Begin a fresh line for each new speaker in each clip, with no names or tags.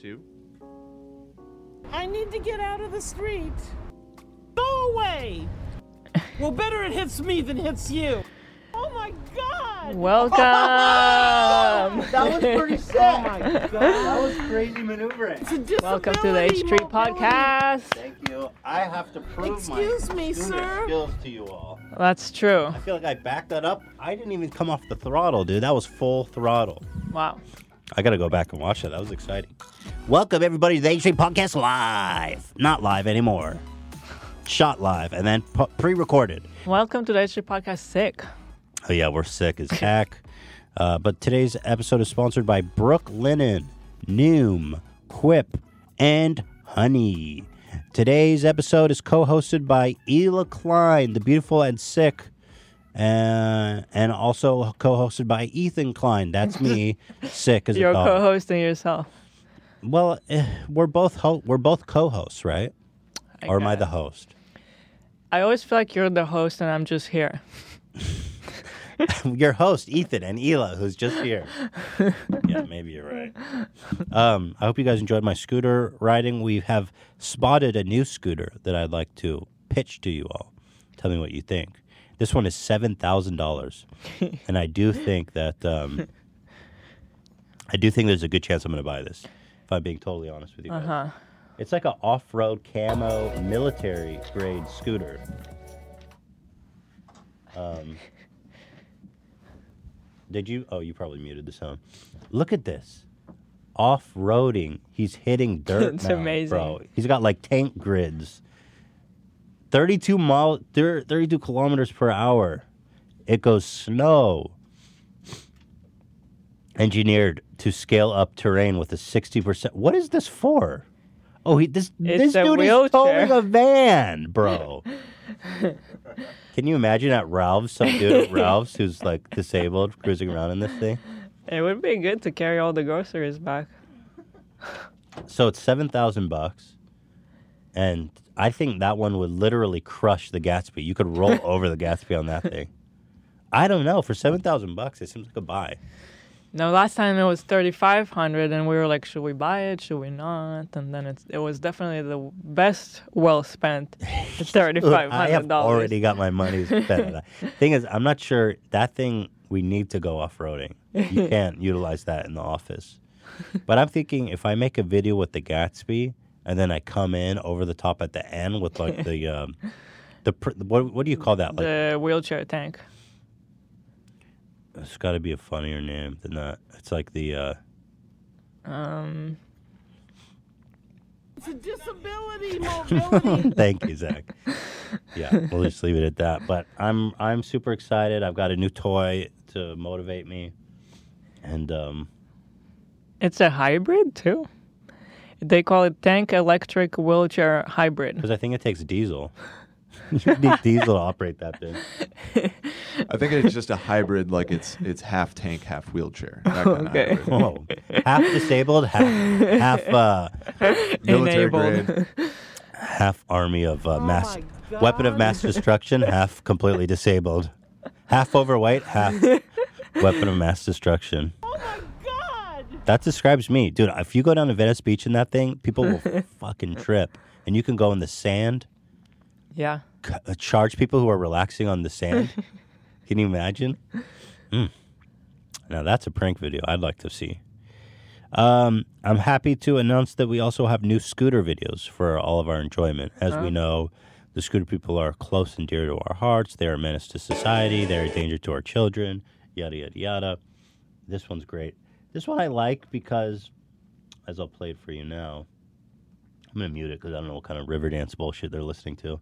two.
I need to get out of the street. Go away. well, better it hits me than hits you. Oh my god.
Welcome.
That was pretty
Oh
sick.
my
that
god.
was crazy maneuvering.
It's a disability.
Welcome to the H Street
mobility.
Podcast.
Thank you. I have to prove
Excuse
my
me,
scooter
sir.
skills to you all.
That's true.
I feel like I backed that up. I didn't even come off the throttle, dude. That was full throttle.
Wow.
I gotta go back and watch that. That was exciting. Welcome everybody to the H Street Podcast live. Not live anymore. Shot live and then pu- pre-recorded.
Welcome to the H Street Podcast. Sick.
Oh yeah, we're sick as heck. Uh, but today's episode is sponsored by Brook Linen, Noom, Quip, and Honey. Today's episode is co-hosted by Ela Klein, the beautiful and sick, uh, and also co-hosted by Ethan Klein. That's me, sick as
You're
a dog.
co-hosting yourself.
well, eh, we're both ho- we're both co-hosts, right?
I
or am I
guess.
the host?
I always feel like you're the host and I'm just here.
your host Ethan and Ela, who's just here. yeah, maybe you're right. Um, I hope you guys enjoyed my scooter riding. We have spotted a new scooter that I'd like to pitch to you all. Tell me what you think. This one is seven thousand dollars, and I do think that um, I do think there's a good chance I'm going to buy this. If I'm being totally honest with you,
Uh
guys.
huh.
it's like an off-road camo military grade scooter. Um, did you? Oh, you probably muted the sound. Look at this. Off roading. He's hitting dirt.
It's
now,
amazing.
Bro. He's got like tank grids. 32 mile, thir- 32 kilometers per hour. It goes snow. Engineered to scale up terrain with a 60%. What is this for? Oh, he, this,
It's
this
a
dude
wheelchair.
is towing a van, bro. Can you imagine at Ralph's, some dude at Ralph's who's like disabled cruising around in this thing?
It would be good to carry all the groceries back.
So it's seven thousand bucks, and I think that one would literally crush the Gatsby. You could roll over the Gatsby on that thing. I don't know. For seven thousand bucks, it seems like a buy.
No, last time it was 3500 and we were like, should we buy it? Should we not? And then it's, it was definitely the best well spent
Look,
$3,500.
I have already got my money's spent. on that. Thing is, I'm not sure that thing. We need to go off roading. You can't utilize that in the office. But I'm thinking if I make a video with the Gatsby and then I come in over the top at the end with like the um, the pr- what what do you call that like
the wheelchair tank.
It's got to be a funnier name than that. It's like the uh,
Um,
It's a disability mobility.
thank you, Zach. yeah, we'll just leave it at that. But I'm I'm super excited. I've got a new toy to motivate me, and um,
it's a hybrid too. They call it tank electric wheelchair hybrid.
because I think it takes diesel. you need diesel to operate that thing.
I think it's just a hybrid, like it's it's half tank, half wheelchair. That kinda
Okay.
hybrid.
Whoa, half disabled, half half uh,
Military
Enabled.
grade.
half army of uh,
Oh
mass
my
weapon of
God.
mass destruction, half completely disabled, half overweight, half weapon of mass destruction.
oh my god.
That describes me, dude. If you go down to Venice Beach in that thing, people will fucking trip, and you can go in the sand,
Yeah.
c- uh, charge people who are relaxing on the sand. can you imagine? Mm. Now that's a prank video I'd like to see. Um, I'm happy to announce that we also have new scooter videos for all of our enjoyment. As we know, the scooter people are close and dear to our hearts. They are a menace to society. They are a danger to our children. Yada yada yada. This one's great. This one I like because, as I'll play it for you now, I'm gonna mute it because I don't know what kind of river dance bullshit they're listening to.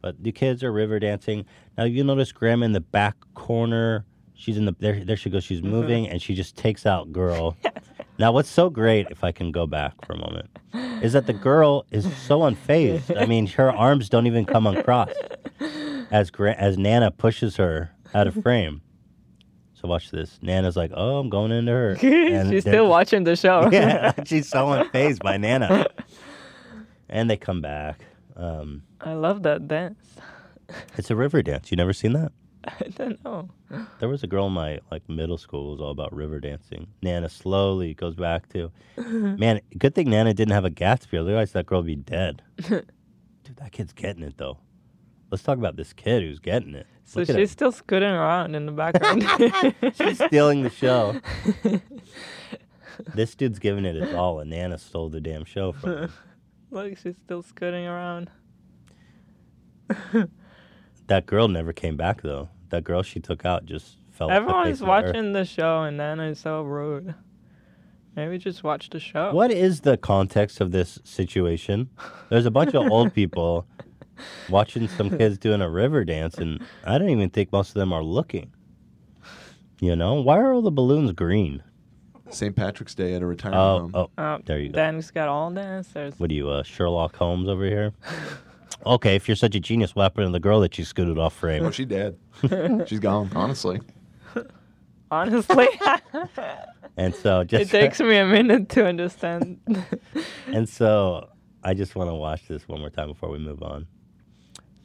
But the kids are river dancing. Now you notice Grandma in the back corner. She's in the there. There she goes.
Mm-hmm.
She's moving, and she just takes out girl. now what's so great, if I can go back for a moment, is that the girl is so unfazed. I mean, her arms don't even come uncrossed as gra- as Nana pushes her out of frame. So watch this. Nana's like, "Oh, I'm going into her." And
She's
they're
still
just-
watching the show.
yeah, she's so unfazed by Nana. And they come back. Um,
I love that dance.
it's a river dance. You never seen that?
I don't know.
There was a girl in my like middle school who was all about river dancing. Nana slowly goes back to, man. Good thing Nana didn't have a Gatsby. Otherwise, that girl'd be dead. Dude, that kid's getting it though. Let's talk about this kid who's getting it.
So
Look at
she's still scooting around in the background.
him. she's stealing the show. this dude's giving it his all, and Nana stole the damn show from him.
Look, she's still scooting around.
That girl never came back though. That girl she took out just fell. off the face
Everyone's
of the earth.
watching the show, and Nana's so rude. Maybe just watch the show.
What is the context of this situation? There's a bunch of old people watching some kids doing a river dance, and I don't even think most of them are looking. You know, why are all the balloons green?
St. Patrick's Day at a retirement
Oh,
home.
oh,
Oh,
there you go.
Dan's got all the answers.
What are you, uh, Sherlock Holmes over here? Okay, if you're such a genius, what happened to the girl that you scooted off
Oh,
frame?
she dead. She's gone. Honestly,
Honestly,
And so
it
just
takes me a minute to understand.
and so I just want to watch this one more time before we move on.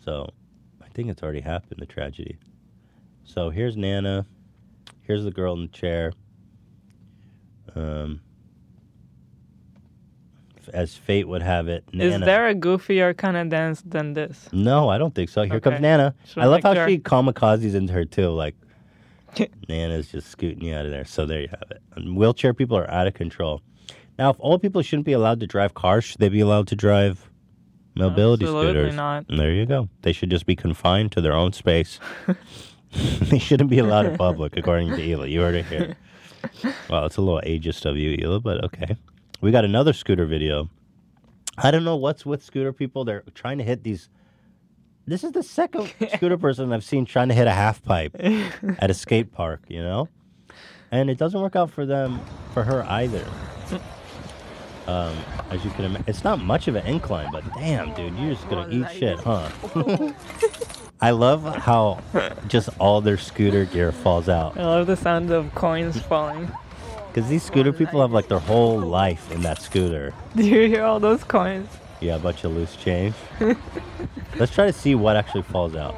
So I think it's already happened, the tragedy. So here's Nana. Here's the girl in the chair. Um, f- as fate would have it, Nana.
Is there a goofier kind of dance than this?
No, I don't think so. Here comes
Okay.
Nana.
Just
I
wanna
love
make
how
sure.
she kamikazes into her too. Like Nana's just scooting you out of there. So there you have it. And wheelchair people are out of control. Now, if old people shouldn't be allowed to drive cars, should they be allowed to drive mobility
Absolutely
scooters?
not.
There you go. They should just be confined to their own space. they shouldn't be allowed in public, according to Hila. You heard it here. Well, it's a little ageist of you, Hila, but okay. We got another scooter video. I don't know what's with scooter people. They're trying to hit these. This is the second scooter person I've seen trying to hit a half pipe at a skate park, you know? And it doesn't work out for them, for her either. Um, as you can imagine, it's not much of an incline, but damn, dude, you're just gonna eat shit, huh? I love how just all their scooter gear falls out.
I love the sound of coins falling.
Because these scooter people have like their whole life in that scooter.
Do you hear all those coins?
Yeah, a bunch of loose change. Let's try to see what actually falls out.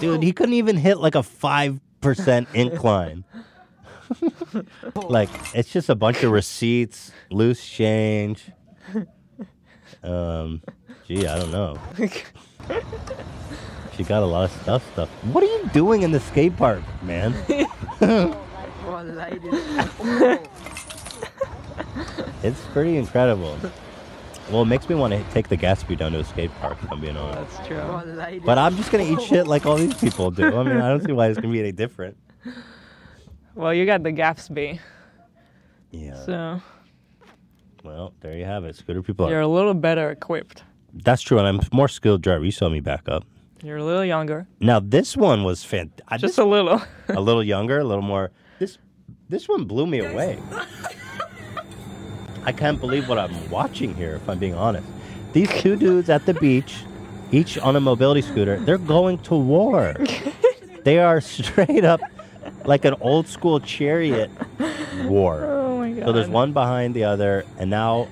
Dude, he couldn't even hit like a 5% incline. like, it's just a bunch of receipts, loose change. Um, gee, I don't know. She got a lot of stuff, stuff. What are you doing in the skate park, man? It's pretty incredible. Well, it makes me want to take the Gatsby down to a skate park, if I'm being honest.
That's true.
But I'm just gonna eat shit like all these people do. I mean, I don't see why it's gonna be any different.
Well, you got the Gatsby,
Yeah.
so
well, there you have it. Scooter people. Are,
you're a little better equipped.
that's true, and I'm more skilled driver. You saw me back up.
You're a little younger,
Now this one was fantastic.
just a little.
a little younger, a little more. This this one blew me away. I can't believe what I'm watching here. If I'm being honest, these two dudes at the beach, each on a mobility scooter, they're going to war. they are straight up like an old school chariot war.
Oh my god.
So there's one behind the other, and now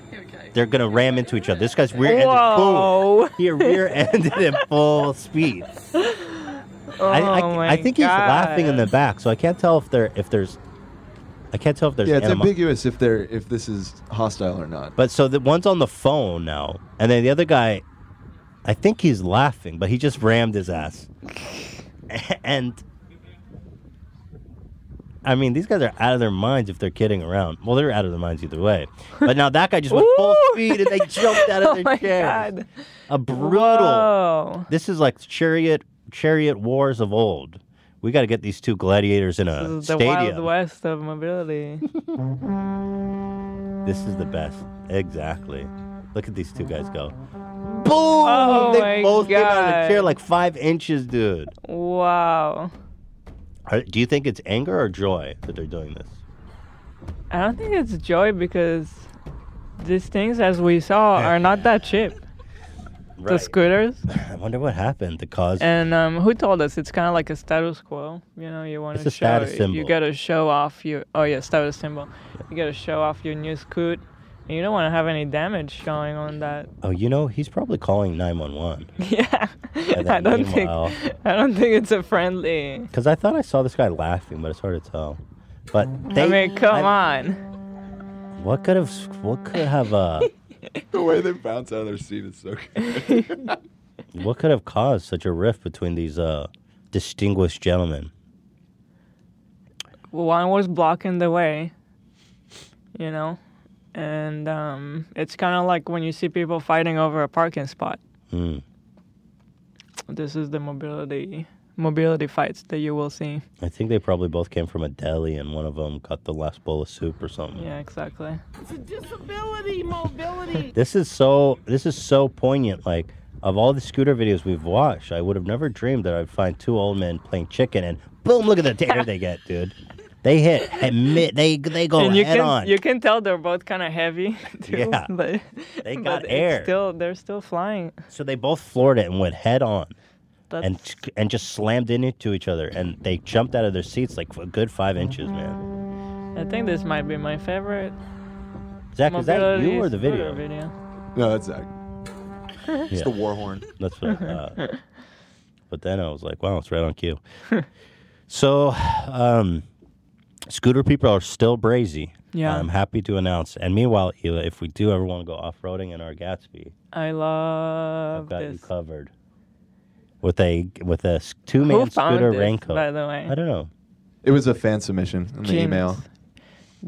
they're gonna ram into each other. This guy's rear-ended. Boom!
Whoa.
He rear-ended at full speed. I, I,
Oh my
I think he's laughing in the
God.
back, so I can't tell if there if there's I can't tell if there's
yeah, it's
animo-
ambiguous if they're if this is hostile or not.
But so the one's on the phone now, and then the other guy, I think he's laughing, but he just rammed his ass. and I mean, these guys are out of their minds if they're kidding around. Well, they're out of their minds either way. But now that guy just went full
Ooh.
speed, and they jumped out of
Oh
their
my
chairs.
god.
A brutal.
Whoa.
This is like chariot chariot wars of old. We got to get these two gladiators in a
This is the Wild
stadium.
West of mobility.
this is the best. Exactly. Look at these two guys go. Boom!
Oh
they
my
both came out of the
God.
chair like five inches, dude.
wow.
Are- do you think it's anger or joy that they're doing this?
I don't think it's joy because these things, as we saw, are not that cheap. The scooters.
I wonder what happened to cause.
And um, who told us it's kind of like a status quo? You know, you want
It's a
to show
status
you
symbol.
gotta show off your oh yeah status symbol. You gotta show off your new scoot, and you don't want to have any damage showing on that.
oh, you know, he's probably calling 911.
yeah,
And
I
then
don't think
meanwhile-
I don't think it's a friendly.
Because I thought I saw this guy laughing, but it's hard to tell. But they,
I mean, come
I-
on.
What could have? What could have? Uh,
The way they bounce out of their seat is so good.
what could have caused such a rift between these uh, distinguished gentlemen?
One was blocking the way, you know, and um, it's kind of like when you see people fighting over a parking spot.
Hmm.
This is the mobility mobility fights that you will see.
I think they probably both came from a deli, and one of them got the last bowl of soup or something.
Yeah, exactly.
It's a disability, mobility.
This is so. This is so poignant. Like of all the scooter videos we've watched, I would have never dreamed that I'd find two old men playing chicken, and boom! Look at the tater they get, dude. They hit admit they they go
and you
Oh, head
can
on.
you can tell they're both kind of heavy. Too,
Yeah.
but
They
but
got
it's
air.
Still, they're still flying.
So they both floored it and went head on.
That's,
and sk- and just slammed into each other, and they jumped out of their seats like a good five inches,
Mm-hmm.
man.
I think this might be my favorite.
Zach, is that
mobility
you or the video?
scooter video?
No, that's Zach. It's
Yeah.
the war horn.
That's what. I thought. but then I was like, wow, it's right on cue. so, um, scooter people are still brazy.
Yeah.
I'm happy to announce. And meanwhile, Hila, if we do ever want to go off roading in our Gatsby,
I
I've
love
got you
this.
covered with a with a two
Who
man
found
scooter
this,
raincoat.
by the way?
I don't know.
It was a fan submission in the
Genius.
email.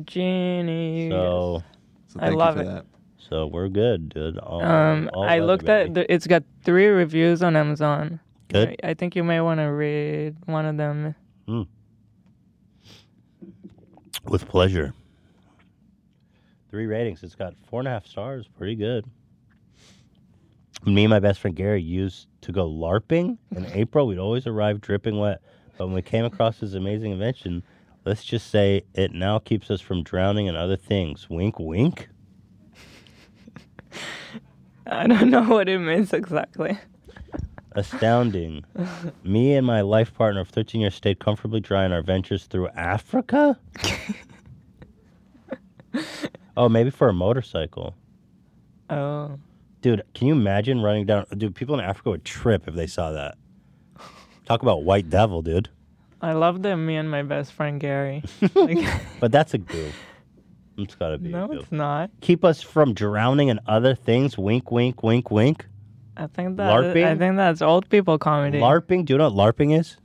Genius.
So.
So
I
thank
love
you
it.
for that.
So we're good, dude. All,
um,
all
I
weather,
looked
baby.
at the, it's got three reviews on Amazon.
Good.
I, I think you may want to read one of them.
With pleasure. Three ratings. It's got four and a half stars. Pretty good. Me and my best friend Gary used to go LARPing in April. We'd always arrive dripping wet. But when we came across this amazing invention, let's just say it now keeps us from drowning in other things. Wink, wink.
I don't know what it means exactly.
Astounding. Me and my life partner of 13 years stayed comfortably dry in our ventures through Africa? oh, maybe for a motorcycle.
Oh,
Dude, can you imagine running down? Dude, people in Africa would trip if they saw that. Talk about white devil, dude.
I love that. Me and my best friend Gary. Like,
But that's a goof. It's gotta be.
no,
a goof.
it's not.
Keep us from drowning in other things. Wink, wink, wink, wink.
I think that I
LARPing?
think that's old people comedy.
LARPing. Do you know what LARPing is?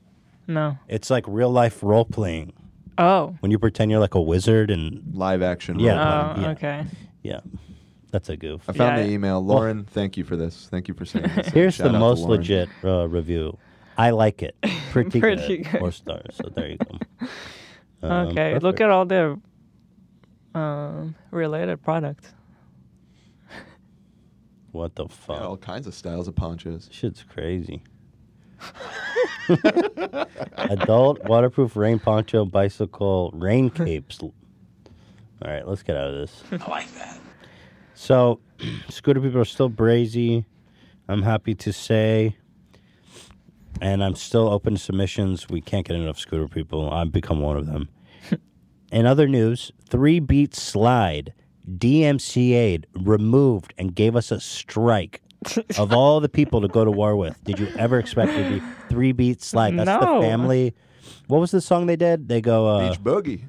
No.
It's like real life role playing
Oh.
when you pretend you're like a wizard and
Live action.
Yeah.
Yeah.
Oh.
um, yeah.
Okay.
yeah, that's a goof.
I found
Yeah,
the
I-
email. Lauren, thank you for this. Thank you for saying this. And
Here's
shout out
the
to
most
Lauren.
legit uh, review. I like it. Pretty,
Pretty
good.
good.
Four stars. So there you go. Um,
Okay.
perfect.
Look at all the um, related products.
what the
Yeah,
fuck.
all kinds of styles of ponchos.
Shit's crazy. Adult waterproof rain poncho bicycle rain capes. All right, let's get out of this. I like that. So, scooter people are still brazy. I'm happy to say, and I'm still open to submissions. We can't get enough scooter people. I've become one of them. In other news, three beat slide DMCA'd, removed, and gave us a strike. of all the people to go to war with, did you ever expect it to be three beat slide? That's
No.
the family. What was the song they did? They go. Uh,
Beach boogie.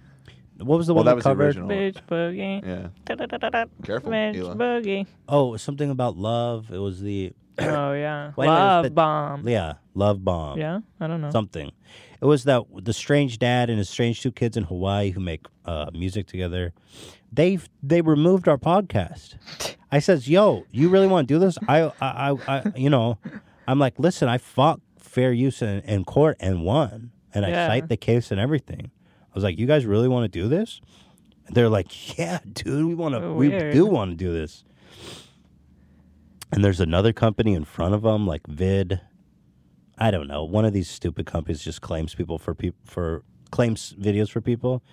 what was the
Well,
one
that
they
was the
covered?
original.
Beach boogie.
Yeah.
Da-da-da-da-da.
Careful,
Beach
Elon.
boogie.
Oh, it was something about love. It was the
Oh yeah.
Wait, no, it's
Love
the-
bomb.
yeah love bomb.
Yeah. I don't know.
something. It was that the strange dad and his strange two kids in Hawaii who make uh, music together. They they removed our podcast. I says, "Yo, you really want to do this?" I, I I I you know, I'm like, listen, I fought fair use in, in court and won, and I
Yeah.
cite the case and everything. I was like, you guys really want to do this? And they're like, yeah, dude, we want to, we
Weird.
do want to do this. And there's another company in front of them, like Vid. I don't know. One of these stupid companies just claims people for people for claims videos for people.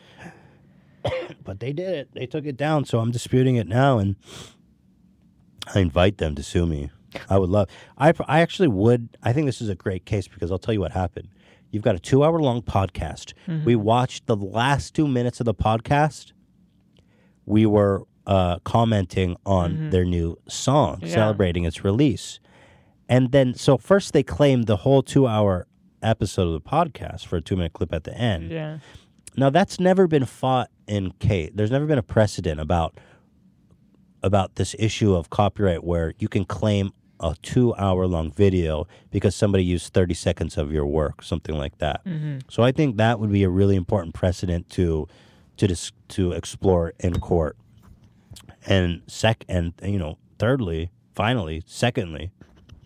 but they did it. They took it down. So I'm disputing it now, and I invite them to sue me. I would love. I I actually would. I think this is a great case because I'll tell you what happened. You've got a two-hour-long podcast. We watched the last two minutes of the podcast. We were uh, commenting on their new song,
Yeah.
celebrating its release And then, so first they claim the whole two hour episode of the podcast for a two minute clip at the end.
Yeah.
Now that's never been fought in K. There's never been a precedent about about this issue of copyright where you can claim a two hour long video because somebody used 30 seconds of your work, something like that. So I think that would be a really important precedent to to dis- to explore in court. And sec and you know, thirdly, finally, secondly,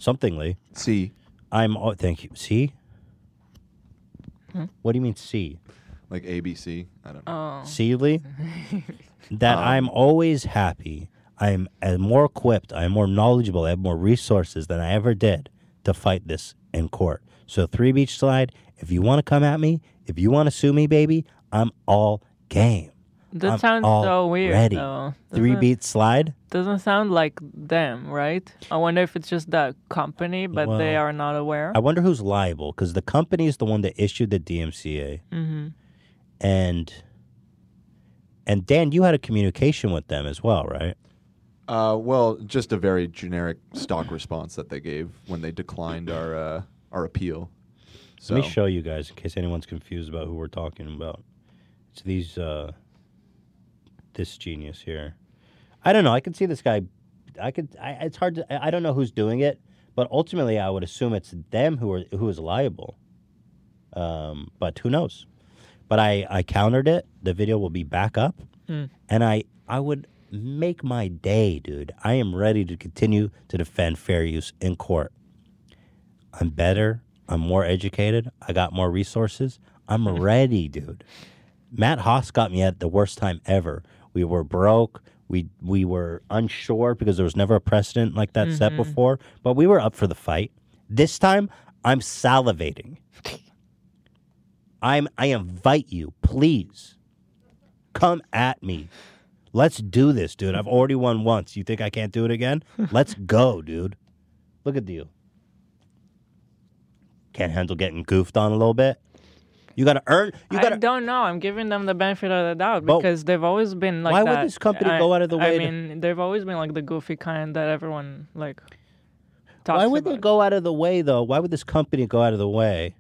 somethingly,
See,
I'm oh, thank you. See? What do you mean see?
like ABC. I don't know.
Seeley,
Um,
that I'm always happy. I'm uh, more equipped. I'm more knowledgeable. I have more resources than I ever did to fight this in court. So, Three Beach Slide, if you want to come at me, if you want to sue me, baby, I'm all game.
That
I'm
sounds so weird.
already
Though.
Three
Doesn't-
Beach Slide?
doesn't sound like them, right? I wonder if it's just that company, but they
Well,
are not aware.
I wonder who's liable because the company is the one that issued the DMCA,
Mhm.
and and Dan, you had a communication with them as well, right?
Uh, well, just a very generic stock response that they gave when they declined our uh, our appeal. So
Let me show you guys in case anyone's confused about who we're talking about. It's these uh this genius here. I don't know. I can see this guy. I could. I, it's hard to. I I don't know who's doing it, but ultimately, I would assume it's them who are who is liable. Um, but who knows? But I I countered it. The video will be back up, and I I would make my day, dude. I am ready to continue to defend fair use in court. I'm better. I'm more educated. I got more resources. I'm ready, dude. Matt Haas got me at the worst time ever. We were broke. We we were unsure because there was never a precedent like that set before. But we were up for the fight. This time, I'm salivating. I'm I invite you, please. Come at me. Let's do this, dude. I've already won once. You think I can't do it again? Let's go, dude. Look at you can't handle getting goofed on a little bit. You gotta earn. You
I
gotta.
don't know. I'm giving them the benefit of the doubt
But
because they've always been like
why would
that.
this company
I-
go out of the way
I
to-
mean, they've always been like the goofy kind that everyone like. Talks
Why would
about.
they go out of the way though? Why would this company go out of the way?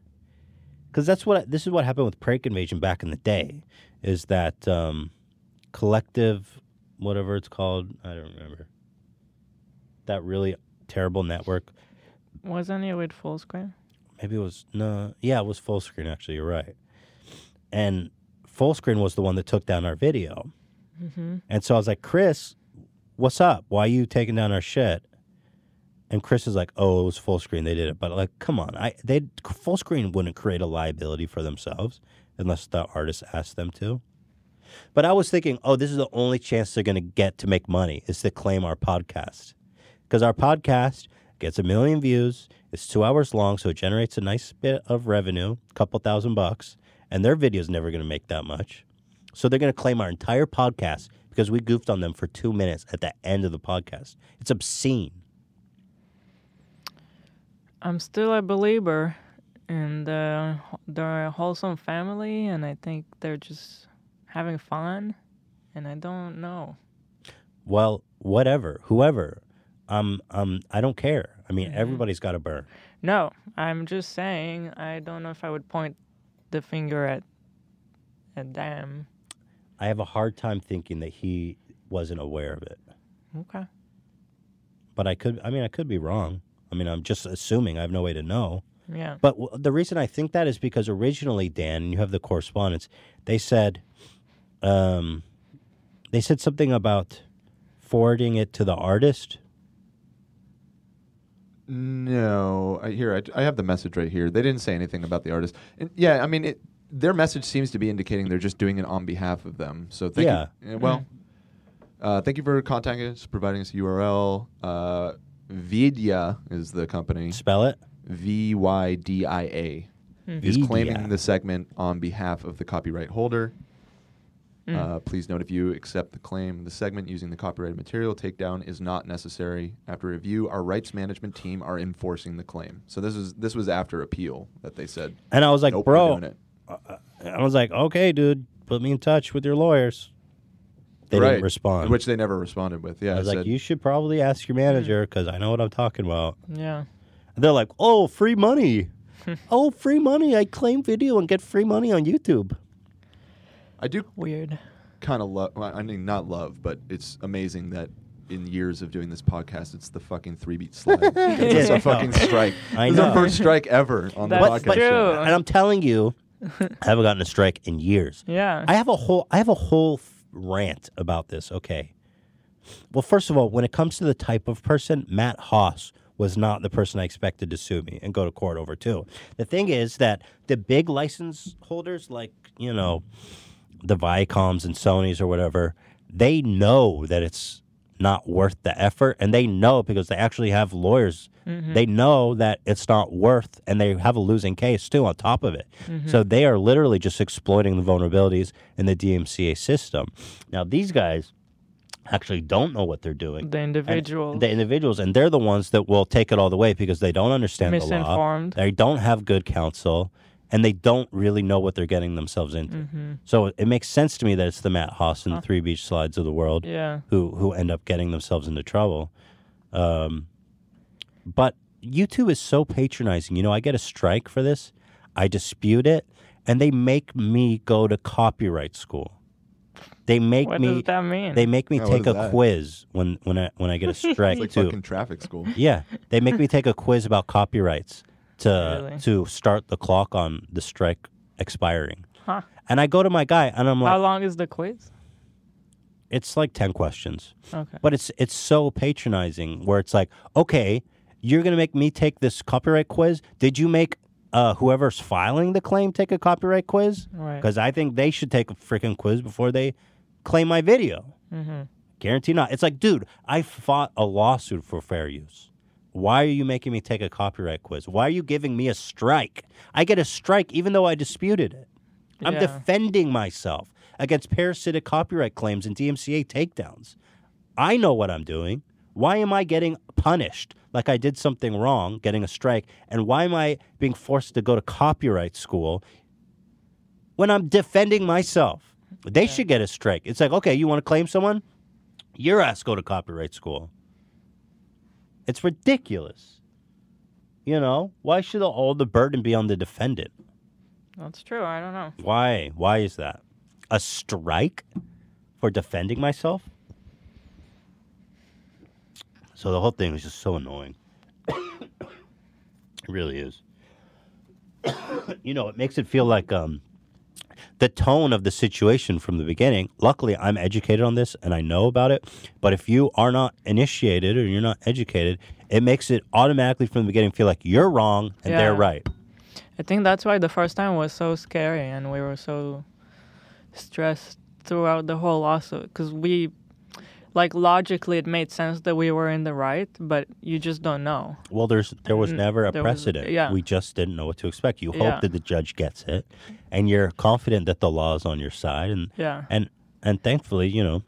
Because that's what this is what happened with Prank Invasion back in the day. Is that um, collective, whatever it's called? I don't remember. That really terrible network.
Wasn't it with full screen?
maybe it was no yeah it was full screen actually you're right and full screen was the one that took down our video and so i was like chris what's up why are you taking down our shit and chris is like oh it was full screen they did it but like come on i they full screen wouldn't create a liability for themselves unless the artist asked them to but i was thinking oh this is the only chance they're going to get to make money is to claim our podcast because our podcast gets a million views. It's two hours long, so it generates a nice bit of revenue, couple thousand bucks, and their video's never going to make that much. So they're going to claim our entire podcast because we goofed on them for two minutes at the end of the podcast. It's obscene.
I'm still a believer in the the wholesome family, and I think they're just having fun, and I don't know.
Well, whatever, whoever, um, um, I don't care. I mean, everybody's got to burn.
No, I'm just saying I don't know if I would point the finger at at them.
I have a hard time thinking that he wasn't aware of it.
Okay.
But I could, I mean, I could be wrong. I mean, I'm just assuming. I have no way to know.
Yeah.
But w- the reason I think that is because originally, Dan, and you have the correspondence, they said, um, they said something about forwarding it to the artist.
No, I, here I, I have the message right here. They didn't say anything about the artist. And yeah, I mean, it, their message seems to be indicating they're just doing it on behalf of them. So thank
Yeah.
you. eh, Well, uh, thank you for contacting us, providing us a URL. Uh, Vidya is the company.
Spell it.
V Y D I A. Is claiming
Vidya.
the segment on behalf of the copyright holder. Uh, please note if you accept the claim, the segment using the copyrighted material takedown is not necessary. After review, our rights management team are enforcing the claim. So this is this was after appeal that they said,
And I was like,
nope, we're
bro,
doing it.
I was like, okay, dude, put me in touch with your lawyers. They
right.
didn't respond.
which they never responded with. Yeah,
I was like,
said-
you should probably ask your manager because I know what I'm talking about.
Yeah.
They're like, oh, free money. oh, free money. I claim video and get free money on YouTube.
I do
Weird.
kind of love. Well, I mean, not love, but it's amazing that in years of doing this podcast, it's the fucking three beat slide. it's
I
a
know.
fucking strike.
I
This is
know.
our first strike ever on the
That's
podcast.
true.
show.
And I'm telling you, I haven't gotten a strike in years.
Yeah.
I have a whole I have a whole f- rant about this. Okay. Well, first of all, when it comes to the type of person, Matt Haas was not the person I expected to sue me and go to court over too. The thing is that the big license holders, like you know, the Viacoms and Sony's or whatever, they know that it's not worth the effort, and they know because they actually have lawyers. They know that it's not worth, and they have a losing case too on top of it. So they are literally just exploiting the vulnerabilities in the DMCA system. Now these guys actually don't know what they're doing.
the
And
individual.
The individuals, and they're the ones that will take it all the way because they don't understand
Misinformed.
the law. They don't have good counsel, and they don't really know what they're getting themselves into.
Mm-hmm.
So it makes sense to me that it's the Matt Haas and the Three Beach Slides of the world
yeah.
who who end up getting themselves into trouble. Um, but YouTube is so patronizing. You know, I get a strike for this, I dispute it, and they make me go to copyright school. They make
What
me
does that mean?
they make me
Yeah, what
take
is
a
that?
quiz when when I when I get a strike
It's like
too.
fucking traffic school.
Yeah, they make me take a quiz about copyrights to
Really?
to start the clock on the strike expiring.
Huh.
And I go to my guy and I'm
How
like,
long is the quiz?
it's like ten questions,
Okay.
but it's it's so patronizing where it's like, okay, you're gonna make me take this copyright quiz. Did you make uh, whoever's filing the claim take a copyright quiz?
Right.
Because I think they should take a freaking quiz before they claim my video. Guarantee not. It's like, dude, I fought a lawsuit for fair use. Why are you making me take a copyright quiz? Why are you giving me a strike? I get a strike even though I disputed it. I'm
Yeah.
defending myself against parasitic copyright claims and DMCA takedowns. I know what I'm doing. Why am I getting punished like I did something wrong, getting a strike? And why am I being forced to go to copyright school when I'm defending myself? They should get a strike. It's like, okay, you want to claim someone? Your ass go to copyright school. It's ridiculous. You know, why should all the burden be on the defendant?
That's true. I don't know.
Why? Why is that? A strike for defending myself? So the whole thing is just so annoying. it really is. you know, it makes it feel like um, the tone of the situation from the beginning. Luckily, I'm educated on this and I know about it. But if you are not initiated or you're not educated, it makes it automatically from the beginning feel like you're wrong and they're
Yeah.
right.
I think that's why the first time was so scary and we were so stressed throughout the whole lawsuit because we, like, logically it made sense that we were in the right, but you just don't know.
Well, there's there was
N-
never a
Mm, there was-
precedent.
yeah.
We just didn't know what to expect. You
Yeah.
hope that the judge gets it, and you're confident that the law is on your side, and
Yeah.
and and thankfully, you know,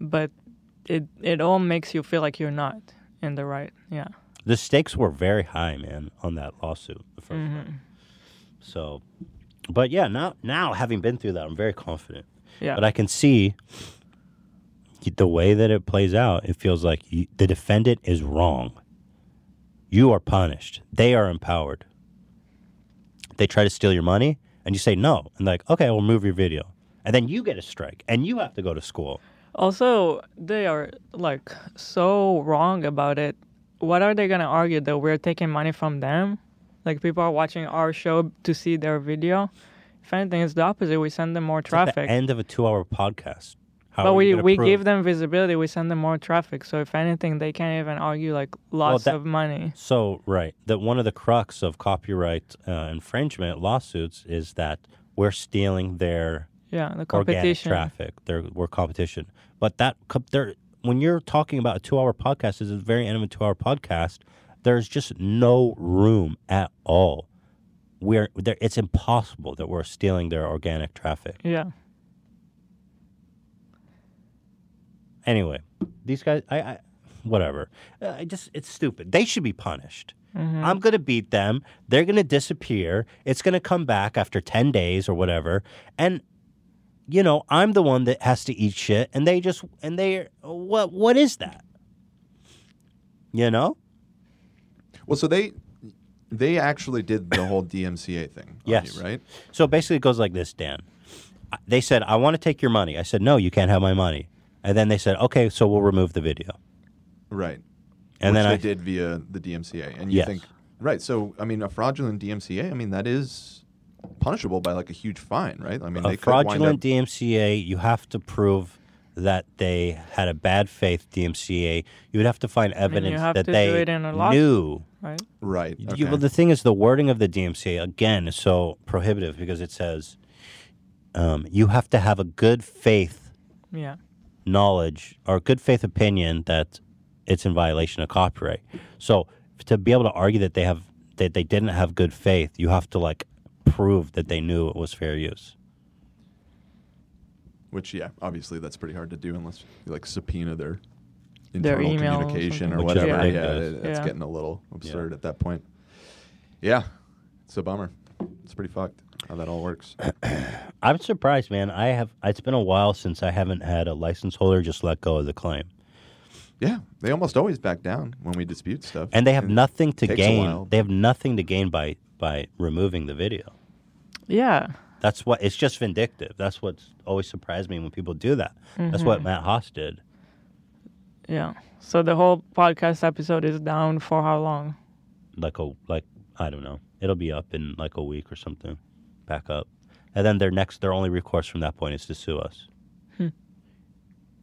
But it it all makes you feel like you're not in the right. Yeah.
the stakes were very high, man, on that lawsuit. The 1st
Mm-hmm.
one. So, but yeah, now now having been through that, I'm very confident.
Yeah.
But I can see the way that it plays out. It feels like you, the defendant is wrong. You are punished. They are empowered. They try to steal your money, and you say no, and like, okay, we'll move your video, and then you get a strike, and you have to go to school.
Also, they are like so wrong about it. What are they gonna argue that we're taking money from them? Like people are watching our show to see their video. If anything, it's the opposite. We send them more
At
traffic.
the end of a two-hour podcast. How
but
are
we
you gonna
we
prove-
give them visibility. We send them more traffic. So if anything, they can't even argue like lots
that-
of money.
So right, that one of the crux of copyright uh, infringement lawsuits is that we're stealing their
Yeah, the
organic
competition.
traffic. There were competition, but that co- there when you're talking about a two-hour podcast, this is the very end of a two-hour podcast. There's just no room at all. We're there. It's impossible that we're stealing their organic traffic.
Yeah.
Anyway, these guys, I, I whatever. Uh, I just it's stupid. They should be punished. I'm gonna beat them. They're gonna disappear. It's gonna come back after ten days or whatever, and you know I'm the one that has to eat shit, and they just and they what what is that? You know,
Well, so they They actually did the whole DMCA thing. on
Yes.
you, right?
So basically, it goes like this, Dan. I- They said, I want to take your money. I said, no, you can't have my money. And then they said, okay, so we'll remove the video.
Right.
And
Which
then
they
I
did via the DMCA. And you
Yes.
think, right? So I mean, a fraudulent DMCA. I mean, that is punishable by like a huge fine, right? I mean,
a
they could wind
fraudulent
up,
DMCA, you have to prove that they had a bad faith DMCA. You would have to find
you
evidence
have
that
to do
they
it in a lawsuit.
knew.
right?
right?
You-
okay.
well, the thing is, the wording of the DMCA again is so prohibitive because it says um, you have to have a good faith
Yeah.
knowledge or good faith opinion that it's in violation of copyright. So to be able to argue that they have that they didn't have good faith, you have to like prove that they knew it was fair use.
Which, yeah, obviously that's pretty hard to do unless you like subpoena their
Their
internal
email or
communication or,
something. Which is
whatever. Yeah,
ridiculous.
it- it's
Yeah.
getting a little absurd at that point. Yeah, it's a bummer. It's pretty fucked how that all works.
I'm surprised, man. I have. It's been a while since I haven't had a license holder just let go of the claim,
yeah, they almost always back down when we dispute stuff.
and they have nothing to
Hmm. takes a while.
gain. They have nothing to gain by by removing the video.
Yeah.
That's what it's just vindictive. That's what's always surprised me when people do that. That's what
Mm-hmm.
Matt Haas did.
Yeah. So the whole podcast episode is down for how long?
Like a like I don't know. It'll be up in like a week or something, back up, and then their next their only recourse from that point is to sue us.
Hmm.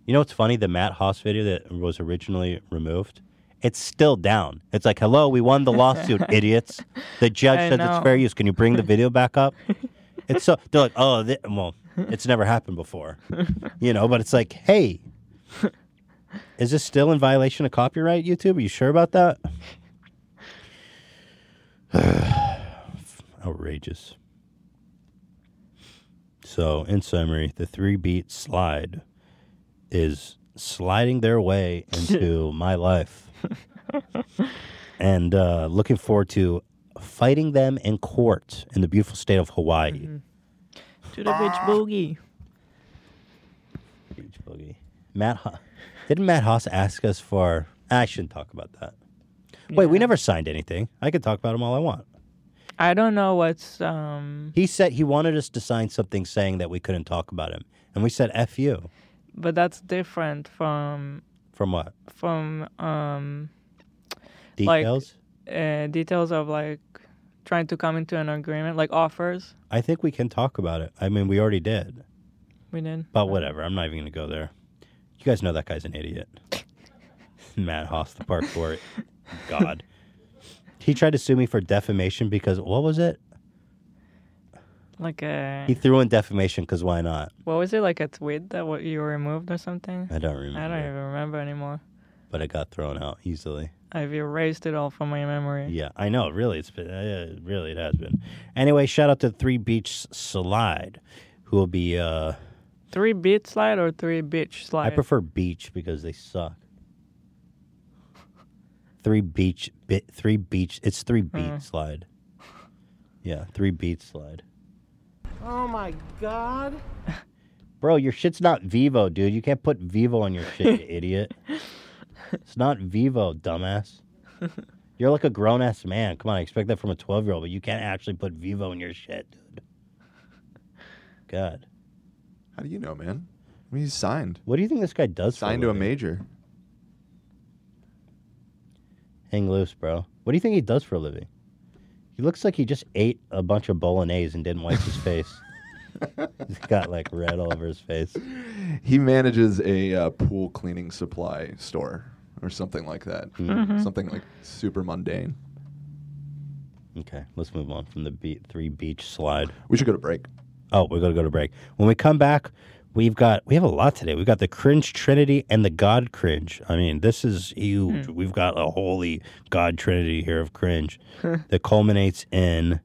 You know what's funny? The Matt Haas video that was originally removed, it's still down. It's like, hello, we won the lawsuit, idiots. The judge
I
said
know.
it's fair use. Can you bring the video back up? It's so they're like, oh, thi- well, it's never happened before, you know. But it's like, hey, is this still in violation of copyright? YouTube, are you sure about that? Outrageous. So, in summary, the three beat slide is sliding their way into my life. and uh, looking forward to fighting them in court in the beautiful state of Hawaii.
To the bitch boogie.
Beach boogie. Matt Ho- Didn't Matt Haas ask us for. I shouldn't talk about that. Wait, we never signed anything. I could talk about him all I want.
I don't know what's um
He said he wanted us to sign something saying that we couldn't talk about him. And we said, F you.
but that's different from
From what?
from um Like-
Details?
uh, details of like trying to come into an agreement, like offers.
I think we can talk about it. I mean, we already did.
We did.
But whatever. I'm not even going to go there. You guys know that guy's an idiot. Matt Haas, the park for it. God. He tried to sue me for defamation because, what was it?
Like a
He threw in defamation because why not?
what was it like a tweet that what you removed or something?
I don't remember.
I don't even remember anymore.
But it got thrown out easily.
I've erased it all from my memory.
Yeah, I know. Really, it's been uh, really it has been. Anyway, shout out to Three Beach Slide, who will be. uh
Three beat slide or three bitch
I
slide?
prefer beach because they suck. Three beach bit. Three beach. It's three beat slide. Yeah, three beat slide.
Oh my god.
Bro, your shit's not Vivo, dude. You can't put Vivo on your shit, you idiot. It's not Vivo, dumbass. You're like a grown ass man. Come on, I expect that from a 12 year old, but you can't actually put Vivo in your shit, dude. God.
How do you know, man? I mean, he's signed.
What do you think this guy does
Signed
for
to
a
a
living?
major.
Hang loose, bro. What do you think he does for a living? He looks like he just ate a bunch of bolognese and didn't wipe his face. He's got like red all over his face.
He manages a uh, pool cleaning supply store or something like that.
Mm-hmm.
Something like super mundane.
Okay, let's move on from the be- three beach slide.
We should go to break.
Oh, we're gonna go to break. When we come back, we've got we have a lot today. We've got the cringe trinity and the God cringe. I mean, this is huge.
Hmm.
We've got a holy God trinity here of cringe that culminates in,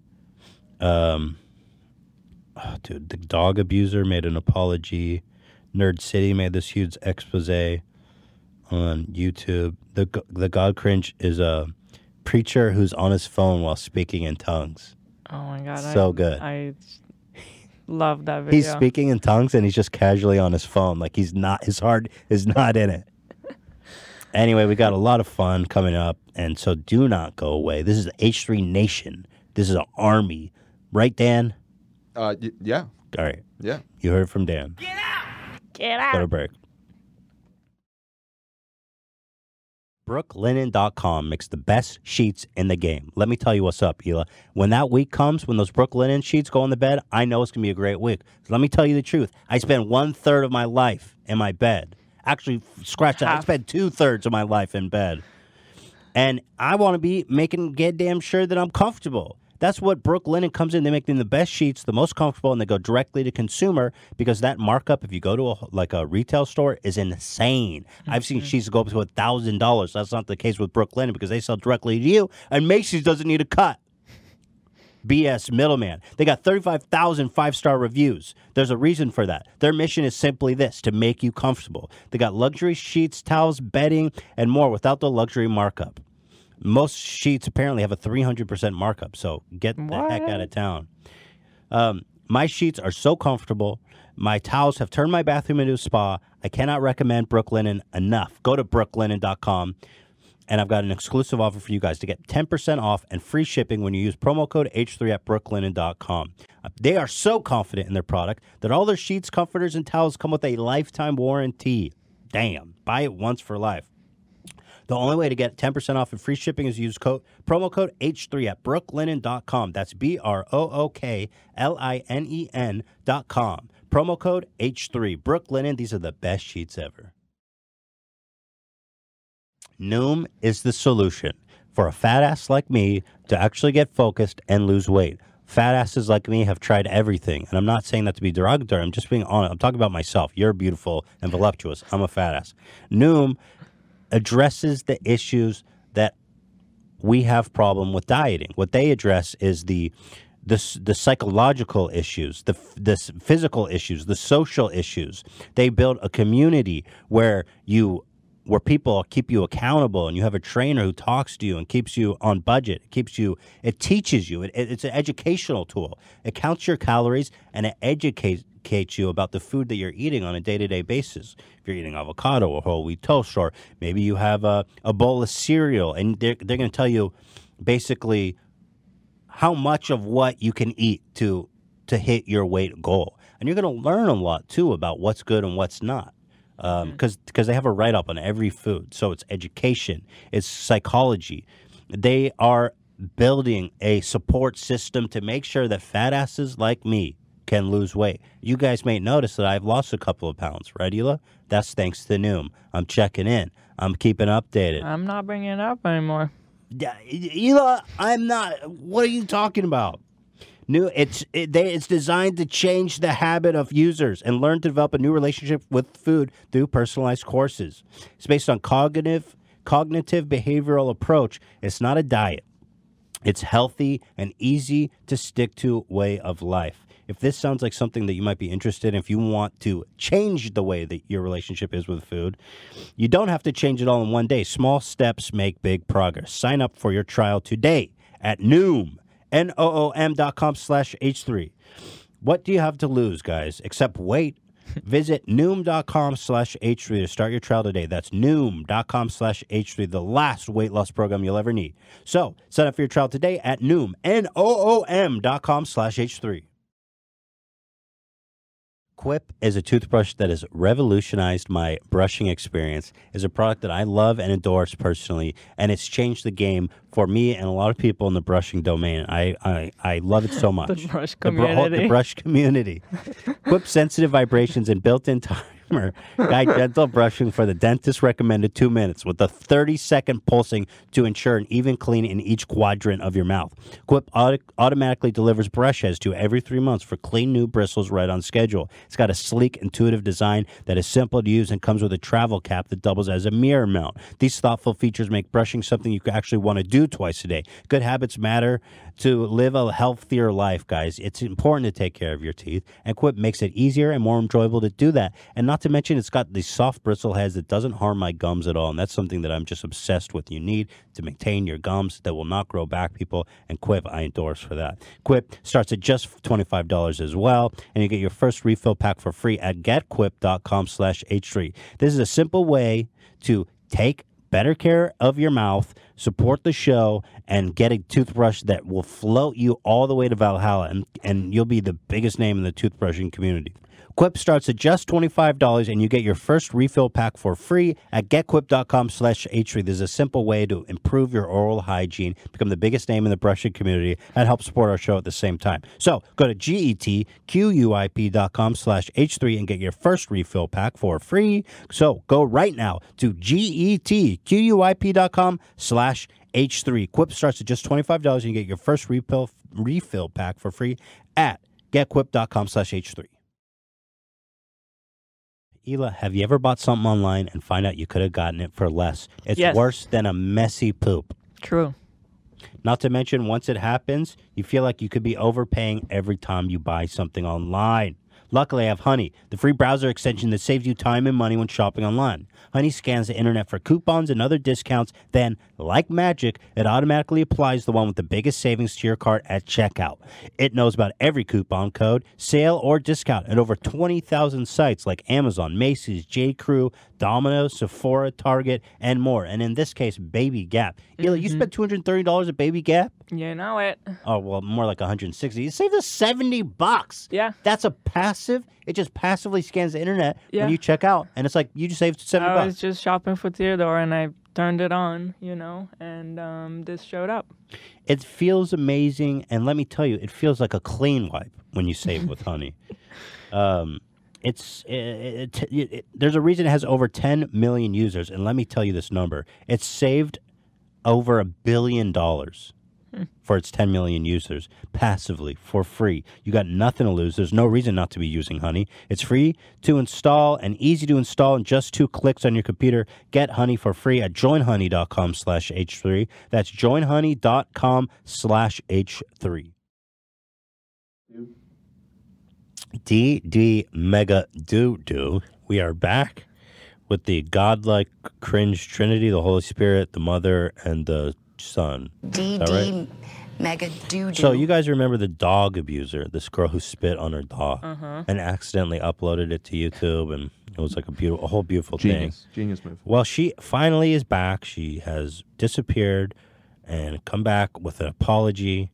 um, oh, dude, the dog abuser made an apology. Nerd City made this huge expose on YouTube. the g- The God cringe is a preacher who's on his phone while speaking in tongues.
oh my god!
So
I,
good.
I love that video.
He's speaking in tongues and he's just casually on his phone, like he's not his heart is not in it. Anyway, we got a lot of fun coming up, and so do not go away. This is the H3 Nation. This is an army. Right, Dan?
Uh, y- yeah,
All right.
yeah.
You heard from Dan.
Get
Go to
out.
break. Brooklinen.com makes the best sheets in the game. Let me tell you what's up, Hila. When that week comes, when those Brooklinen sheets go on the bed, I know it's going to be a great week. So let me tell you the truth. I spend one third of my life in my bed. Actually, f- scratch that. I
Half.
spend two thirds of my life in bed. And I want to be making goddamn sure that I'm comfortable. That's what Brook Linen comes in. They make them the best sheets, the most comfortable, and they go directly to consumer because that markup, if you go to a like a retail store, is insane. I've seen sheets go up to a thousand dollars. That's not the case with Brook Linen because they sell directly to you, and Macy's doesn't need a cut. BS middleman. They got 35,000 five star reviews. There's a reason for that. Their mission is simply this to make you comfortable. They got luxury sheets, towels, bedding, and more without the luxury markup. Most sheets apparently have a 300% markup, so get the heck
What?
out of town. Um, my sheets are so comfortable. My towels have turned my bathroom into a spa. I cannot recommend Brooklinen enough. Go to brooklinen.com and I've got an exclusive offer for you guys to get 10% off and free shipping when you use promo code H3 at brooklinen.com. Uh, They are so confident in their product that all their sheets, comforters, and towels come with a lifetime warranty. Damn, buy it once for life. The only way to get 10% off and free shipping is use code promo code H3 at brooklinen.com. That's B R O O K L I N E N.com. Promo code H3 Brooklinen. These are the best sheets ever. Noom is the solution for a fat ass like me to actually get focused and lose weight. Fat asses like me have tried everything, and I'm not saying that to be derogatory. I'm just being honest. I'm talking about myself. You're beautiful and voluptuous. I'm a fat ass. Noom addresses the issues that we have problem with dieting. What they address is the the, s- the psychological issues, the f- the s- physical issues, the social issues. They build a community where you where people keep you accountable and you have a trainer who talks to you and keeps you on budget it keeps you it teaches you it, it- it's an educational tool it counts your calories and it educates educates you about the food that you're eating on a day-to-day basis if you're eating avocado or whole wheat toast or maybe you have a, a bowl of cereal and they're, they're going to tell you basically how much of what you can eat to to hit your weight goal and you're going to learn a lot too about what's good and what's not because because they have a write up on every food. So it's education, it's psychology. They are building a support system to make sure that fat asses like me can lose weight. You guys may notice that I've lost a couple of pounds, right, Ela? That's thanks to Noom. I'm checking in. I'm keeping updated.
I'm not bringing it up anymore.
Yeah, Ela, I'm not. What are you talking about? New, it's it, they, it's designed to change the habit of users and learn to develop a new relationship with food through personalized courses. It's based on cognitive cognitive behavioral approach. It's not a diet. It's healthy and easy to stick to way of life. If this sounds like something that you might be interested in, if you want to change the way that your relationship is with food, you don't have to change it all in one day. Small steps make big progress. Sign up for your trial today at Noom, N O O M dot com slash H3. What do you have to lose, guys, except weight? Visit noom.com slash H3 to start your trial today. That's noom.com slash H3, the last weight loss program you'll ever need. So sign up for your trial today at noom, N O O M dot com slash H3. Quip is a toothbrush that has revolutionized my brushing experience. It's a product that I love and endorse personally, and it's changed the game for me and a lot of people in the brushing domain. I, I, I love it so much.
The brush
The bru- oh, the
community.
brush community. Quip sensitive vibrations and built-in timer guide gentle brushing for the dentist recommended two minutes with a 30-second pulsing to ensure an even clean in each quadrant of your mouth. Quip auto- automatically delivers brush heads to you every three months for clean new bristles right on schedule. It's got a sleek, intuitive design that is simple to use and comes with a travel cap that doubles as a mirror mount. These thoughtful features make brushing something you actually want to do twice a day. Good habits matter to live a healthier life, guys. It's important to take care of your teeth, and Quip makes it easier and more enjoyable to do that. And not to mention, it's got the soft bristle heads that doesn't harm my gums at all, and that's something that I'm just obsessed with. You need to maintain your gums that will not grow back, people. And Quip, I endorse for that. Quip starts at just $25 as well, and you get your first refill pack for free at getquip.com slash H3. This is a simple way to take better care of your mouth, support the show, and get a toothbrush that will float you all the way to Valhalla, and, and you'll be the biggest name in the toothbrushing community. Quip starts at just $25 and you get your first refill pack for free at getquip.com slash h3. There's a simple way to improve your oral hygiene, become the biggest name in the brushing community, and help support our show at the same time. So go to E getquip.com slash h3 and get your first refill pack for free. So go right now to E getquip.com slash h3. Quip starts at just $25 and you get your first refill, refill pack for free at getquip.com slash h3. Ela, have you ever bought something online and find out you could have gotten it for less? It's
Yes.
worse than a messy poop.
True.
Not to mention, once it happens, you feel like you could be overpaying every time you buy something online. Luckily, I have Honey, the free browser extension that saves you time and money when shopping online. Honey scans the internet for coupons and other discounts, then, like magic, it automatically applies the one with the biggest savings to your cart at checkout. It knows about every coupon code, sale, or discount at over 20,000 sites like Amazon, Macy's, J.Crew, Domino's, Sephora, Target, and more. And in this case, Baby Gap. Eli, you
Mm-hmm.
spent $230 at Baby Gap?
You know it.
Oh well, more like 160. You saved us 70 bucks.
Yeah.
that's a passive. It just passively scans the internet
Yeah. Oh,
when you check out, and it's like you just saved 70
I
bucks.
was just shopping for Theodore and I turned it on, you know, and um, this showed up.
It feels amazing, and let me tell you, it feels like a clean wipe when you save with honey. Um, it's it, it, it, it- there's a reason it has over 10 million users, and let me tell you this number: it's saved over a billion dollars for its 10 million users passively for free. You got nothing to lose. There's no reason not to be using Honey. It's free to install and easy to install in just two clicks on your computer. Get Honey for free at joinhoney.com slash H3. That's joinhoney.com slash H3. DD Mega Doo Doo. We are back with the godlike cringe trinity, the Holy Spirit, the Mother, and the Son.
DD
right?
mega doo doo.
So you guys remember the dog abuser, this girl who spit on her dog and accidentally uploaded it to YouTube, and it was like a beautiful, a whole beautiful thing.
Genius. Genius move.
Well, she finally is back. She has disappeared and come back with an apology.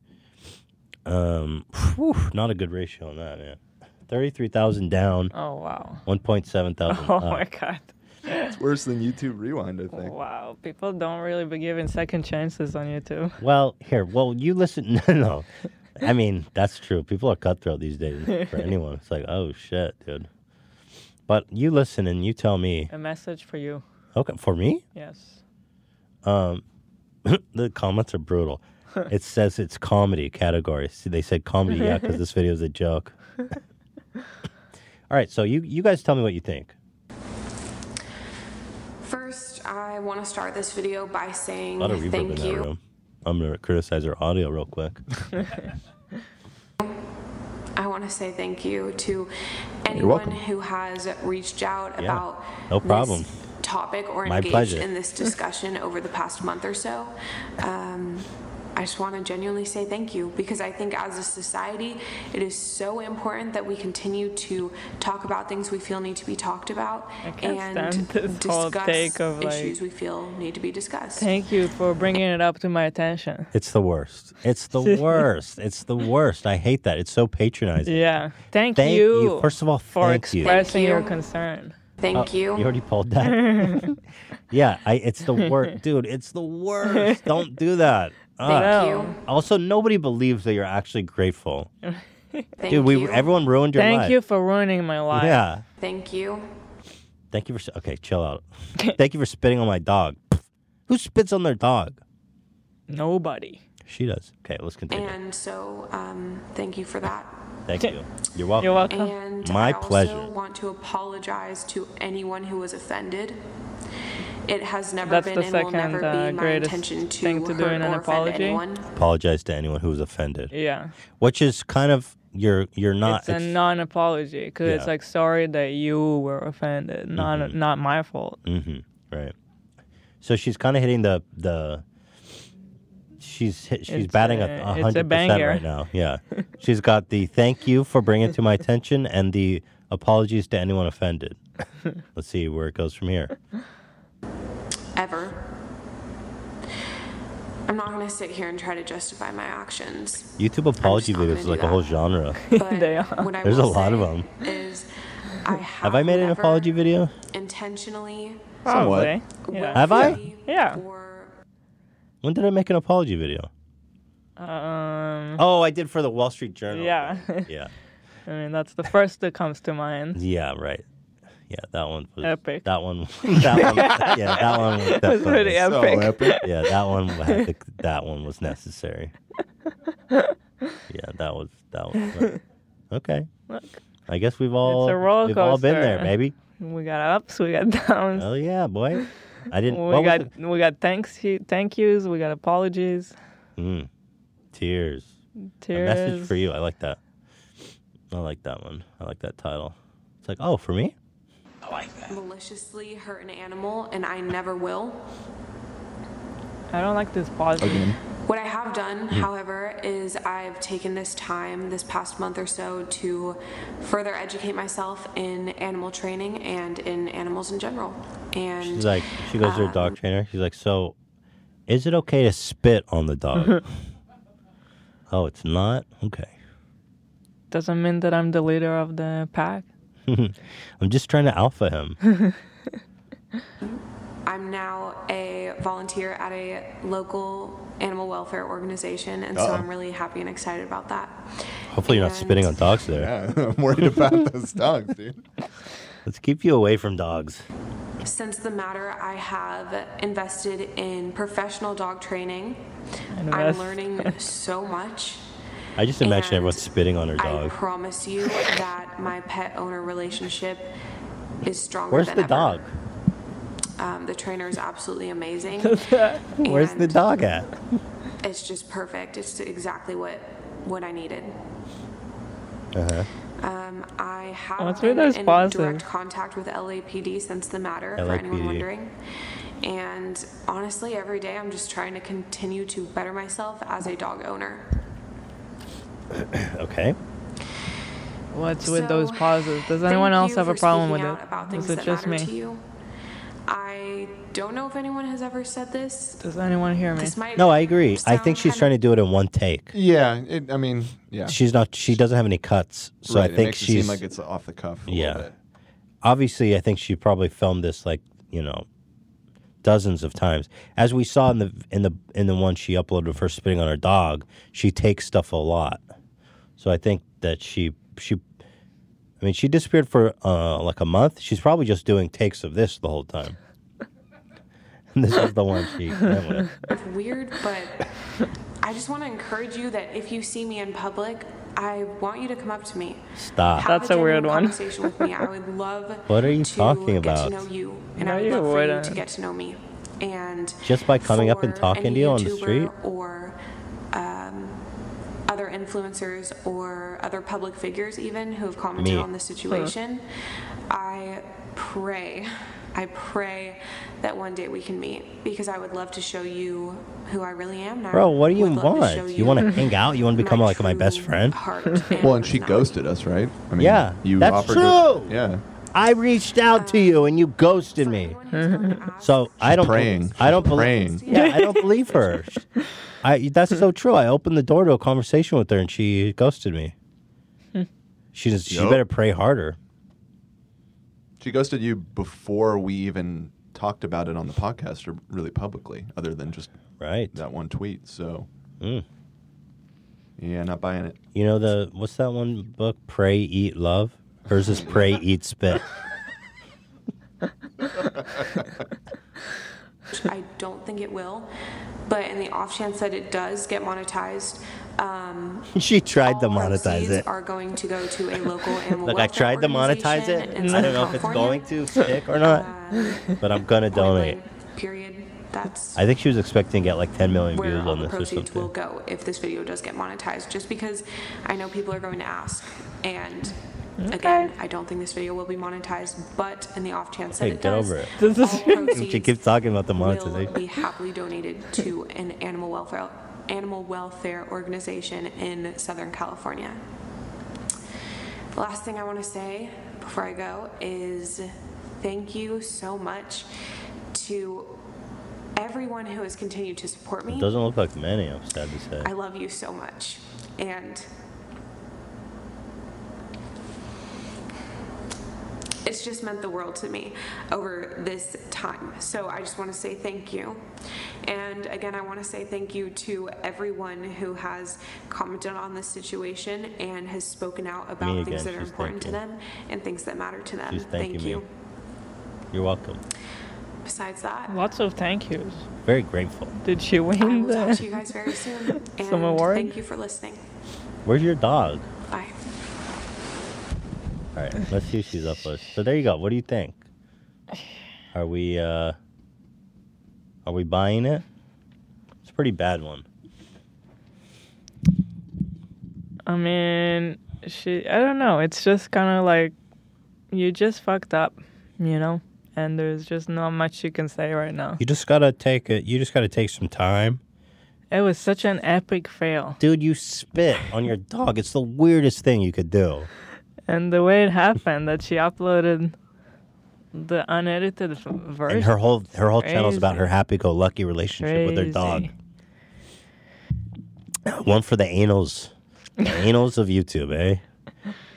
Um, whew, not a good ratio on that. Yeah, thirty-three thousand down,
Oh, wow.
one point seven thousand.
Oh,
up.
my God.
It's worse than YouTube Rewind, I think.
Wow. People don't really be given second chances on YouTube.
Well, here, well, you listen. No, no. I mean, that's true. People are cutthroat these days for anyone. It's like, oh, shit, dude. But you listen and you tell me.
A message for you.
Okay, for me,
Yes.
the comments are brutal. It says it's comedy category. See, They said comedy, yeah, because this video is a joke. All right, so you, you guys tell me what you think.
First, I want to start this video by
A
saying
lot of reverb in
thank
that
you.
room. I'm going to criticize her audio real quick.
I want to say thank you to anyone
welcome.
who has reached out
Yeah,
about
no
this
problem.
topic or
My
engaged
pleasure.
in this discussion over the past month or so. Um, I just want to genuinely say thank you because I think as a society, it is so important that we continue to talk about things we feel need to be talked about
can't
and
stand this whole
discuss
take of, like,
issues we feel need to be discussed.
Thank you for bringing it up to my attention.
It's the worst. It's the worst. It's the worst. I hate that. It's so patronizing.
Yeah. Thank,
Thank
you.
you. First of all,
for
thank you.
expressing
Thank
your
you.
concern.
Thank
Uh, You already pulled that. yeah, I, it's the worst, dude. It's the worst. Don't do that.
Thank
Ugh.
you.
Also, nobody believes that you're actually grateful,
Thank
dude. We
you.
everyone ruined your
Thank
life.
you for ruining my life.
Yeah.
Thank you.
Thank you for. s- Okay, chill out. thank you for spitting on my dog. Who spits on their dog?
Nobody.
She does. Okay, let's continue.
And so, um, thank you for that.
thank you. You're welcome.
You're welcome.
And
My
I also
pleasure.
want to apologize to anyone who was offended. It has never
That's
been
the
and will
second,
never
uh,
be my
greatest
intention to
thing to do
hurt
in an
or
apology.
offend anyone.
Apologize to anyone who was offended,
Yeah.
which is kind of you're you're not.
it's a non-apology because
Uh, Yeah.
it's
Mm-hmm.
like sorry that you were offended, not not my fault.
Right. So she's kind of hitting the the. She's hit, she's
It's
batting
a-
a
it's a
a hundred percent
banger.
right now. Yeah, she's got the thank you for bringing it to my attention and the apologies to anyone offended. Let's see where it goes from here.
Ever. I'm not gonna sit here and try to justify my actions.
YouTube apology
not gonna
videos is
do
like a
that.
whole genre.
But
They are.
what I
There's a
will
lot of
say
them.
Is I have,
Have I made an
never
apology video?
intentionally?
Probably. Yeah.
Have I?
willfully
Yeah.
Or
When did I make an apology video?
Um.
Oh, I did for the Wall Street Journal.
Yeah.
Yeah.
I mean, that's the first that comes to mind.
Yeah, right. Yeah, that one was
Epic.
That one, that one, yeah, that one was
It was
definitely-
pretty epic.
Oh, epic.
Yeah, that one, had to, that one was necessary. Yeah, that was that was okay.
Look,
I guess we've all
a roller
we've all been there,
coaster.
baby.
we got ups, we got downs.
Oh yeah, boy. I didn't.
We
what was
got
it?
we got thanks you- thank yous, we got apologies,
Mm, tears. A
tears.
message for you. I like that. I like that one. I like that title. It's like, oh, for me. I like that.
maliciously hurt an animal, and I never will.
I don't like this pause.
Again,
What I have
Hmm.
done, however, is I've taken this time, this past month or so, to further educate myself in animal training and in animals in general. And
She's like, she goes to her
Ah.
dog trainer. She's like, so is it okay to spit on the dog? oh, it's not? Okay.
Doesn't mean that I'm the leader of the pack.
I'm just trying to alpha him.
I'm now a volunteer at a local animal welfare organization, and so
Uh-oh.
I'm really happy and excited about that.
Hopefully, you're not spitting on dogs there.
yeah, I'm worried about those dogs, dude.
Let's keep you away from dogs.
Since the matter, I have invested in professional dog training. I'm
Invest.
learning so much.
I just imagine
And
everyone spitting on her
I
dog.
promise you that my pet owner relationship is stronger
Where's
than
the
ever.
dog?
Um, the trainer is absolutely amazing.
Where's the
and
dog at?
It's just perfect. It's exactly what what I needed.
Uh huh.
Um, I have
Oh,
Let's
been
read those
in
pauses.
direct contact with LAPD since the matter, for anyone
LAPD.
wondering. And honestly, every day I'm just trying to continue to better myself as a dog owner.
Okay.
What's with those
So,
pauses? Does
thank
anyone else
you
have a
for
problem with
speaking out About
it?
things
Is it
that
just
matter to
me?
you. I don't know if anyone has ever said this.
Does anyone hear me?
This might
No, I agree. I
sound
think she's
kinda-
trying to do it in one take.
Yeah, it, I mean, yeah.
She's not. She doesn't have any cuts, so
right,
I
it
think
makes it
she's
seem like it's off the cuff. A
Yeah.
Little bit.
obviously I think she probably filmed this like you know dozens of times as we saw in the in the in the one she uploaded of her spitting on her dog she takes stuff a lot so I think that she she I mean she disappeared for uh, like a month she's probably just doing takes of this the whole time and this is the one she went with.
It's weird, but I just want to encourage you that if you see me in public, I want you to come up to me.
stop
Have
That's a weird
genuine
one.
Conversation with me. I would love.
What are you
to
talking
Get
about?
to know you, and
No,
I would
you
love
wouldn't.
for you to get to know me. And
Just by coming up and
for
talking
any
to you on the
YouTuber
street?
or um, other influencers or other public figures even who have commented
Me.
on the situation, I pray. I pray that one day we can meet because I would love to show you who I really am now.
bro what do you
Would love to
want
show
you want to hang out you want to become like my
true
best friend
heart
Well, and
personality.
she ghosted us, right? I mean,
Yeah,
you
that's
offered
true.
Her, yeah,
I reached out to you and you ghosted me So I don't
praying.
I don't
She's
believe.
praying.
Yeah, I don't believe her. I that's so true. I opened the door to a conversation with her and she ghosted me. She just, she
Yup.
better pray harder.
she ghosted you before we even talked about it on the podcast or really publicly, other than just
Right.
that one tweet. So,
Mm.
yeah, not buying it.
You know the what's that one book? Pray, eat, love. Hers is pray, eat, spit.
I don't think it will, but in the off chance that it does get monetized, um,
she tried to
all
monetize
proceeds
it.
Are going to go to a local animal
Look, I
welfare
tried to monetize
organization
it.
in
I
Southern
don't know if it's
California.
going to stick or not, but I'm gonna donate.
Portland, Period. That's
I think she was expecting to get like 10 million
where
views
all
on
the
this or
proceeds will
something.
go if this video does get monetized. Just because I know people are going to ask, and again, I don't think this video will be monetized. But in the off chance that
Hey,
it
get
does,
over it.
This is-
all proceeds
She keeps talking about the
will
monetization.
be happily donated to an animal welfare animal welfare organization in Southern California. The last thing I want to say before I go is thank you so much to everyone who has continued to support me.
Doesn't look like many. I'm sad to say.
I love you so much. And it's just meant the world to me over this time. So I just want to say thank you. And again, I want to say thank you to everyone who has commented on this situation and has spoken out about
again,
things that are
she's
important to
thanking.
them and things that matter to them.
She's thanking
thank
me.
you.
You're welcome.
Besides that,
Lots of thank yous.
Very grateful.
Did she
I
win
will talk to you
the
guys very soon. And
Some award?
thank you for listening.
Where's your dog?
Bye.
All right, let's see if she's up with. So there you go. What do you think? Are we uh are we buying it? It's a pretty bad one.
I mean, she. I don't know. It's just kind of like you just fucked up, you know. And there's just not much you can say right now.
You just gotta take it. You just gotta take some time,
It was such an epic fail,
dude. You spit on your dog. It's the weirdest thing you could do.
and the way it happened that she uploaded the unedited v- version.
And her whole her whole channel's about
Crazy.
her happy-go-lucky relationship with her dog.
Crazy.
One for the anals, the anals of YouTube, eh?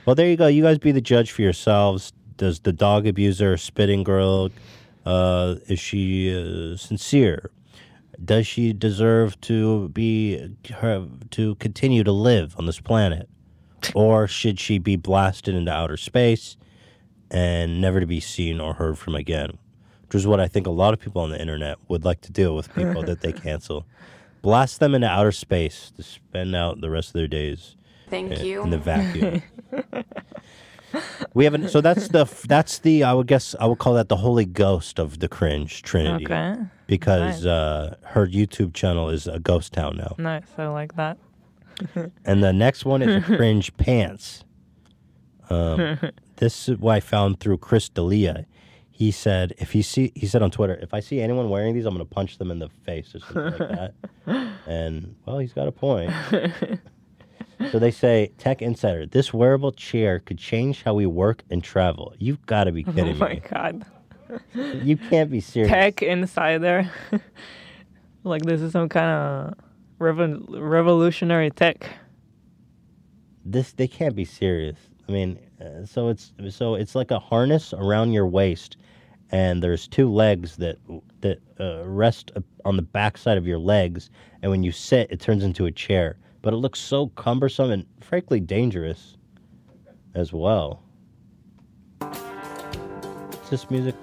Well, there you go. You guys be the judge for yourselves. Does the dog abuser, spitting girl, uh, is she uh, sincere? Does she deserve to be her, to continue to live on this planet, or should she be blasted into outer space and never to be seen or heard from again? Which is what I think a lot of people on the internet would like to do with people that they cancel. Blast them into outer space to spend out the rest of their days
Thank
in-
you.
in the vacuum. we haven't. So that's the f- that's the I would guess I would call that the holy ghost of the cringe trinity.
Okay.
Because uh, her YouTube channel is a ghost town now,
Nice. I like that.
and the next one is cringe pants. Um, this is what I found through Chris D'Elia. He said if he see he said on Twitter if I see anyone wearing these I'm gonna punch them in the face or something like that. And well, he's got a point. so they say, Tech Insider, this wearable chair could change how we work and travel. You've got to be
Oh
kidding
my
me.
god.
You can't be serious.
Tech insider. like this is some kind of revol- revolutionary tech.
This they can't be serious. I mean, uh, so it's so it's like a harness around your waist, and there's two legs that that uh, rest uh, on the backside of your legs, and when you sit, it turns into a chair. But it looks so cumbersome and frankly dangerous, as well. Is this music?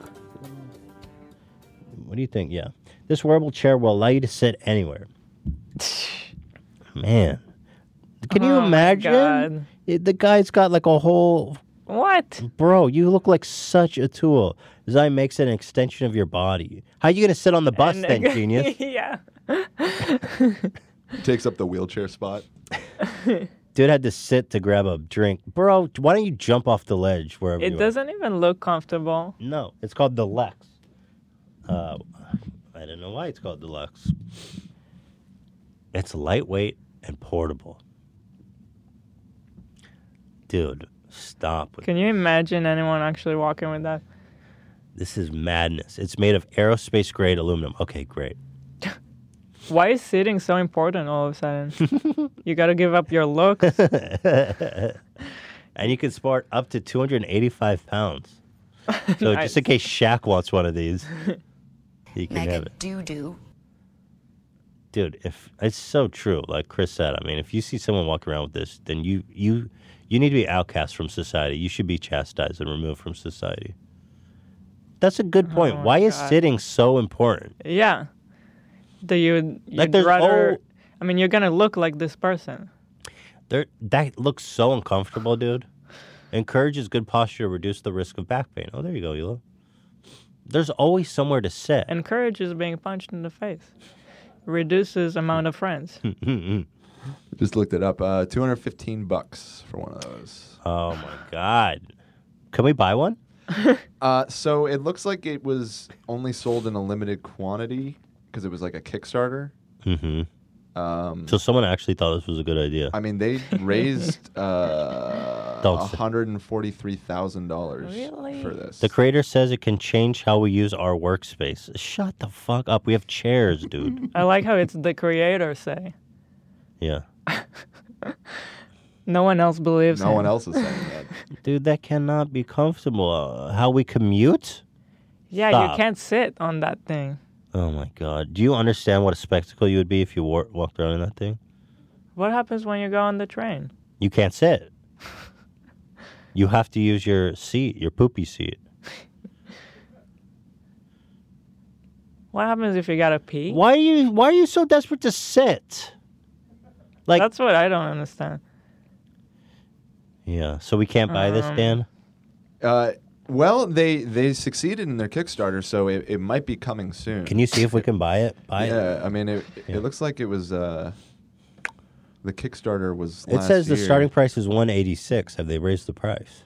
What do you think? Yeah, this wearable chair will allow you to sit anywhere. Man, can you
Oh my
imagine?
God.
It- the guy's got like a whole
What?
bro. You look like such a tool. Design makes it an extension of your body. How you gonna sit on the bus then, genius?
yeah.
Takes up the wheelchair spot.
Dude had to sit to grab a drink, bro. Why don't you jump off the ledge wherever
It
you are?
doesn't even look comfortable.
No, it's called the Lex. Uh, I don't know why it's called the Lex. It's lightweight and portable. Dude, stop. With
Can you imagine anyone actually walking with that?
This is madness. It's made of aerospace grade aluminum. Okay, great.
Why is sitting so important all of a sudden? you got to give up your looks.
And you can sport up to 285 pounds. So just in case Shaq wants one of these, he can have
Mega
it.
doo doo.
dude if it's so true like chris said i mean if you see someone walk around with this then you you you need to be outcast from society you should be chastised and removed from society that's a good point
Oh my
why is
God.
sitting so important
yeah. That you would
Like
you'd
there's
rather
all-
I mean you're going to look like this person.
there that looks so uncomfortable dude encourages good posture to reduce the risk of back pain oh there you go Elo. there's always somewhere to sit
Encourages being punched in the face. Reduces amount of friends.
Hmm.
Just looked it up. Uh, 215 bucks for one of those.
oh my god can we buy one
Uh, so it looks like it was only sold in a limited quantity because it was like a Kickstarter.
so someone actually thought this was a good idea
I mean, they raised uh,
Don't say-
$143,000
Really?
for this.
The creator says it can change how we use our workspace. Shut the fuck up. We have chairs, dude.
I like how it's the creator say.
yeah.
No one else believes.
no
him.
one else is saying that.
Dude, that cannot be comfortable. Uh, how we commute?
Yeah,
Stop.
you can't sit on that thing.
Oh my god. Do you understand what a spectacle you would be if you wore, walked around in that thing?
What happens when you go on the train?
You can't sit. you have to use your seat, your poopy seat.
What happens if you gotta pee?
Why are you why are you so desperate to sit? Like
That's what I don't understand.
Yeah, so we can't buy this, Dan?
Uh, well, they they succeeded in their Kickstarter, so it, it might be coming soon.
Can you see if we can buy it? Buy it.
Yeah, I mean, it, it looks like it was uh, the Kickstarter was.
It
last
says the
year.
starting price is 186. Have they raised the price?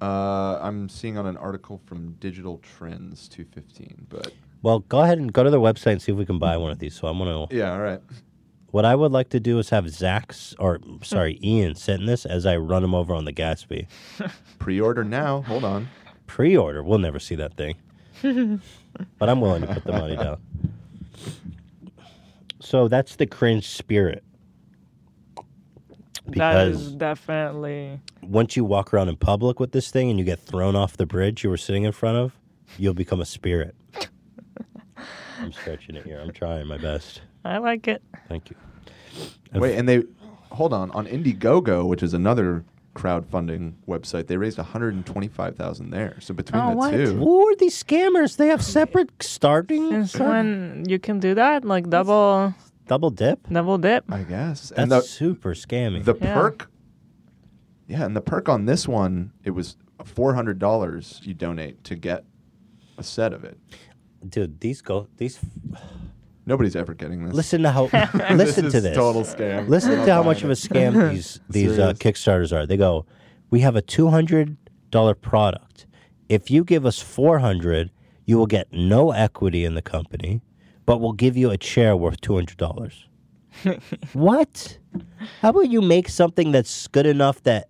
Uh, I'm seeing on an article from Digital Trends 215, but
Well, go ahead and go to their website and see if we can buy one of these. So I'm gonna.
yeah, all right.
What I would like to do is have Zach's or sorry,
Hmm.
Ian send this as I run him over on the Gatsby
Pre-order now. Hold on.
pre-order. We'll never see that thing, but I'm willing to put the money down. So that's the cringe spirit.
That is
Because
definitely
once you walk around in public with this thing and you get thrown off the bridge you were sitting in front of, you'll become a spirit. I'm stretching it here. I'm trying my best.
I like it.
Thank you.
Wait, and they hold on on Indiegogo, which is another crowdfunding website. They raised 125,000 there. So between
Oh,
the
what?
two,
Who are these scammers? They have separate starting
Since when you can do that? Like double
double dip.
double dip?
I guess.
That's
and the
super scammy.
the
Yeah.
perk Yeah, and the perk on this one, it was $400 you donate to get a set of it.
Dude, these go these.
Nobody's ever getting this.
Listen to how. listen
is
to this.
Total scam.
Listen to how much of a scam these these uh,
Serious.
kickstarters are. They go, we have a two hundred dollar product. If you give us four hundred, you will get no equity in the company, but we'll give you a chair worth two hundred dollars. what? How about you make something that's good enough that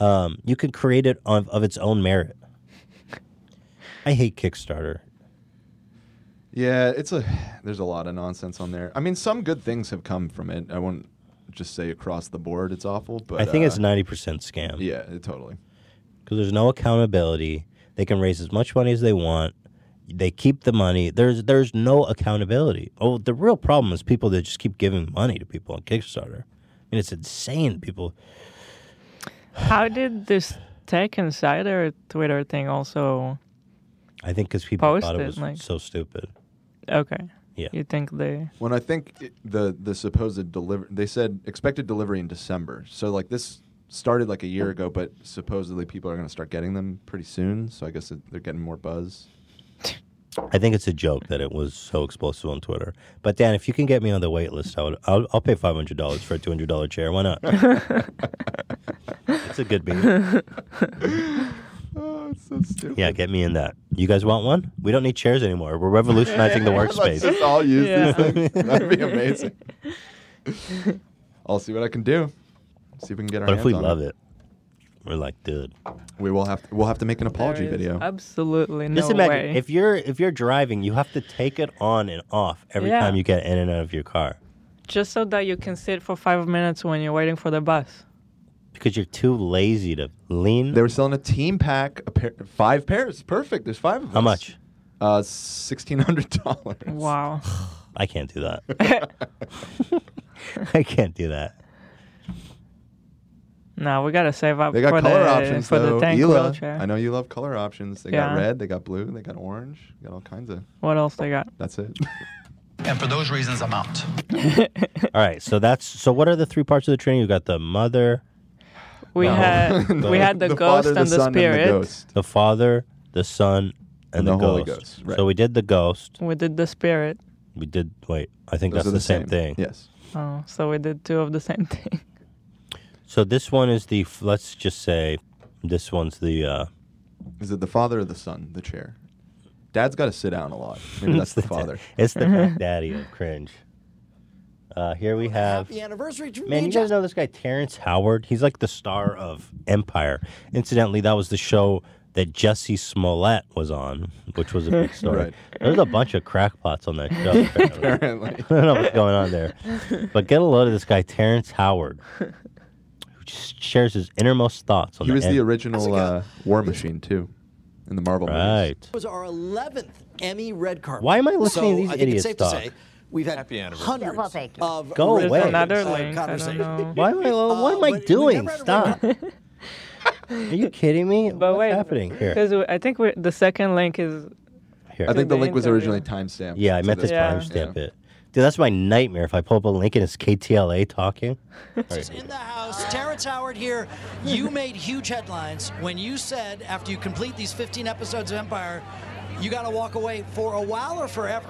um, you can create it of, of its own merit? I hate Kickstarter.
Yeah, it's a there's a lot of nonsense on there. I mean, some good things have come from it. I won't just say across the board it's awful, but
I think
uh,
it's ninety percent scam.
Yeah, it- totally.
because there's no accountability. They can raise as much money as they want. They keep the money. There's there's no accountability. Oh, the real problem is people that just keep giving money to people on Kickstarter. I mean, it's insane. People,
How did this Tech Insider Twitter thing also?
I think, because people thought it
Posted,
was
like-
so stupid.
Okay.
Yeah.
You think they?
When I think it, the the supposed deliver, they said expected delivery in December. So like this started like a year ago, but supposedly people are going to start getting them pretty soon. So I guess it, they're getting more buzz.
I think it's a joke that it was so explosive on Twitter. But Dan, if you can get me on the wait list, I would. I'll, I'll pay five hundred dollars for a two hundred dollar chair. Why not? it's a good beat.
Oh, it's so stupid.
Yeah, get me in that. You guys want one? We don't need chairs anymore. We're revolutionizing the
Let's
workspace.
just all use
Yeah.
these things. That'd be amazing. I'll see what I can do. See if we can get our
But if
hands
we
on
love it, we're like, dude.
We will have to, we'll have to make an apology
There is
video.
Absolutely no
Just imagine
way.
if you're if you're driving, you have to take it on and off every
Yeah.
time you get in and out of your car
Just so that you can sit for five minutes when you're waiting for the bus.
because you're too lazy to lean.
They were selling a team pack, a pair, five pairs. Perfect. There's five of us.
How much?
Uh, sixteen hundred dollars.
Wow.
I can't do that. I can't do that.
No, we gotta save up
They got
for
color
the
options
for
though.
the tank
Ela,
wheelchair.
I know you love color options. They
Yeah.
got red, they got blue, they got orange, they got all kinds of.
What else they got?
That's it.
And for those reasons, I'm out.
All right, so that's so. What are the three parts of the training? You got the mother,
We
No.
had we had the,
father,
ghost and the
son,
spirit.
And the ghost.
the father, the son,
And
and, the,
the Holy
ghost.
Ghost, right.
So we did the ghost.
We did the spirit.
We did. Wait, I think
Those
that's
are
the, same, thing.
Yes.
Oh, so we did two of the same thing.
So this one is the. f- Let's just say, this one's the. uh
Is it the father or the son? The chair. Dad's got to sit down a lot. Maybe that's the father. Mm-hmm.
It's the Mac Daddy of cringe. Uh, here we have.
Happy anniversary to me,
Man, you
Jack.
guys know this guy Terrence Howard? He's like the star of Empire. Incidentally, that was the show that Jesse Smollett was on, which was a big story.
Right.
There's a bunch of crackpots on that show. Apparently.
Apparently.
I don't know what's going on there, but get a load of this guy Terrence Howard, who just shares his innermost thoughts on
He
the
was the
Em-
original uh, War Machine too, in the Marvel movies.
Right.
It was our 11th Emmy red carpet.
Why am I listening
so
to these
I think it's
idiots
safe
talk?
to say we've had hundreds
Well, thank you.
of
Go
red
away.
carpet,
Another
uh,
link, I don't
conversations.
know.
Why am I? What am I
Oh, but we
doing?
never had a
Stop. Are you kidding me?
But
what's
wait,
happening here?
Because I think we the second link is
Here.
I think the
the
link was
interview.
originally timestamped.
Yeah, I meant to
this.
Yeah.
timestamp it. Dude, that's my nightmare. If I pull up a link and it's KTLA talking,
In the house, Terrence Howard here. You made huge headlines when you said after you complete these 15 episodes of Empire, you got to walk away for a while or forever.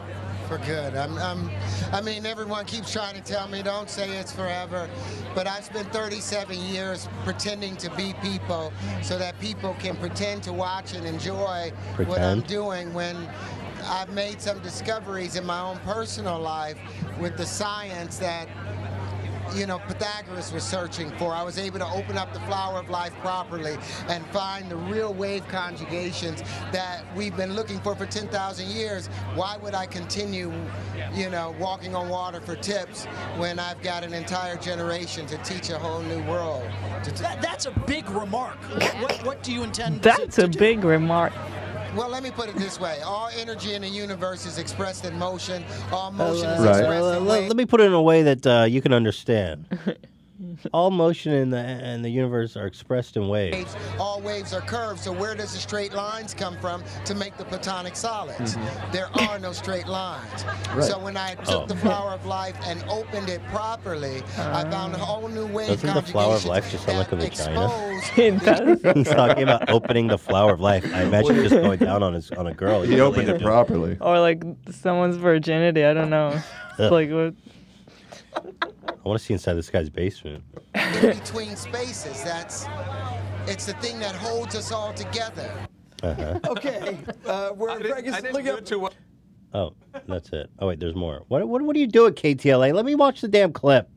for good. I'm, I'm, I mean, everyone keeps trying to tell me don't say it's forever, but I've spent 37 years pretending to be people so that people can pretend to watch and enjoy what I'm
Pretend?
doing when I've made some discoveries in my own personal life with the science that you know, Pythagoras was searching for. I was able to open up the flower of life properly and find the real wave conjugations that we've been looking for for 10,000 years. Why would I continue, you know, walking on water for tips when I've got an entire generation to teach a whole new world? To t-
That, that's a big remark. What, what do you intend
that's
to,
a
to do?
big remark.
well, let me put it this way all energy in the universe is expressed in motion, all motion is
Right.
expressed
let,
in
let-
wave.
let me put it in a way that uh, you can understand. All motion in the in the universe are expressed in waves.
waves, all waves are curved. So where does the straight lines come from to make the platonic solids? There are no straight lines. So when I took
Mm-hmm. Oh.
the flower of life and opened it properly, I found a whole new wave
Doesn't the flower of life just sound like a vagina?
vagina?
It does.
He's talking about opening the flower of life. I imagine just going down on his on a girl.
He opened it properly.
or like someone's virginity. I don't know. It's like what?
I want to see inside this guy's basement.
between spaces. That's it's the thing that holds us all together.
Okay, uh, where Greg is looking up.
Oh, that's it. Oh wait, there's more. What what what are you doing, KTLA? Let me watch the damn clip.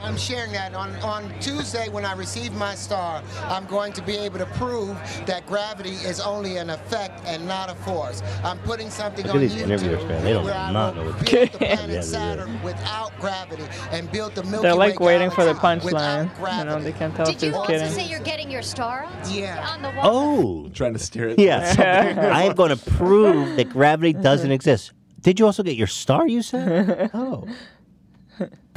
I'm sharing that on, on Tuesday when I receive my star. I'm going to be able to prove that gravity is only an effect and not a force. I'm putting something
Look at
on
these
YouTube
interviewers, man. They don't
where I
not
will
know what-
build the
Yeah, they do.
planet Saturn without gravity and build the Milky
They're
Way
like waiting for the
galaxy without
punchline. You know,
gravity.
they can't tell if
Did you
he's
also say
kidding.
you're getting your star on?
Yeah.
On the wall.
Oh,
Trying to steer it.
yeah. so I am going to prove that gravity doesn't exist. Did you also get your star? You said. Oh,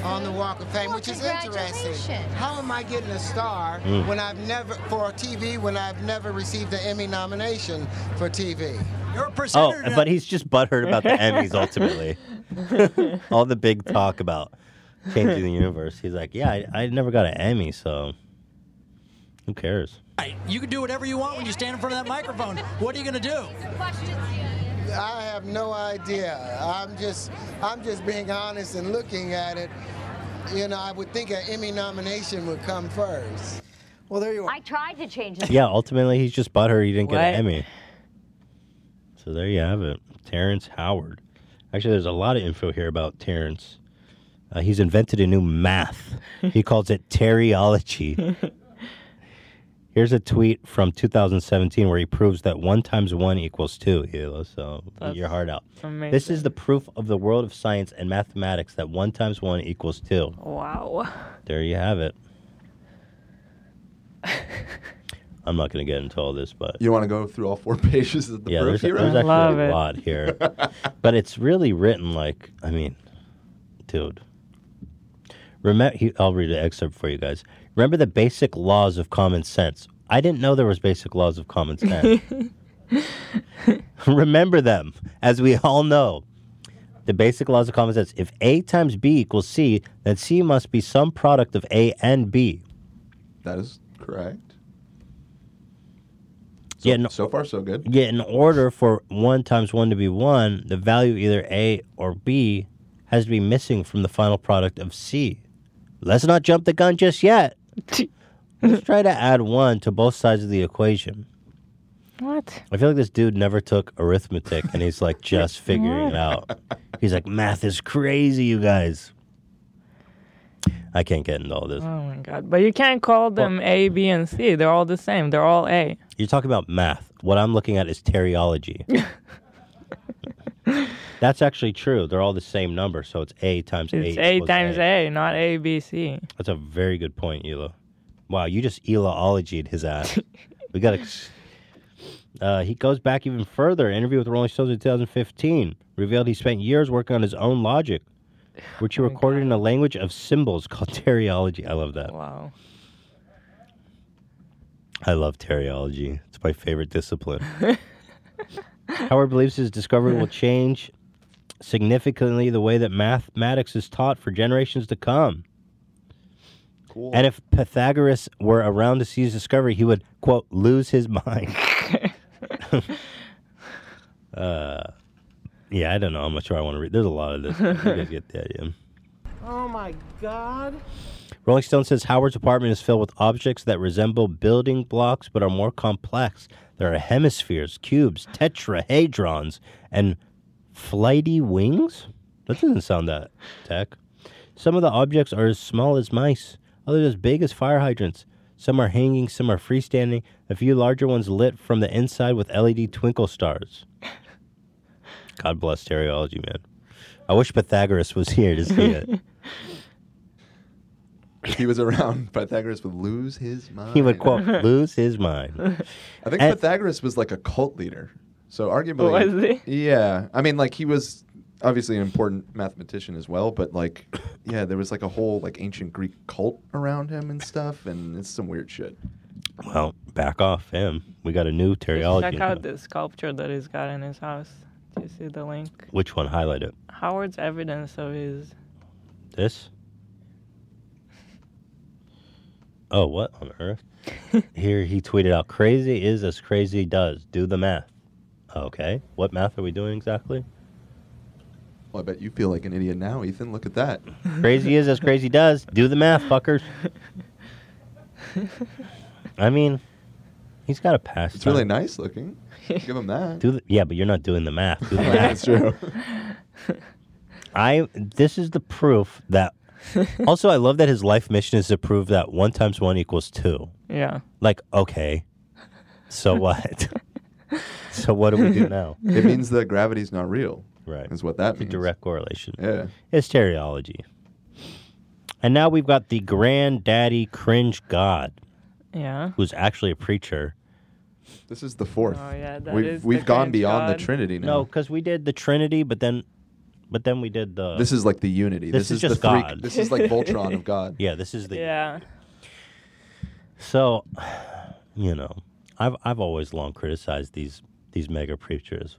on the Walk of Fame,
Well,
which is interesting.
congratulations.
How am I getting a star
Mm.
when I've never for TV when I've never received an Emmy nomination for TV?
You're a
oh,
presenter.
but he's just butthurt about the Emmys ultimately. All the big talk about changing the universe. He's like, yeah, I, I never got an Emmy, so who cares?
tonight. You can do whatever you want when you stand in front of that microphone. What are you going to do?
I have no idea. I'm just I'm just being honest and looking at it. You know, I would think an Emmy nomination would come first.
Well, there you are.
I tried to change it.
Yeah, ultimately, he's just butthurt he didn't get an
What?
Emmy. So there you have it, Terrence Howard. Actually, there's a lot of info here about Terrence. Uh, he's invented a new math. He calls it teriology. Here's a tweet from 2017 where he proves that one times one equals two. Hilo, so eat your heart out. This is
amazing.
the proof of the world of science and mathematics that one times one equals two.
Wow.
There you have it. I'm not going to get into all this, but
You want to go through all four pages of the
yeah,
proof
there's,
he
there's
wrote?
I love
actually a
it.
lot here. but it's really written like, I mean, dude. Remember, he, I'll read an excerpt for you guys. Remember the basic laws of common sense. I didn't know there was basic laws of common sense. Remember them, as we all know. The basic laws of common sense. If A times B equals C, then C must be some product of A and B.
That is correct.
Yeah, no-
So far, so good.
Yet, in order for one times one to be one, the value either A or B has to be missing from the final product of C. Let's not jump the gun just yet. Let's try to add one to both sides of the equation.
What?
I feel like this dude never took arithmetic and he's like just figuring it out. He's like, math is crazy, you guys. I can't get into all this.
Oh my god! But you can't call them A, B, and C. They're all the same. They're all A.
You're talking about math. What I'm looking at is teriology. That's actually true. They're all the same number, so it's A times
It's
A.
A
equals
times A, not A, B, C.
That's a very good point, Elo. Wow, you just Eloologied his ass. we got to. Uh, he goes back even further. Interview with Rolling Stones in 2015 revealed he spent years working on his own logic, which
Oh
he recorded in a language of symbols called teriology. I love that.
Wow.
I love teriology. It's my favorite discipline. Howard believes his discovery will change significantly the way that mathematics is taught for generations to come.
Cool.
And if Pythagoras were around to see his discovery, he would, quote, lose his mind. uh, yeah, I don't know how much I want to read. There's a lot of this. You guys get the idea.
Oh my god.
Rolling Stone says Howard's apartment is filled with objects that resemble building blocks but are more complex. There are hemispheres, cubes, tetrahedrons, and flighty wings? That doesn't sound that tech. Some of the objects are as small as mice, others as big as fire hydrants. Some are hanging, some are freestanding, a few larger ones lit from the inside with LED twinkle stars. God bless stereology, man. I wish Pythagoras was here to see it.
If he was around, Pythagoras would lose his mind.
He would quote lose his mind.
I think
And-
Pythagoras was like a cult leader. So arguably,
Was
yeah. I mean, like he was obviously an important mathematician as well, but like, yeah, there was like a whole like ancient Greek cult around him and stuff, and it's some weird shit.
Well, back off him. We got a new teriology.
Check out the sculpture that he's got in his house. Do you see the link?
Which one? Highlight it.
Howard's evidence of his.
This. Oh, what on earth? Here he tweeted out, "Crazy is as crazy does. Do the math." Okay, what math are we doing exactly?
Well, I bet you feel like an idiot now, Ethan. Look at that.
crazy is as crazy does. Do the math, fuckers. I mean, he's got a pass.
It's really nice looking. Give him that.
Do the, yeah, but you're not doing the math. Do the math.
That's true.
I this is the proof that also I love that his life mission is to prove that one times one equals two.
Yeah.
Like, okay. So what? so what do we do now?
It means that gravity's not real.
Right.
Is what that
It's a
means.
direct correlation.
Yeah.
It's teriology. And now we've got the granddaddy cringe god,
Yeah.
who's actually a preacher.
This is the fourth.
Oh, yeah, that
we've
is the
we've gone
Grange
beyond
God.
the Trinity now.
No, because we did the Trinity, but then but then we did the
This is like the unity.
This
This,
is
the
just God.
three. This is like Voltron of God.
Yeah, this is the
Yeah.
So, you know, I've I've always long criticized these these mega preachers.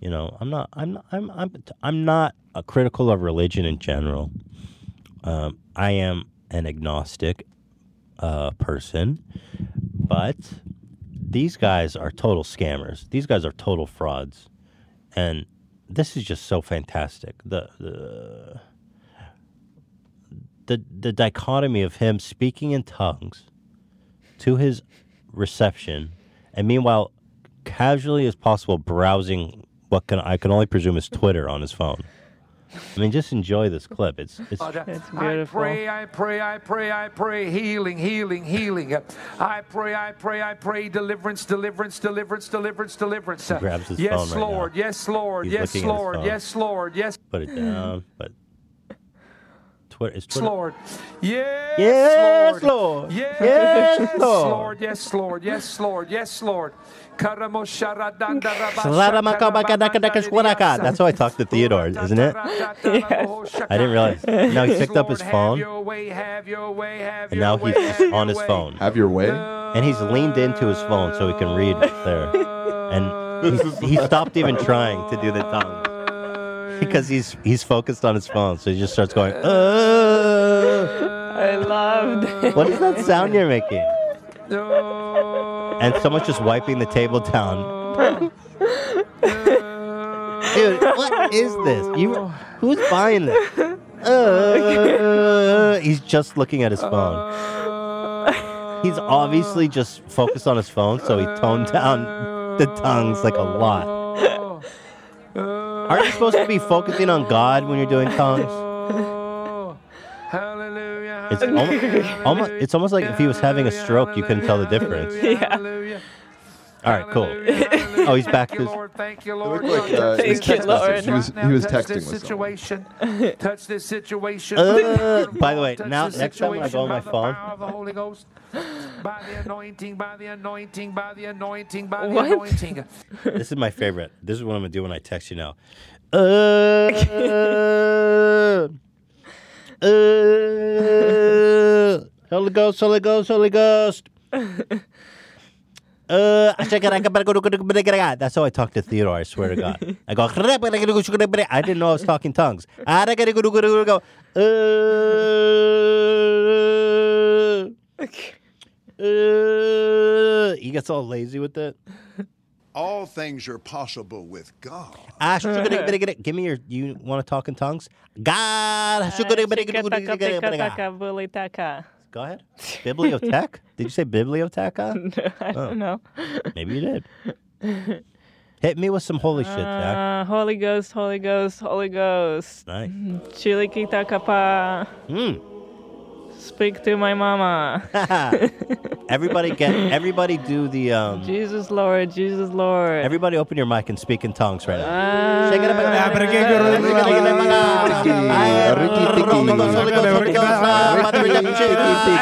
You know, I'm not I'm not, I'm I'm I'm not a critical of religion in general. Um, I am an agnostic uh, person, but these guys are total scammers. These guys are total frauds, and this is just so fantastic. The the the, the dichotomy of him speaking in tongues to his reception, and meanwhile, casually as possible, browsing what can I can only presume is Twitter on his phone. I mean, just enjoy this clip. It's it's
It's beautiful.
I pray, I pray, I pray, healing, healing, healing. I pray, I pray, I pray, deliverance, deliverance, deliverance, deliverance, deliverance.
He grabs his Yes, phone right now. Lord,
yes, Lord,
He's yes, looking at his Lord, phone. yes,
Lord, yes,
put it down, but Twitter is Twitter.
Lord. Yes,
Yes, Lord.
Yes,
Yes, Lord.
Yes, Lord. Yes, Lord. Yes, Lord. Karamo sharadanda rabasha
Sladamakabagadakadakashwadaka. That's how I talked to Theodore, isn't it? I didn't realize. No, he picked up his phone, and now he's just on his phone,
Have your way.
and he's leaned into his phone so he can read what's there, and he, he stopped even trying to do the tongue because he's he's focused on his phone, so he just starts going. Uh,
I loved. it.
what is that sound you're making? And someone's just wiping the table down. Dude, what is this? You, who's buying this? Uh, he's just looking at his phone. He's
Oh.
obviously just focused on his phone, so he toned down the tongues like a lot. Aren't you supposed to be focusing on God when you're doing tongues?
Hallelujah.
It's almost, almost, it's almost like if he was having a stroke, you couldn't tell the difference.
Yeah.
All right, cool. Oh, he's back.
Thank you,
to his-
Lord. Thank you, Lord.
It looked like, uh,
Touch
his
this
Thank you,
situation
Lord.
He was- he was
now. Touch this
texting with someone.
situation. Touch this situation.
Uh, by the way,
Touch
now
this
next time when I go on
situation
my
by the
phone,
power of the Holy Ghost. By the anointing, by the anointing, by the anointing, by
What?
the anointing.
this is my favorite. This is what I'm gonna do when I text you now. Uh, uh, Holy Ghost, Holy Ghost, Holy Ghost. Uh, that's how I talk to Theodore. I swear to God, I go. I didn't know I was talking tongues. Uh, uh, he gets all lazy with it.
All things are possible with God.
Ah, shugarigarigari- Give me your. You want to talk in tongues? God. shugarigarigarigarigariga. Go ahead. Bibliotech? Did you say biblioteca?
I
Oh.
don't know.
Maybe you did. Hit me with some holy shit, Zach.
Uh, Holy Ghost, Holy Ghost, Holy Ghost.
Nice.
Chilikita kapa.
Hmm.
Mm.
Speak to my mama.
everybody get. Everybody do the. um
Jesus Lord, Jesus Lord.
Everybody open your mic and speak in tongues right now.
Ah, Ah,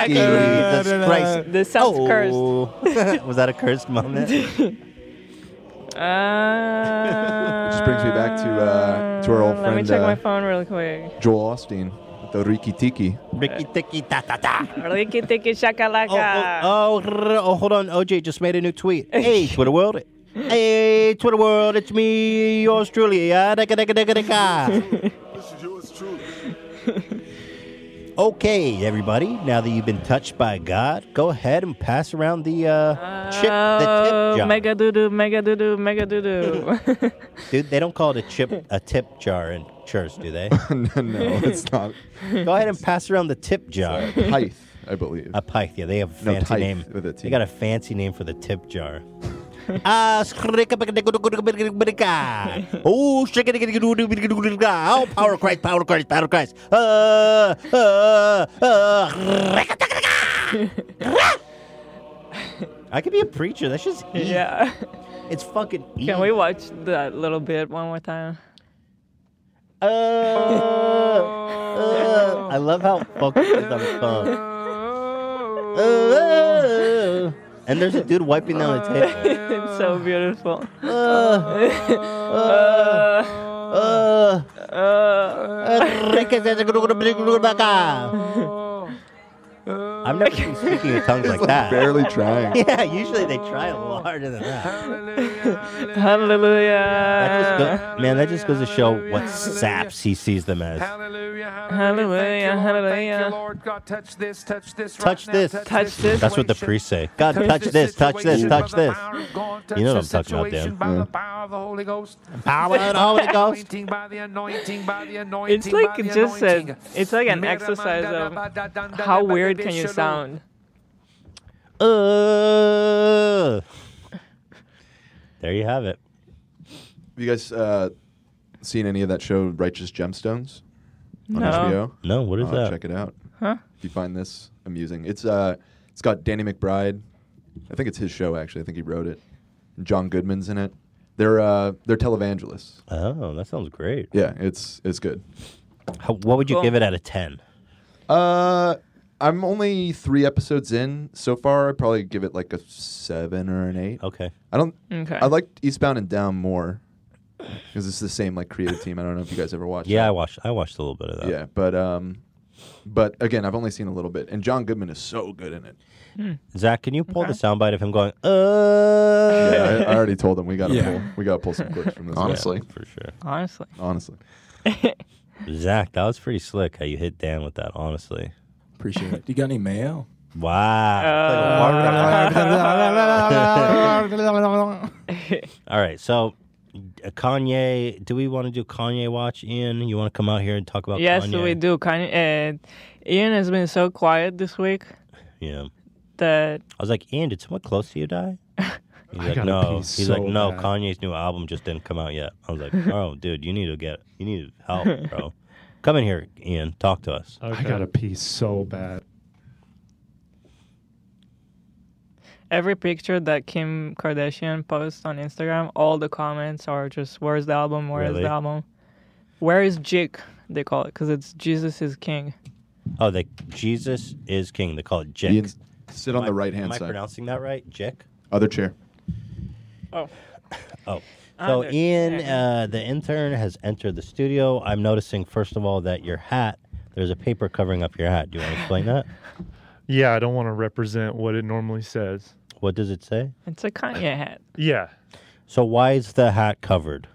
Jesus Christ.
this sounds cursed.
cursed. Was that a cursed moment?
Ah,
Just brings me back to, uh, to our old
Let me
friend,
check
uh,
my phone real quick.
Joel Austin, the Riki Tiki.
Ricky ticky ta ta ta.
Riki tiki
Oh,
shakalaka.
oh, oh, rrr, oh, hold on. OJ just made a new tweet. Hey, Twitter world. Hey, Twitter world. It's me, yours truly. Ah, dicka, dicka, dicka, dicka. Okay, everybody. Now that you've been touched by God, go ahead and pass around the uh, chip, the
Oh,
tip jar.
mega doodoo, mega doodoo, mega doodoo.
Dude, they don't call it a chip, a tip jar in church, do they?
no, it's not.
go ahead and pass around the tip jar.
Pyth, I believe.
A pike, yeah. They have a
No,
fancy
tyke
name.
with a T.
They got a fancy name for the tip jar. Ah, skrikabakadakudakudakudakudakudaka. oh, shikadakadakudakudakudakudakudaka. oh, power of Christ, power of Christ, power of Christ. Uh, uh, uh, rikadakadaka. I could be a preacher. That's just E.
yeah.
It's fucking E.
Can we watch that little bit one more time?
Uh, uh, I love how focused it is on the phone. Uh, and there's a dude wiping down the table.
It's so beautiful.
Uh, I've never seen speaking in tongues like that.
Barely trying.
Yeah, usually they try a little harder than that. That just
Hallelujah.
go- man, that just goes to show what saps he sees them as.
Hallelujah,
Hallelujah,
hallelujah. Thank you, Lord.
hallelujah.
Thank you, Lord. God, touch this, touch this.
Touch
right
this.
Now.
Touch this.
That's what the
situation.
priests say. God, touch this, touch this,
situation
touch
by the
this.
power of God.
You know what
Touch
I'm
this
talking about,
situation
Dan.
By the power of the Holy Ghost.
Power of the Holy Ghost.
Anointing by the anointing, by the anointing,
It's like
by the
just
anointing.
said. It's like an exercise of how weird can you sound.
Uh, there you have it.
Have you guys uh, seen any of that show, Righteous Gemstones? On
No.
HBO?
No, what is
Oh,
that?
Check it out. If you find this amusing, it's uh, it's got Danny McBride. I think it's his show actually. I think he wrote it. And John Goodman's in it. They're uh, they're televangelists.
Oh, that sounds great.
Yeah, it's it's good.
How, what would you
Cool.
give it out of 10?
Uh, I'm only three episodes in so far. I probably give it like a seven or an eight.
Okay.
I don't.
Okay.
I liked Eastbound and Down more because it's the same like creative team. I don't know if you guys ever watched.
Yeah, I
that.
watched I watched a little bit of that.
yeah, but um, but again, I've only seen a little bit, and John Goodman is so good in it.
Zach, can you pull the soundbite of him going, uh
Yeah, I, I already told him we gotta
Yeah.
pull we gotta pull some clips from this. one.
Yeah,
honestly,
for sure.
Honestly.
honestly,
Zach, that was pretty slick how you hit Dan with that, honestly.
Appreciate it. You got any mail?
Uh,
Uh,
Wow. All right, so uh, Kanye, do we want to do Kanye watch, Ian? You want to come out here and talk about
Yes,
Kanye?
we do. Kanye, uh, Ian has been so quiet this week
Yeah.
that
I was like, Ian, did someone close to you die? He's like,
gotta
no.
pee
He's
so
like, no.
bad."
Kanye's new album just didn't come out yet. I was like, oh, dude, you need to get, you need help, bro. Come in here, Ian. Talk to
Uh,
us.
I got to pee so bad.
Every picture that Kim Kardashian posts on Instagram, all the comments are just, "Where's the album? Where's
Really?
the album? Where is Jake?" They call it because it's Jesus is King.
Oh, they Jesus is king. They call it Jek.
Ian, sit on
Am I-
the right-hand
Am I
side.
pronouncing that right? Jek.
Other chair.
Oh.
Oh. So
Other
Ian, uh, the intern, has entered the studio. I'm noticing first of all that your hat. There's a paper covering up your hat. Do you want to explain that?
Yeah, I don't want to represent what it normally says.
What does it say?
It's a Kanye hat.
Yeah.
So why is the hat covered?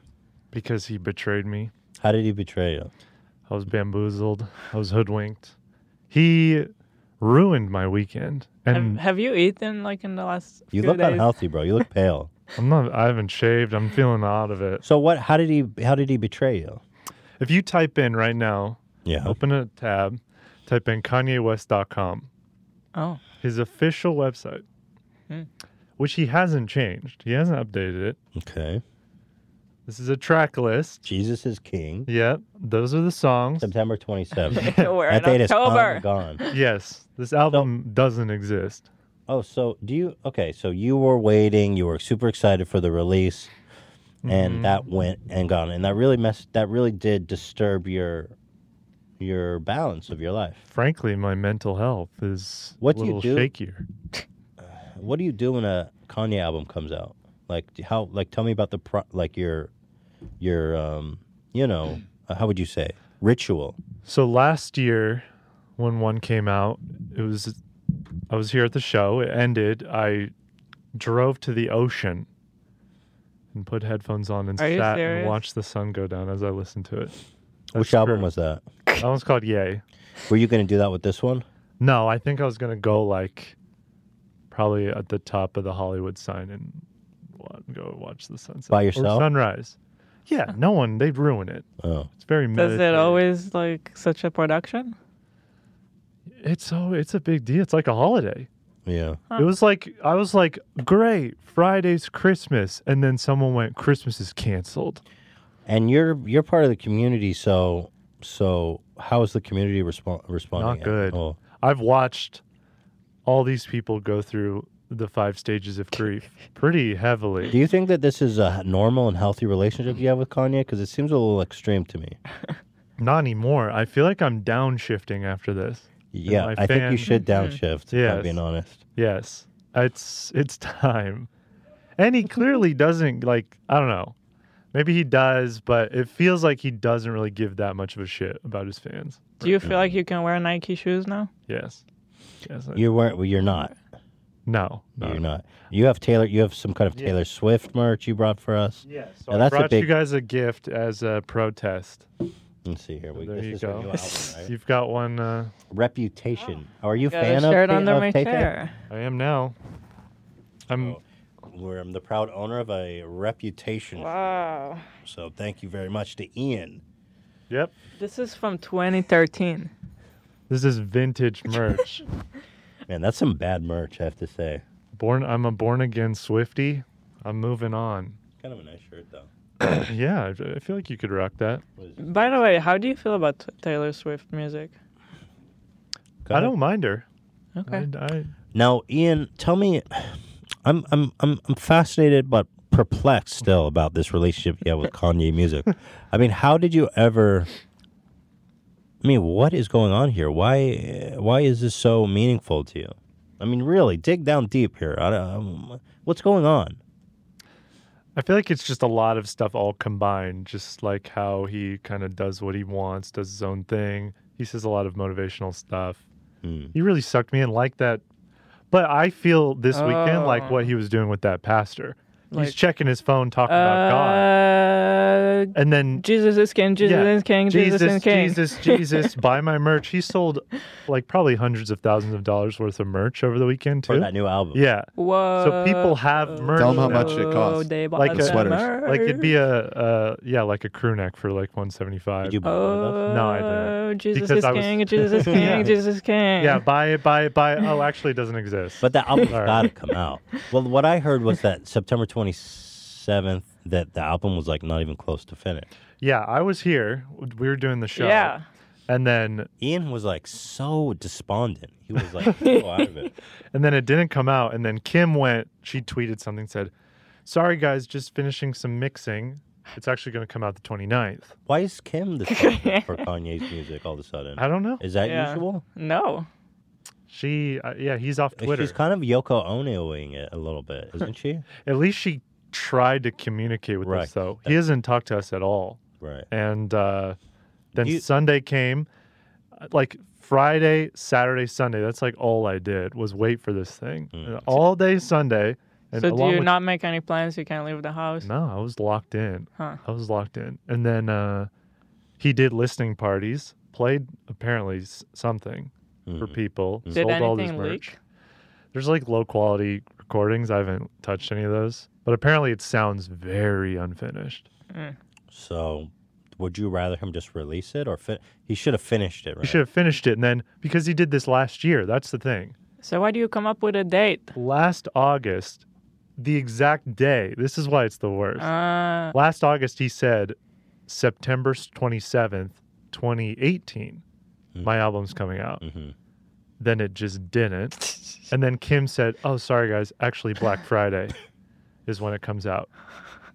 Because he betrayed me.
How did he betray you?
I was bamboozled. I was hoodwinked. He ruined my weekend.
Have,
And
have you eaten like in the last?
Mm. You
few
look
days?
unhealthy, bro. You look pale.
I'm not. I haven't shaved. I'm feeling out of it.
So what? How did he? How did he betray you?
If you type in right now,
yeah,
open a tab, type in KanyeWest.com,
Oh.
his official website,
Hmm.
which he hasn't changed. He hasn't updated it.
Okay.
This is a track list.
Jesus is King.
Yep. Those are the songs.
September 27th.
We're in October.
is long gone.
yes. This album doesn't exist.
Oh, so do you? Okay, so you were waiting. You were super excited for the release,
Mhm.
and that went and gone, and that really messed. That really did disturb your your balance of your life.
Frankly, my mental health is
What
a
do you
little
do?
shakier.
What do you do when a Kanye album comes out? Like do- how? Like tell me about the pro, like your your um you know uh, how would you say ritual?
So last year, when one came out, it was I was here at the show. It ended. I drove to the ocean and put headphones on and
Are you
sat and
serious?
watched the sun go down as I listened to it.
Which album was that?
That one's called Yay.
Were you going to do that with this one?
No, I think I was gonna go like probably at the top of the Hollywood sign and wa- go watch the sunset
By
or
yourself?
sunrise. Yeah, no one. They'd ruin it.
Oh,
It's very.
Does it
meditative.
always like such a production?
It's so. It's a big deal. It's like a holiday.
yeah.
It was like I was like, great, Friday's Christmas, and then someone went, Christmas is canceled.
And you're you're part of the community, so so how is the community respon responding?
Not good.
Oh,
I've watched all these people go through the five stages of grief pretty heavily.
do you think that this is a normal and healthy relationship you have with Kanye? Because it seems a little extreme to me.
Not anymore. I feel like I'm downshifting after this. And
Yeah,
my
I think you
fan- Mm-hmm.
should downshift. Yeah,
Yes.
being honest.
Yes, it's it's time. And he clearly doesn't like. I don't know. Maybe he does, but it feels like he doesn't really give that much of a shit about his fans.
Do you feel like you can wear Nike shoes now?
Yes. Yes. I-
You weren't. Well, you're not.
no.
You're not. You have Taylor. You have some kind of Taylor Swift merch you brought for us.
Yes. So
Now,
I
that's a
brought
big.
you guys a gift as a protest.
Let's see here. We,
There
this
you
is our
go.
new album, right?
You've got one. Uh,
Reputation. Are you a
Got a
fan of,
shirt
Ta-
under
of
my
Tay-Tay?
chair.
I am now. I'm.
Oh. Where I'm the proud owner of a reputation.
Wow.
So thank you very much to Ian.
Yep.
This is from 2013.
This is vintage merch.
Man, that's some bad merch, I have to say.
born. I'm a born again Swifty. I'm moving on.
Kind of a nice shirt though.
yeah, I- I feel like you could rock that.
By the way, how do you feel about t- Taylor Swift music?
I don't mind her.
Okay.
I, I,
Now, Ian, tell me, I'm I'm I'm, I'm fascinated but perplexed still about this relationship you have with Kanye music. I mean, how did you ever? I mean, what is going on here? Why why is this so meaningful to you? I mean, really, dig down deep here. I don't, um, what's going on?
I feel like it's just a lot of stuff all combined. Just like how he kind of does what he wants, does his own thing. He says a lot of motivational stuff.
Hmm.
He really sucked me in like that. But I feel this weekend like what he was doing with that pastor.
Oh. Like-
He's checking his phone, talking about God.
Uh,
And then
Jesus is king. Jesus
yeah,
is king. Jesus, is king.
Jesus, Jesus, buy my merch. He sold like probably hundreds of thousands of dollars worth of merch over the weekend too.
For that new album.
yeah.
Whoa.
So people have merch.
Tell 'em how
now.
much it costs.
They bought
Like
the
a-
sweaters.
Like it'd be a uh, yeah, like a crew neck for like one seventy five.
Did you buy one of those?
Oh,
No, I didn't.
Jesus
Because
is
I was-
king. Jesus is king.
Yeah.
Jesus is king.
Yeah, buy it, buy it, buy it. Oh, actually, it doesn't exist.
But the album's
All right.
got to come out. Well, what I heard was that September 27th, that the album was like not even close to finished.
yeah, I was here. We were doing the show.
Yeah.
And then
Ian was like so despondent. He was like so out of it.
and then it didn't come out. And then Kim went, she tweeted something, said, Sorry guys, just finishing some mixing. It's actually going to come out the 29th.
Why is Kim the target for Kanye's music all of a sudden?
I don't know.
Is that
Yeah.
usual?
No.
She, uh, yeah, he's off Twitter.
She's kind of Yoko Onoing it a little bit, isn't she?
At least she tried to communicate with
Right.
us, though. He hasn't talked to us at all.
Right.
And uh, then
You-
Sunday came, uh, like Friday, Saturday, Sunday. That's like all I did was wait for this thing And all day Sunday. And
so do
along
you
with-
not make any plans? You can't leave the house.
No, I was locked in.
Huh.
I was locked in. And then uh, he did listening parties, played apparently s- something for people,
Did
sold all this
anything leak?
merch. There's like low quality recordings. I haven't touched any of those, but apparently it sounds very unfinished.
So, would you rather him just release it or fin- he should have finished it?
He
Right.
should have finished it. And then because he did this last year, that's the thing.
So why do you come up with a date?
Last August, the exact day, this is why it's the worst.
Uh,
Last August, he said September 27th, 2018,
Mm-hmm.
my album's coming out. Then it just didn't. and then Kim said, Oh, sorry, guys. Actually, Black Friday is when it comes out.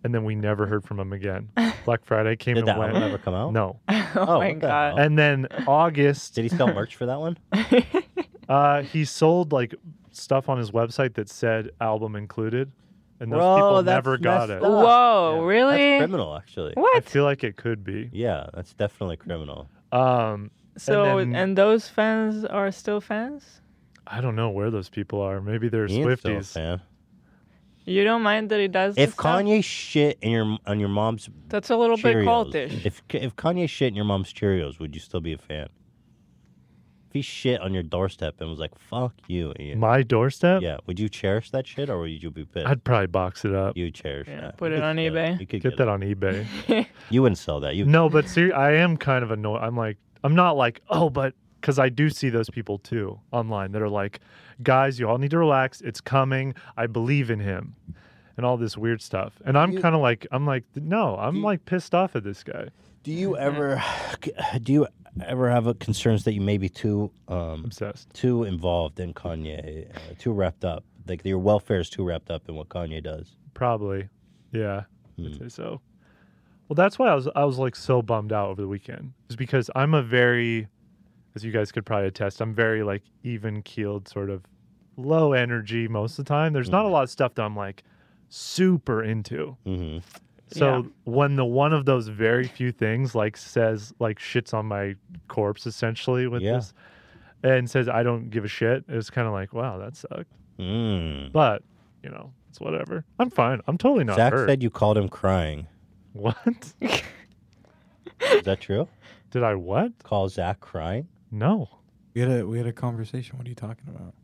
And then we never heard from him again. Black Friday came
Did
and
that
went.
album ever come out?
No.
oh, my god.
And then August.
Did he sell merch for that one?
Uh, he sold like stuff on his website that said album included, and those
Bro,
people
that's
never got
messed
it.
up.
Whoa, really?
That's criminal, actually.
I
What?
feel like it could be.
Yeah, that's definitely criminal.
Um,
So
and
and,
then-
those fans are still fans?
I don't know where those people are. Maybe they're
Ian's still a
Swifties.
fan.
You don't mind that he does
If
this stuff?
Kanye shit in your on your mom's
That's a little bit
Cheerios,
cultish.
If if Kanye shit in your mom's Cheerios, would you still be a fan? If he shit on your doorstep and was like, "Fuck you," Ian.
My doorstep?
yeah, would you cherish that shit or would you be pissed?
I'd probably box it up.
you would cherish
Yeah,
that.
put
You
it
could
on
sell
eBay.
You could
Get
get,
that on eBay.
it. You wouldn't sell that. You
no, but ser- I am kind of annoyed. I'm like, I'm not like, oh, but because I do see those people too online that are like, guys, you all need to relax. It's coming. I believe in him, and all this weird stuff. And I'm kind of like, I'm like, no, I'm like pissed off at this guy.
Do you ever do you ever have a concerns that you may be too um,
obsessed,
too involved in Kanye, uh, too wrapped up? Like your welfare is too wrapped up in what Kanye does.
Probably, yeah,
Hmm.
I'd say so. Well, that's why I was I was like so bummed out over the weekend is because I'm a very, as you guys could probably attest, I'm very like even keeled sort of low energy most of the time. There's
Hmm.
not a lot of stuff that I'm like super into.
Mm-hmm.
So
Yeah.
when the one of those very few things like says like shits on my corpse essentially with
Yeah.
this and says I don't give a shit, it's kind of like wow that sucked.
Mm.
But you know it's whatever. I'm fine. I'm totally not
Zach
hurt.
said you called him crying.
what
Is that true?
did I what?
Call Zach crying?
No,
We had a we had a conversation. What are you talking about?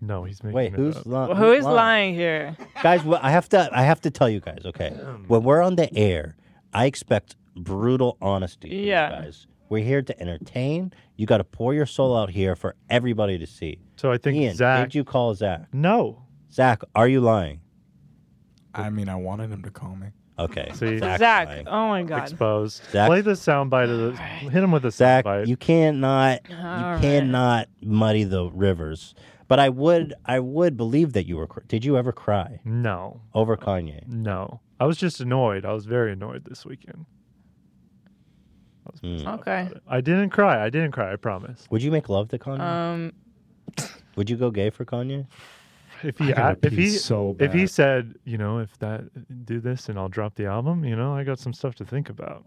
no, he's making
Wait,
it
who's
up.
li-
Well,
who's
who is lying here?
guys? wh- I have to. I have to tell you guys. Okay, when we're on the air, I expect brutal honesty. from you
Yeah.
guys. We're here to entertain. You got to pour your soul out here for everybody to see.
So I think
Ian,
Zach.
did you call Zach?
No,
Zach, are you lying?
I mean, I wanted him to call me.
Okay.
See?
Zach's
Zach.
lying.
Oh my god.
exposed.
Zach-
Play the soundbite of the. Hit him with a
Zach,
soundbite.
you cannot you
Alright.
cannot muddy the rivers. But I would I would believe that you were cr- Did you ever cry
no,
over Kanye?
no. I was just annoyed. I was very annoyed this weekend. I was pissed off
Okay.
about it. I didn't cry. I didn't cry. I promise.
Would you make love to Kanye?
Um
would you go gay for Kanye?
If he,
I gotta
a- if
pee
he,
so
if he
bad.
said, you know, if that do this and I'll drop the album, you know, I got some stuff to think about.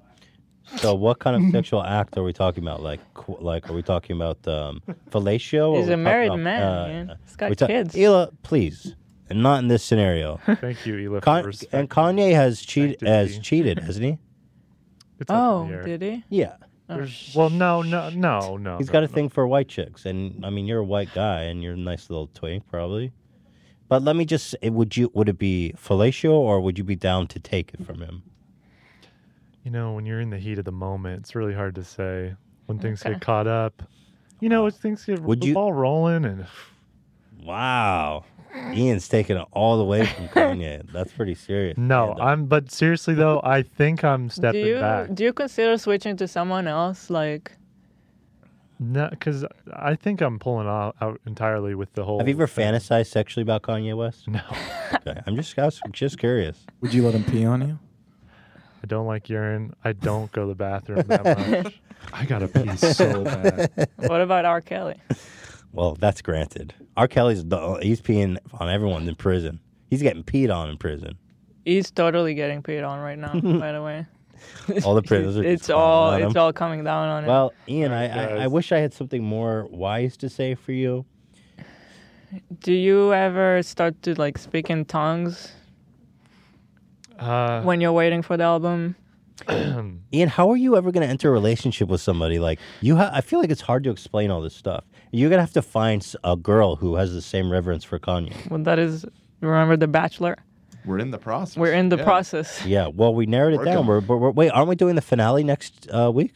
So what kind of sexual act are we talking about? Like qu- like are we talking about um fellatio? or are
He's
we
a married
talking
man,
about, uh,
man. He's
we
got
ta-
kids.
Ela, please. And not in this scenario.
Thank you, Elif.
Con- and Kanye has cheated
Respected
has
you.
cheated, hasn't he?
it's up
Oh,
in the air.
did oh, he?
Yeah.
There's- well, no, no, no, no.
He's
no,
got a
no.
thing for white chicks, and I mean, you're a white guy, and you're a nice little twink, probably. But let me just: eh, would you would it be fellatio, or would you be down to take it from him?
You know, when you're in the heat of the moment, it's really hard to say when things get caught up. You know, it's things get
Would
the
you-
ball rolling, and
Wow, Ian's taking it all the way from Kanye. That's pretty serious.
no,
man.
I'm. But seriously, though, I think I'm
do
stepping
you
back.
do you consider switching to someone else like
No, because I think I'm pulling out, out entirely with the whole.
Have you ever fantasized sexually about Kanye West?
No.
okay. I'm just I was just curious.
Would you let him pee on you?
I don't like urine. I don't go to the bathroom that much. I gotta pee so bad.
What about R. Kelly?
Well, that's granted. R. Kelly's the, he's peeing on everyone in prison. He's getting peed on in prison.
He's totally getting paid on right now. by the way,
All the prisoners are
it's
just falling
all
on
it's
him.
all coming down on him.
Well, Ian, I, I, I wish I had something more wise to say for you.
do you ever start to like speak in tongues
Uh,
when you're waiting for the album?
Ian, how are you ever going to enter a relationship with somebody like you? Ha- I feel like it's hard to explain all this stuff. You're going to have to find s- a girl who has the same reverence for Kanye.
Well, that is. Remember The Bachelor?
We're in the process.
We're in the
yeah.
process.
Yeah. Well, we narrowed it
Working.
down. We're, we're, we're- wait, aren't we doing the finale next uh, week?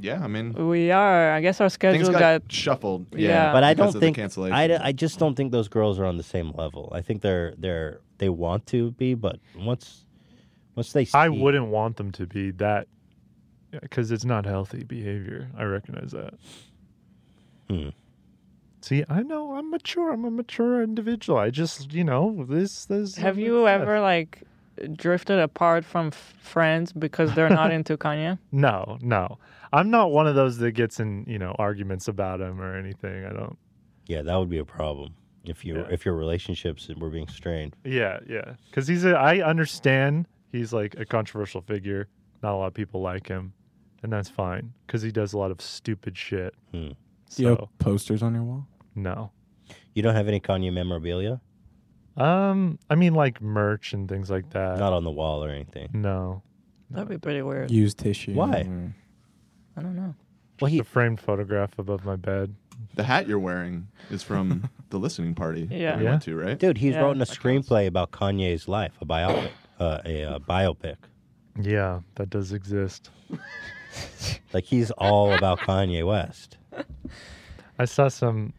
Yeah, I mean,
We are. I guess our
things
schedule
got,
got,
shuffled. Yeah,
But I don't
because of the
think
cancellation.
I, d- I just don't think those girls are on the same level. I think they're they're they want to be, but once once they
I
see-
wouldn't want them to be that because it's not healthy behavior. I recognize that.
Hmm.
See, I know I'm mature. I'm a mature individual. I just, you know, this this.
Have you ever like drifted apart from f- friends because they're not into Kanye?
No, no. I'm not one of those that gets in, you know, arguments about him or anything. I don't.
Yeah, that would be a problem if you
Yeah.
if your relationships were being strained.
Yeah, yeah. Because he's a. I understand he's like a controversial figure. Not a lot of people like him, and that's fine because he does a lot of stupid shit.
Do you have
So
posters on your wall?
no.
You don't have any Kanye memorabilia,
Um, I mean, like merch and things like that.
not on the wall or anything.
No.
That'd be pretty weird.
Use tissue.
Why?
or-
I don't know.
Well,
Just a framed photograph above my bed.
the hat you're wearing is from the listening party. that
Yeah.
we
Yeah.
went to right.
Dude, he's
Yeah.
writing a screenplay about Kanye's life, a biopic, uh, a, uh biopic.
Yeah, that does exist.
Like he's all about Kanye West.
I saw some.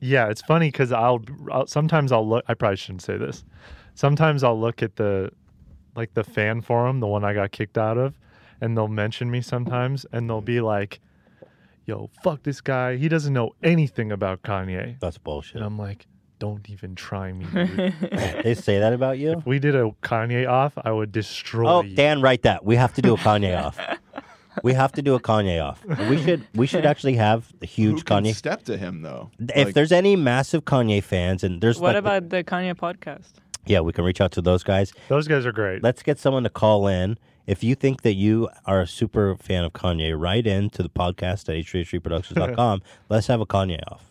Yeah, it's funny because I'll, I'll sometimes I'll look. I probably shouldn't say this. Sometimes I'll look at the like the fan forum, the one I got kicked out of, and they'll mention me sometimes, and they'll be like, "Yo, fuck this guy. He doesn't know anything about Kanye."
That's bullshit.
And I'm like, "Don't even try me." dude."
they say that about you?
if we did a Kanye off, I would destroy.
Oh,
you.
Dan, write that. We have to do a Kanye off. We have to do a Kanye off. We should we should actually have
Who
a huge
can
Kanye.
step to him though?
if
Like,
there's any massive Kanye fans, and there's
What
like,
about the Kanye podcast?
yeah, we can reach out to those guys.
Those guys are great.
Let's get someone to call in. If you think that you are a super fan of Kanye, write in to the podcast at h33productions.com. Let's have a Kanye off.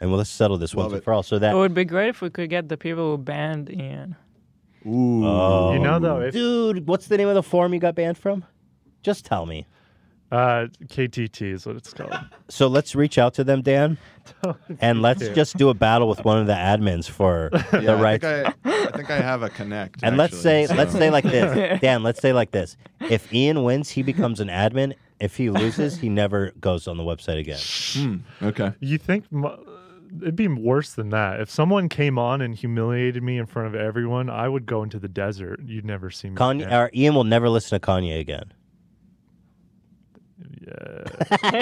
And we'll, let's settle this once
Love
and
it.
for all. So that,
It would be great if we could get the people who banned Ian.
ooh,
you know, though, if
dude, what's the name of the forum you got banned from? Just tell me.
uh, KTT is what it's called.
So let's reach out to them, Dan, and let's just do a battle with one of the admins for
yeah,
the right.
I think I, I think I have a connect.
and let's
actually,
say, let's
so-
say like this, Dan. Let's say like this: If Ian wins, he becomes an admin. If he loses, he never goes on the website again.
Hmm, okay.
You think mo- it'd be worse than that? If someone came on and humiliated me in front of everyone, I would go into the desert. You'd never see me.
Kanye,
again.
or Ian will never listen to Kanye again.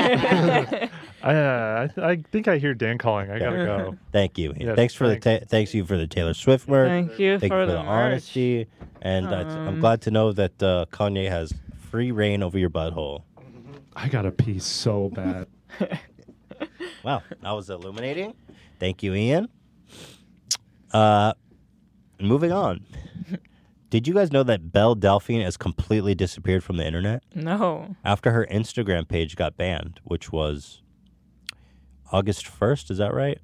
I, uh, I, th- I think I hear Dan calling. I gotta go.
Thank you. Ian.
Yes,
thanks for the ta- thanks you for the Taylor Swift word.
Thank you
Thank
for
you for
the
the
merch.
honesty, and I- I'm glad to know that uh, Kanye has free reign over your butthole.
I gotta pee so bad.
Wow, that was illuminating. Thank you, Ian. Uh, moving on. Did you guys know that Belle Delphine has completely disappeared from the internet
No.
after her Instagram page got banned, which was August 1st? Is that right?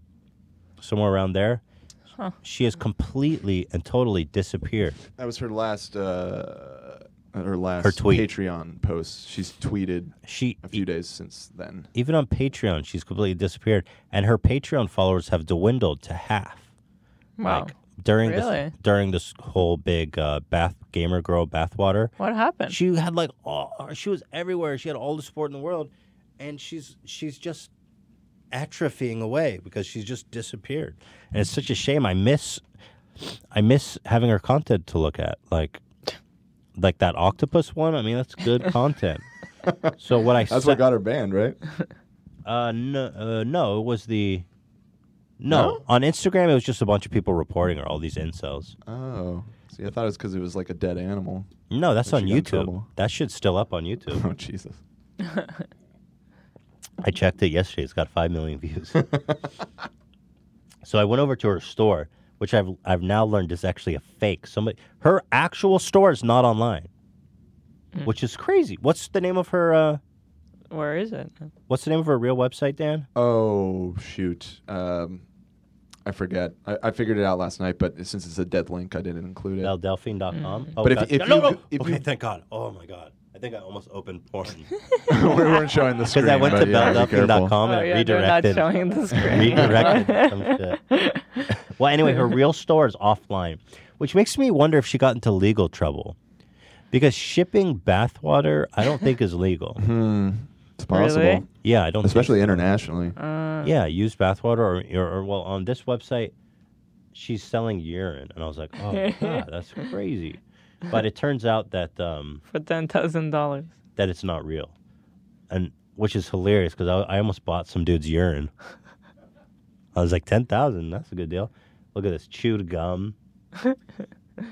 Somewhere around there. She has completely and totally disappeared.
That was her last uh, her last
Her tweet.
Patreon post. She's tweeted
She
a few days since then.
even on Patreon, she's completely disappeared, and her Patreon followers have dwindled to half.
Wow.
during
Really?
this during this whole big uh, bath gamer girl bathwater.
what happened?
She had like all she was everywhere. She had all the support in the world, and she's she's just atrophying away because she's just disappeared. And it's such a shame. I miss I miss having her content to look at, like like that octopus one. I mean, that's good content. so what I
That's
sa-
what got her banned, right?
Uh, no, uh, no, it was the. No, on Instagram it was just a bunch of people reporting her, all these incels.
Oh, see, I thought it was because it was like a dead animal.
No, that's
That
on
she got in
YouTube.
trouble.
That shit's still up on YouTube.
Oh Jesus!
I checked it yesterday. It's got five million views. so I went over to her store, which I've I've now learned is actually a fake. Somebody her actual store is not online, which is crazy. What's the name of her? Uh,
Where is it?
what's the name of her real website, Dan?
Oh shoot! Um, I forget. I, I figured it out last night, but since it's a dead link, I didn't include it.
Delphine.com.
Mm. Hmm.
Oh,
but if,
God.
if
no,
you,
no, no.
go- if
okay,
you-
thank God. Oh my God. I think I almost opened porn.
we weren't showing the
Because
screen.
I went
but
to
yeah, be careful.
belldelphine.com and
Oh,
it
yeah, they're not
redirected.
showing the screen.
redirected some shit. Well, anyway, her real store is offline, which makes me wonder if she got into legal trouble. Because shipping bathwater, I don't think is legal.
Hmm. It's possible. Really?
Yeah, I don't.
Especially internationally.
Uh.
yeah, used bathwater or, or, or well, on this website, she's selling urine, and I was like, oh my god, that's crazy. But it turns out that um,
For ten thousand dollars.
that it's not real, and which is hilarious because I, I almost bought some dude's urine. I was like ten thousand. That's a good deal. Look at this chewed gum, the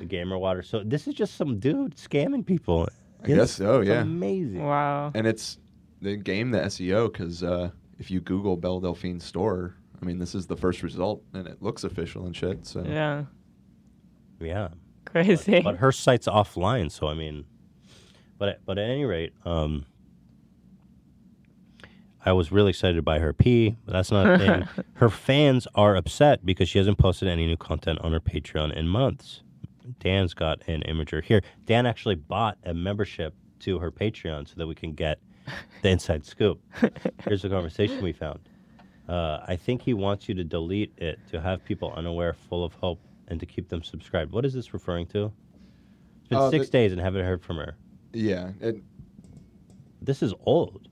gamer water. So this is just some dude scamming people.
I guess so. Oh, Yeah.
Amazing.
Wow.
And it's they game the SEO because uh, if you Google Belle Delphine store, I mean, this is the first result, and it looks official and shit. So
Yeah.
Yeah.
Crazy.
But her site's offline, so I mean, but but at any rate, um, I was really excited by her pee, but that's not a thing. her fans are upset because she hasn't posted any new content on her Patreon in months. Dan's got an imager here. Dan actually bought a membership to her Patreon so that we can get the inside scoop. Here's a conversation we found. Uh, I think he wants you to delete it to have people unaware, full of hope, and to keep them subscribed. What is this referring to? It's been
Uh,
six
the-
days and haven't heard from her.
yeah, it,
This is old.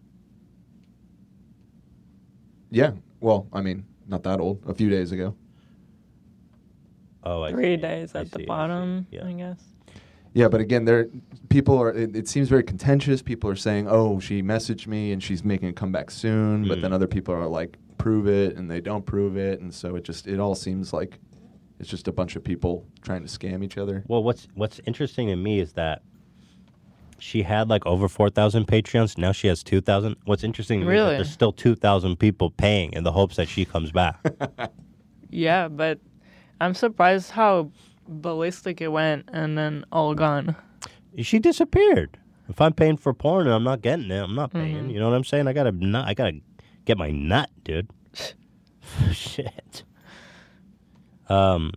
yeah. Well, I mean, not that old. A few days ago.
Oh, I
Three
see.
days
I
at
see, I
the
see.
bottom, I,
Yeah.
guess.
Yeah, but again, there people are. It, it seems very contentious. People are saying, "Oh, she messaged me and she's making a comeback soon," but then
Mm.
other people are like, "Prove it," and they don't prove it, and so it just it all seems like it's just a bunch of people trying to scam each other.
Well, what's what's interesting to me is that she had like over four thousand Patreons. Now she has two thousand. What's interesting to me is that
Really?
there's still two thousand people paying in the hopes that she comes back.
Yeah, but I'm surprised how ballistic it went and then all gone.
she disappeared. If I'm paying for porn and I'm not getting it, I'm not paying. You know what I'm saying? I gotta nut. I gotta get my nut, dude. Shit. Um,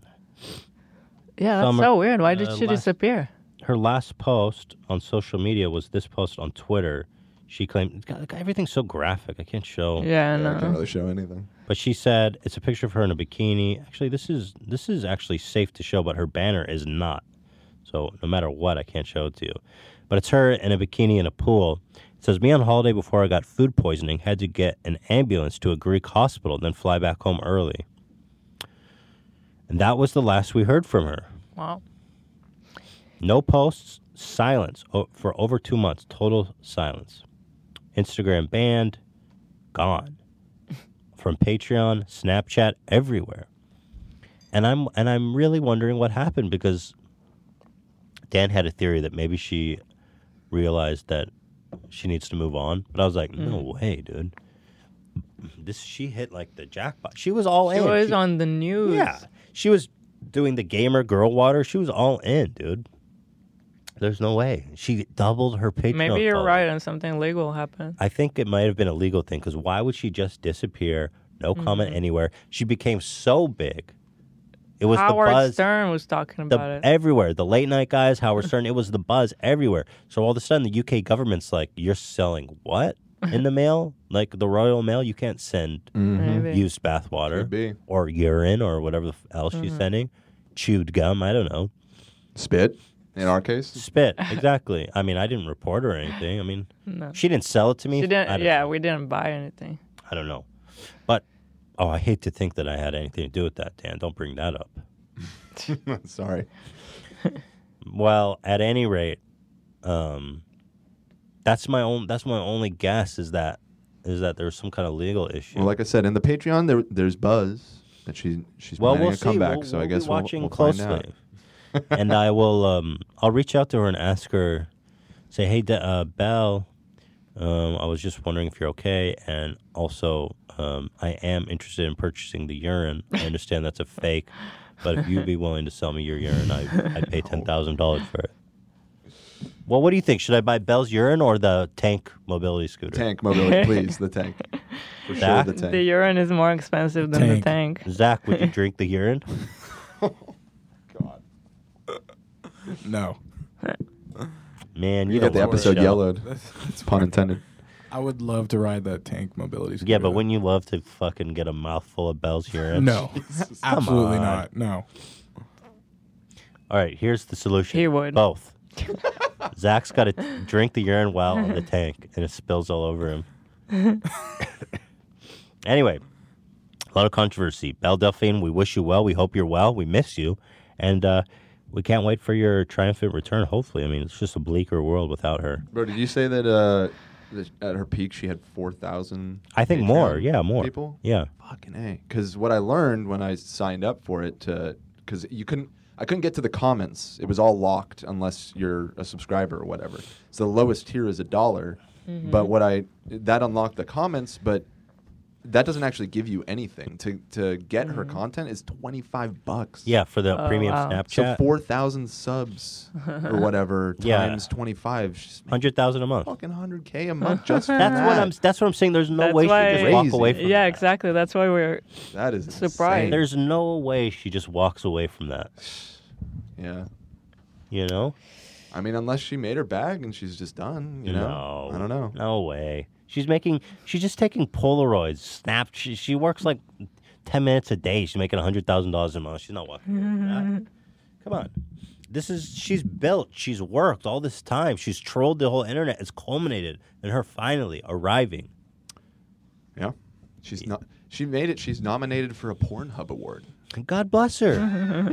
Yeah, that's
Summer-
so weird. Why did
uh,
she
last-
disappear?
her last post on social media was this post on Twitter. She claimed God, everything's so graphic. I can't show.
Yeah, I Yeah, I know.
Can't really show anything.
But she said it's a picture of her in a bikini. Actually, this is this is actually safe to show, but her banner is not. So no matter what, I can't show it to you. But it's her in a bikini in a pool. It says, "Me on holiday before I got food poisoning, had to get an ambulance to a Greek hospital, then fly back home early." And that was the last we heard from her.
Wow.
No posts, silence o- for over two months, total silence. Instagram banned, gone. From Patreon, Snapchat, everywhere. And I'm and I'm really wondering what happened because Dan had a theory that maybe she realized that she needs to move on, but I was like, no
Mm.
way, dude. This she hit like the jackpot. She was all
She
in.
was
She-
on the news.
yeah. She was doing the gamer girl water. She was all in, dude. There's no way. She doubled her Patreon.
Maybe you're
followers.
right and something legal happened.
I think it might have been a legal thing because why would she just disappear? No comment
Mm-hmm.
anywhere. She became so big. It was
Howard
the buzz
Stern was talking
the-
about it.
everywhere. The late night guys, Howard Stern, it was the buzz everywhere. So all of a sudden, the UK government's like, "You're selling what in the mail? Like the Royal Mail? You can't send
Mhm.
Maybe.
used bathwater
Could be.
or urine or whatever the f- else she's
Mhm.
sending, chewed gum. I don't know,
Spit. In our case,
spit. Exactly. I mean, I didn't report her or anything. I mean,
No.
she didn't sell it to me.
She
I
didn't.
don't-
Yeah, we didn't buy anything.
I don't know. But oh, I hate to think that I had anything to do with that, Dan. Don't bring that up.
sorry.
Well, at any rate, um, that's my own. That's my only guess is that is that there's some kind of legal issue.
Well, like I said, in the Patreon, there, there's buzz that she she's
well,
planning
we'll
a
see.
comeback.
We'll,
so
we'll
I guess
be
we'll-
watching
we'll,
closely,
find out.
and I will. Um, I'll reach out to her and ask her, say, "Hey, De- uh, Belle, um, I was just wondering if you're okay, and also, um, I am interested in purchasing the urine. I understand that's a fake, but if you'd be willing to sell me your urine, I I pay ten thousand dollars for it." Well, what do you think? Should I buy Bell's urine or the tank mobility scooter?
Tank mobility, please, the tank. For sure,
Zach?
the tank.
The urine is more expensive than the tank.
Zach, would you drink the urine?
No.
Man, you
You got
don't
the
want to
episode
show.
yellowed. Pun intended.
I would love to ride that tank mobility scooter.
Yeah, but wouldn't you love to fucking get a mouthful of Bell's urine?
No.
Come
Absolutely
on.
not. No.
All right, here's the solution.
He would.
Both. Zach's got to drink the urine while in the tank, and it spills all over him. Anyway, a lot of controversy. Belle Delphine, we wish you well. We hope you're well. We miss you. And uh, we can't wait for your triumphant return, hopefully. I mean, it's just a bleaker world without her.
Bro, did you say that, uh, that at her peak she had 4,000?
I think
Patreon
more. Yeah, more.
People?
Yeah.
Fucking A. Because what I learned when I signed up for it, because you couldn't. I couldn't get to the comments. It was all locked unless you're a subscriber or whatever. So the lowest tier is a dollar,
Mhm.
but what I that unlocked the comments, but that doesn't actually give you anything. To to get her content is 25 bucks.
Yeah, for the Oh, premium wow.
So
Snapchat.
4,000 subs or whatever
Yeah.
times 25 she's making
100,000 a month.
fucking 100k a month just for
that's
that.
what I'm that's what I'm saying. There's no
That's
way she
why-
just walk away from
Yeah, exactly. That's why we're
that is
surprised.
There's no way she just walks away from that.
Yeah.
You know?
I mean, unless she made her bag and she's just done, you know?
No.
I don't know.
No way. She's making. She's just taking Polaroids, snap. She, she works like ten minutes a day. She's making hundred thousand dollars a month. She's not walking. Come on. This is. She's built. She's worked all this time. She's trolled the whole internet. It's culminated in her finally arriving.
Yeah. She's not. She made it. She's nominated for a Pornhub award.
God bless her.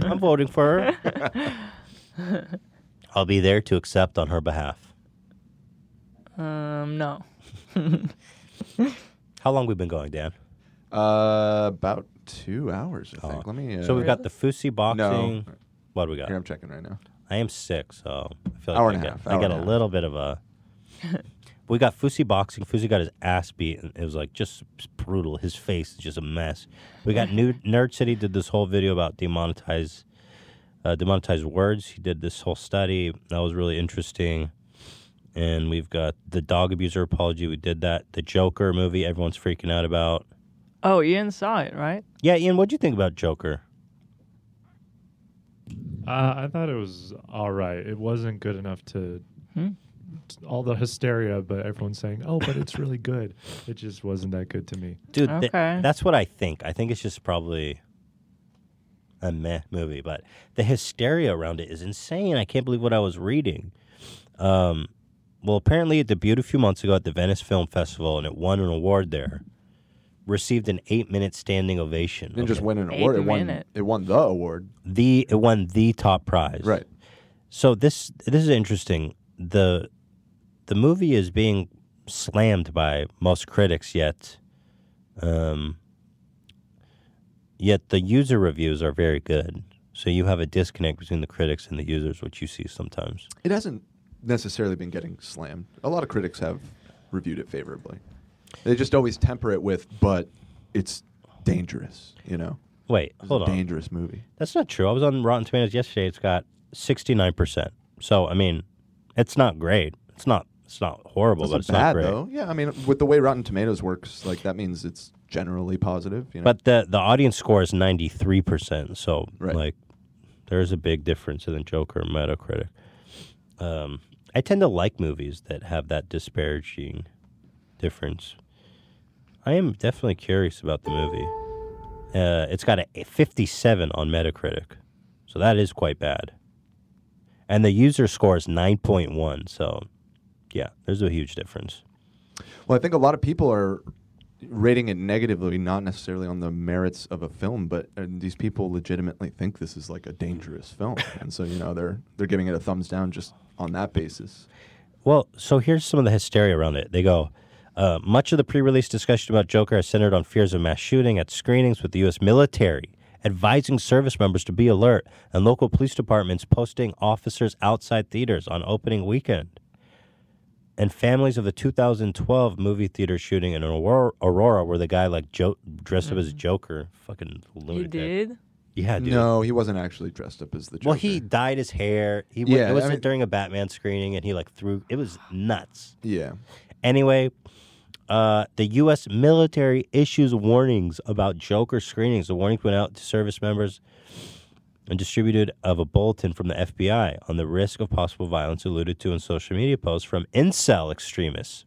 I'm voting for her. I'll be there to accept on her behalf.
Um, no.
How long we been going, Dan?
Uh, about two hours, I think. Let me. Uh,
so we've got the Fousey boxing.
No.
What do we got?
Here, I'm checking right now.
I am sick, so I feel like
Hour
I
and a
get,
half,
I
hour
get
and
a
a half.
little bit of a. we got Fusi boxing. Fusi got his ass beat, and it was like just brutal. His face is just a mess. We got Nude, Nerd City did this whole video about demonetized, uh, demonetized words. He did this whole study that was really interesting. And we've got the dog abuser apology. We did that. The Joker movie. Everyone's freaking out about.
Oh, Ian saw it, right?
Yeah, Ian, what'd you think about Joker?
Uh, I thought it was all right. It wasn't good enough to
Hmm.
all the hysteria, but everyone's saying, "Oh, but it's really good." It just wasn't that good to me.
dude. th-
Okay.
that's what I think. I think it's just probably a meh movie, but the hysteria around it is insane. I can't believe what I was reading. Um, well, apparently it debuted a few months ago at the Venice Film Festival, and it won an award there. Received an eight-minute standing ovation.
Didn't just
Okay.
win an award. It won.
minute.
It won the award.
The it won the top prize.
Right.
So this this is interesting. The the movie is being slammed by most critics yet. Um, yet the user reviews are very good. So you have a disconnect between the critics and the users, which you see sometimes.
It hasn't necessarily been getting slammed. A lot of critics have reviewed it favorably. They just always temper it with, but it's dangerous. You know.
Wait,
It's
hold
a
on.
Dangerous movie.
That's not true. I was on Rotten Tomatoes yesterday. It's got sixty nine percent. So I mean, it's not great. It's not. It's not horrible, but
Doesn't
it's
bad
not great.
though. Yeah, I mean, with the way Rotten Tomatoes works, like that means it's generally positive. You know?
But the the audience score is ninety three percent, so like there's a big difference in the Joker and Metacritic. Um, I tend to like movies that have that disparaging difference. I am definitely curious about the movie. Uh, it's got a fifty seven on Metacritic, so that is quite bad. And the user score is nine point one, so yeah, there's a huge difference.
Well, I think a lot of people are rating it negatively, not necessarily on the merits of a film, but uh, these people legitimately think this is like a dangerous film, and so you know they're they're giving it a thumbs down just on that basis.
Well, so here's some of the hysteria around it. They go, Uh, much of the pre release discussion about Joker has centered on fears of mass shooting at screenings with the U.S. military, advising service members to be alert, and local police departments posting officers outside theaters on opening weekend. And families of the 2012 movie theater shooting in Aurora, Aurora where the guy like jo- dressed up as Joker, fucking
Mm-hmm. He
lunatic.
did.
Yeah, dude.
No, he wasn't actually dressed up as the Joker.
Well, he dyed his hair. He went,
Yeah, I
it wasn't
mean-
during a Batman screening, and he like threw. It was nuts.
Yeah.
Anyway, uh, the U.S. military issues warnings about Joker screenings. The warnings went out to service members and distributed of a bulletin from the FBI on the risk of possible violence alluded to in social media posts from incel extremists.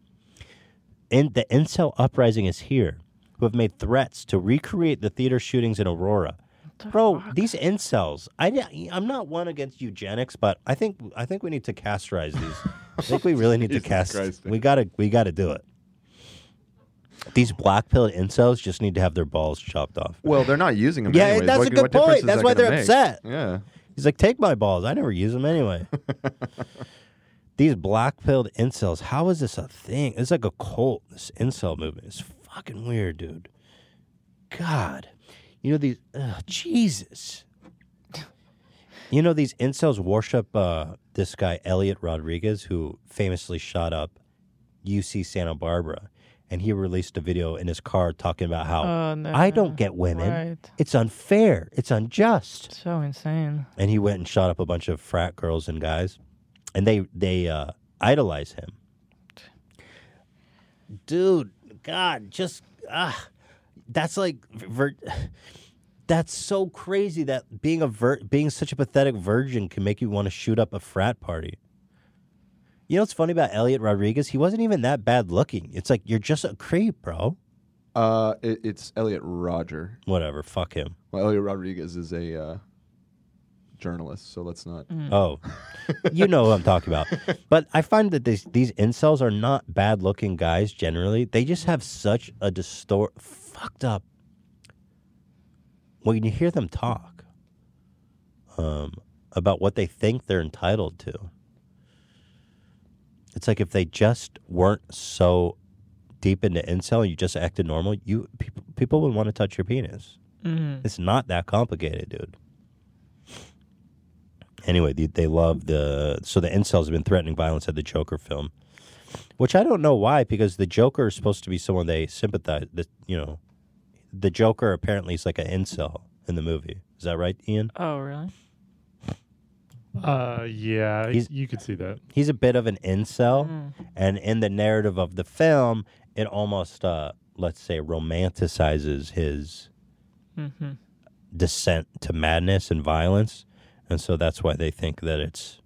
In, the incel uprising is here, who have made threats to recreate the theater shootings in Aurora. Bro, these incels. I I'm not one against eugenics, but I think I think we need to casterize these. I think we really need to
Jesus
cast.
Christ.
We gotta we gotta do it. These black pill incels just need to have their balls chopped off.
Well, they're not using him.
Yeah,
anyways.
that's
What-
a good
what difference
point.
is
That's
that
why
gonna
they're
make?
upset.
Yeah.
He's like, take my balls. I never use them anyway. These black pilled incels. How is this a thing? It's like a cult. This incel movement It's fucking weird, dude. God, you know these. Ugh, Jesus. You know these incels worship uh, this guy Elliot Rodriguez, who famously shot up UC Santa Barbara, and he released a video in his car talking about how
Oh, no.
I don't get women.
Right.
It's unfair. It's unjust
So insane.
and he went and shot up a bunch of frat girls and guys, and they they uh, idolize him. Dude, God, just ah, that's like vir- that's so crazy that being a vir- being such a pathetic virgin can make you want to shoot up a frat party. You know what's funny about Elliot Rodriguez? He wasn't even that bad looking. It's like you're just a creep, bro.
Uh, it, it's Elliot Roger.
Whatever, fuck him.
Well, Elliot Rodriguez is a uh, journalist, so let's not.
Oh, you know what I'm talking about. But I find that these these incels are not bad looking guys generally. They just have such a distort fucked up. When you hear them talk, um, about what they think they're entitled to, it's like if they just weren't so deep into incel and you just acted normal, you people people would want to touch your penis.
Mhm.
It's not that complicated, dude anyway, they, they love the so the incels have been threatening violence at the Joker film, which I don't know why because the Joker is supposed to be someone they sympathize. The you know, the Joker apparently is like an incel in the movie. Is that right, Ian?
Oh, really?
Uh, yeah,
He's-
you could see that.
He's a bit of an incel, and in the narrative of the film, it almost uh, let's say romanticizes his
Mm-hmm.
descent to madness and violence, and so that's why they think that it's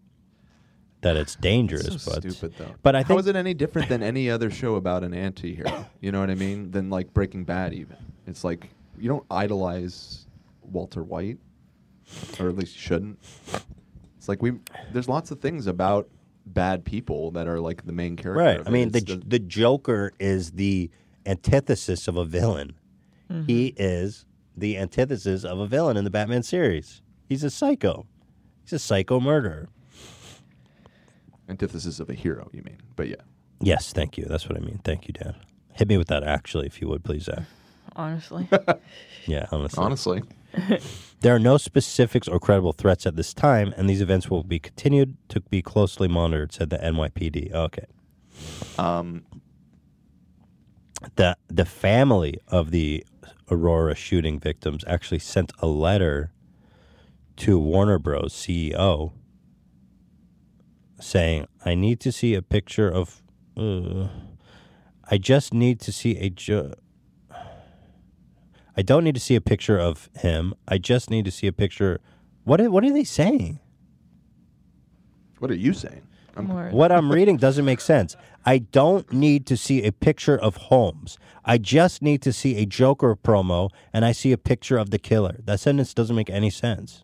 that it's dangerous.
That's so
but
stupid, though.
but I
how
think
is it any different than any other show about an anti-hero? You know what I mean? Than like Breaking Bad, even. It's like you don't idolize Walter White, or at least you shouldn't. It's like we there's lots of things about bad people that are like the main character.
Right.
of
I
it.
mean, the,
It's
J the Joker is the antithesis of a villain. He is the antithesis of a villain in the Batman series. He's a psycho. He's a psycho murderer.
antithesis of a hero. You mean? But yeah.
Yes, thank you. That's what I mean. Thank you, Dan. Hit me with that actually, if you would, please, Zach.
Honestly.
Yeah, honestly.
Honestly.
There are no specifics or credible threats at this time, and these events will be continued to be closely monitored, said the NYPD. Okay.
Um,
the the family of the Aurora shooting victims actually sent a letter to Warner Bros. CEO saying, "I need to see a picture of. Uh, I just need to see a. Ju- I don't need to see a picture of him. I just need to see a picture. What are, what are they saying?
What are you saying?
More.
What I'm reading doesn't make sense. I don't need to see a picture of Holmes. I just need to see a Joker promo and I see a picture of the killer. That sentence doesn't make any sense.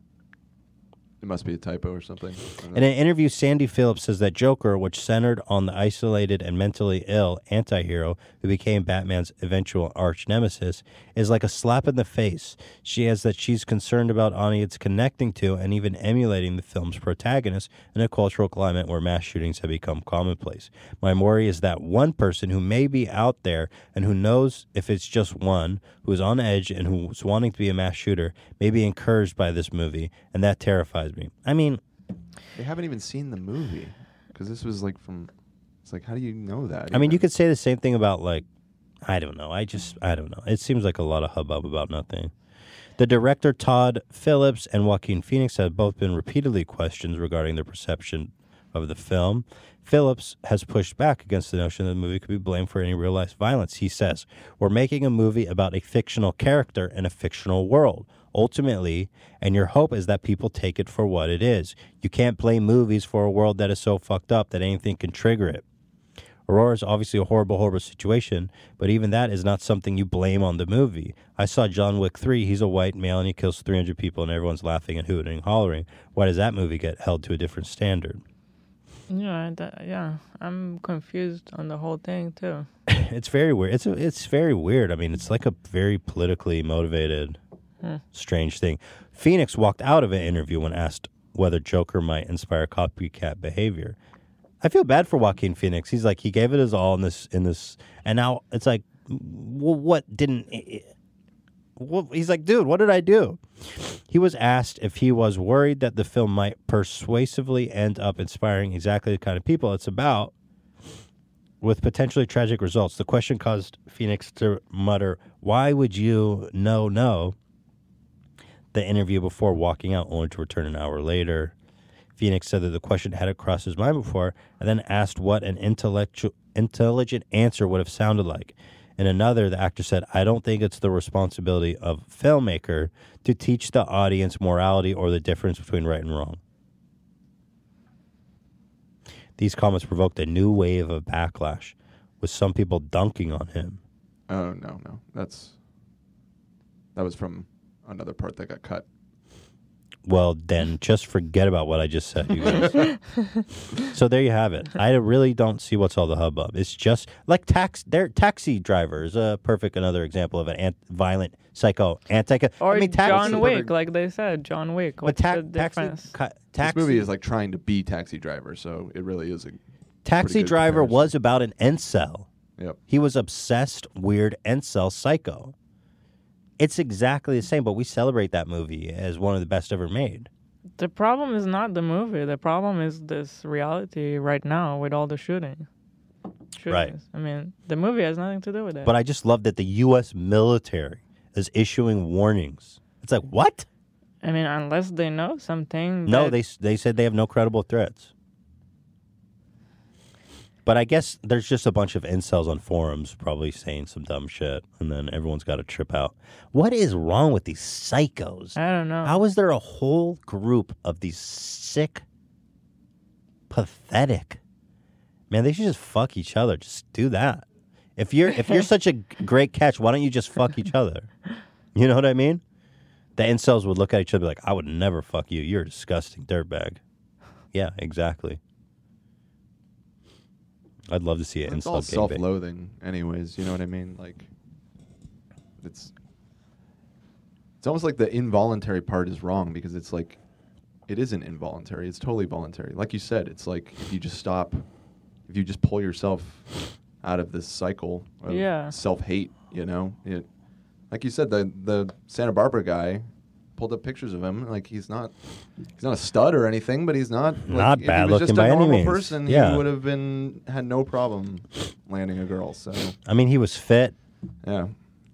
I It must be a typo or something.
In an interview, Sandy Phillips says that Joker, which centered on the isolated and mentally ill anti hero who became Batman's eventual arch nemesis, is like a slap in the face. She adds that she's concerned about audience connecting to and even emulating the film's protagonist in a cultural climate where mass shootings have become commonplace. My worry is that one person who may be out there and who knows if it's just one, who is on edge and who's wanting to be a mass shooter, may be encouraged by this movie, and that terrifies me. I mean,
They haven't even seen the movie because this was like from. It's like, how do you know that?
I mean, you could say the same thing about like, I don't know. I just, I don't know. It seems like a lot of hubbub about nothing. The director Todd Phillips and Joaquin Phoenix have both been repeatedly questioned regarding their perception of the film. Phillips has pushed back against the notion that the movie could be blamed for any real life violence. He says, We're making a movie about a fictional character in a fictional world, ultimately, and your hope is that people take it for what it is. You can't blame movies for a world that is so fucked up that anything can trigger it. Aurora is obviously a horrible, horrible situation, but even that is not something you blame on the movie. I saw John Wick 3. He's a white male and he kills 300 people, and everyone's laughing and hooting and hollering. Why does that movie get held to a different standard?
Yeah, that, yeah. I'm confused on the whole thing too.
it's very weird. It's, a, it's very weird. I mean, it's like a very politically motivated,
Hmm.
strange thing. Phoenix walked out of an interview when asked whether Joker might inspire copycat behavior. I feel bad for Joaquin Phoenix. He's like he gave it his all in this in this, and now it's like, well, what didn't? Well, he's like, dude, what did I do? He was asked if he was worried that the film might persuasively end up inspiring exactly the kind of people it's about, with potentially tragic results. The question caused Phoenix to mutter, "Why would you no no?" The interview before walking out, only to return an hour later. Phoenix said that the question hadn't crossed his mind before, and then asked what an intellectual, intelligent answer would have sounded like. In another, the actor said, "I don't think it's the responsibility of filmmaker to teach the audience morality or the difference between right and wrong." These comments provoked a new wave of backlash, with some people dunking on him.
Oh no, no, that's that was from another part that got cut.
Well, then just forget about what I just said, you guys. so there you have it. I really don't see what's all the hubbub. It's just like tax. Their taxi driver is a perfect another example of an ant, violent psycho anti.
Or
I mean, taxi,
John Wick, like they said, John Wick. What's the difference?
This movie is like trying to be Taxi Driver, so it really is a
Taxi
pretty good
driver was about an incel.
Yep.
He was obsessed, weird incel psycho. It's exactly the same, but we celebrate that movie as one of the best ever made.
The problem is not the movie. The problem is this reality right now with all the shooting.
Right.
Shootings. I mean, the movie has nothing to do with it.
But I just love that the U.S. military is issuing warnings. It's like what?
I mean, unless they know something.
No,
that-
they s- they said they have no credible threats. But I guess there's just a bunch of incels on forums probably saying some dumb shit, and then everyone's got to trip out. What is wrong with these psychos?
I don't know.
How is there a whole group of these sick, pathetic? Man, they should just fuck each other. Just do that. If you're if you're such a g- great catch, why don't you just fuck each other? You know what I mean? The incels would look at each other like, I would never fuck you. You're a disgusting dirtbag. Yeah, exactly. I'd love to see an
It's
incel
all
gangbang.
self-loathing, anyways. You know what I mean? Like, it's it's almost like the involuntary part is wrong because it's like it isn't involuntary. It's totally voluntary. Like you said, it's like if you just stop, if you just pull yourself out of this cycle of
Yeah.
self-hate. You know, it, like you said, the the Santa Barbara guy pulled up pictures of him. Like he's not he's not a stud or anything, but he's not like,
Not
if
bad
he was
looking
just
by
a
any
normal
means.
person.
Yeah.
he would have been had no problem landing a girl. So
I mean, he was fit.
yeah,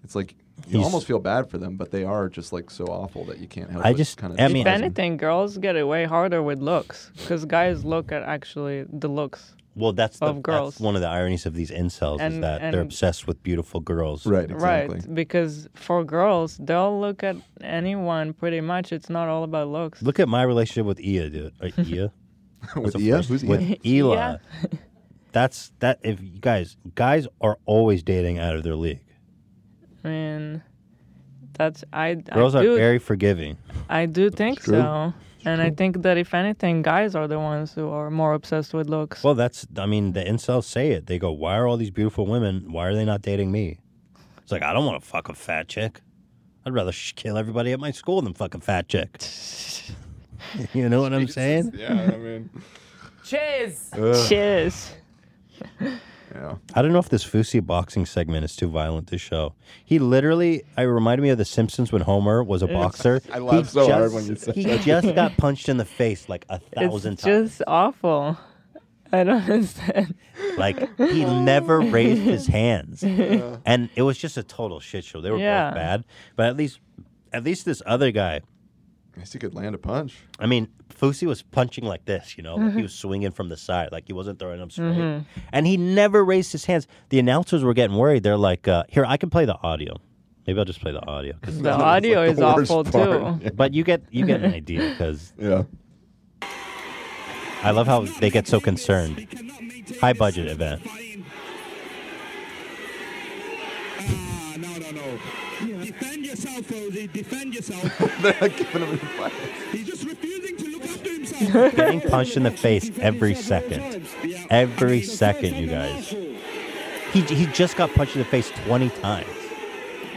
it's like you
He's-
almost feel bad for them, but they are just like so awful that you can't help.
I
but
just-
kind of
I mean-
if anything, girls get it way harder with looks because guys look at actually the looks.
Well, that's, the,
Of girls.
that's one of the ironies of these incels is
And-
that they're
and-
obsessed with beautiful girls.
Right,
Right, because for girls, they'll look at anyone pretty much. It's not all about looks.
Look at my relationship with Ia, dude. Uh, Ia?
With
That's a
Ia?
first-
Who's Ia?
With
Ia?
Ela. That's that. If you guys, guys are always dating out of their league.
I mean, that's I.
Girls
I
are
do,
very forgiving.
I do think
true.
so. And I think that if anything, guys are the ones who are more obsessed with looks.
Well, that's, I mean, the incels say it. They go, why are all these beautiful women, why are they not dating me? It's like, I don't want to fuck a fat chick. I'd rather sh- kill everybody at my school than fuck a fat chick. you know what I'm saying?
Yeah, I mean.
Cheers.
Ugh.
Cheers.
Yeah.
I don't know if this Fusi boxing segment is too violent to show. He literally, I reminded me of The Simpsons when Homer was a
It's-
boxer.
I laughed
He
so hard
just-
when you said
he
that.
just got punched in the face like a thousand
it's
times.
just awful. I don't understand.
Like he never raised his hands,
Yeah.
and it was just a total shit show. They were
Yeah.
both bad, but at least, at least this other guy,
I guess he could land a punch.
I mean, Fusi was punching like this, you know, like he was swinging from the side, like he wasn't throwing them straight,
Mhm.
and he never raised his hands. The announcers were getting worried. They're like, uh, "Here, I can play the audio. Maybe I'll just play the audio." 'cause
The
it's not-
audio
it's
is awful too.
But you get you get an idea because
yeah.
I love how they get so concerned. High budget event.
Ah, Defend yourself, Rosie. Defend yourself.
They're not giving him any fight.
He's just refusing to look after himself.
Getting punched in the face every second. Every second, you guys. He, he just got punched in the face 20 times.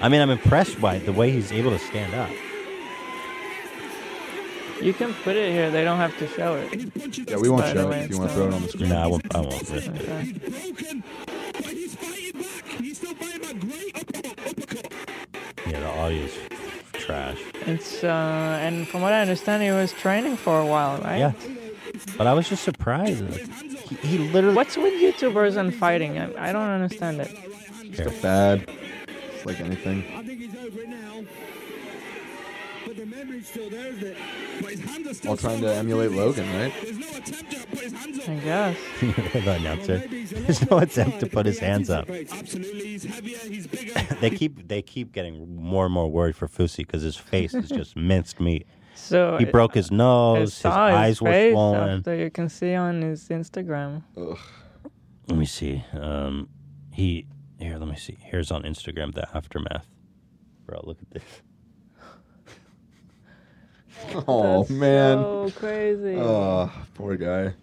I mean, I'm impressed by the way he's able to stand up.
You can put it here. They don't have to show it.
Yeah, we won't
By
show
the
it
way,
if you
it's
want to throw it on the screen.
No, I won't, I won't risk it.
Okay.
Yeah, the audio's trash.
It's uh, and from what I understand, he was training for a while, right?
Yeah. But I was just surprised. He, he literally.
What's with YouTubers and fighting? I, I don't understand it.
It's a fad. It's like anything. While trying to emulate Logan, right?
I guess.
the announcer. There's no attempt to put his hands up. they keep they keep getting more and more worried for Fusi because his face is just minced meat.
So
he
it-
broke his
I
nose. His,
saw his
eyes were
face
swollen.
After you can see on his Instagram.
Let me see. Um, he here. Let me see. Here's on Instagram the aftermath. Bro, look at this.
Oh
That's
man.
so crazy.
Oh, poor guy.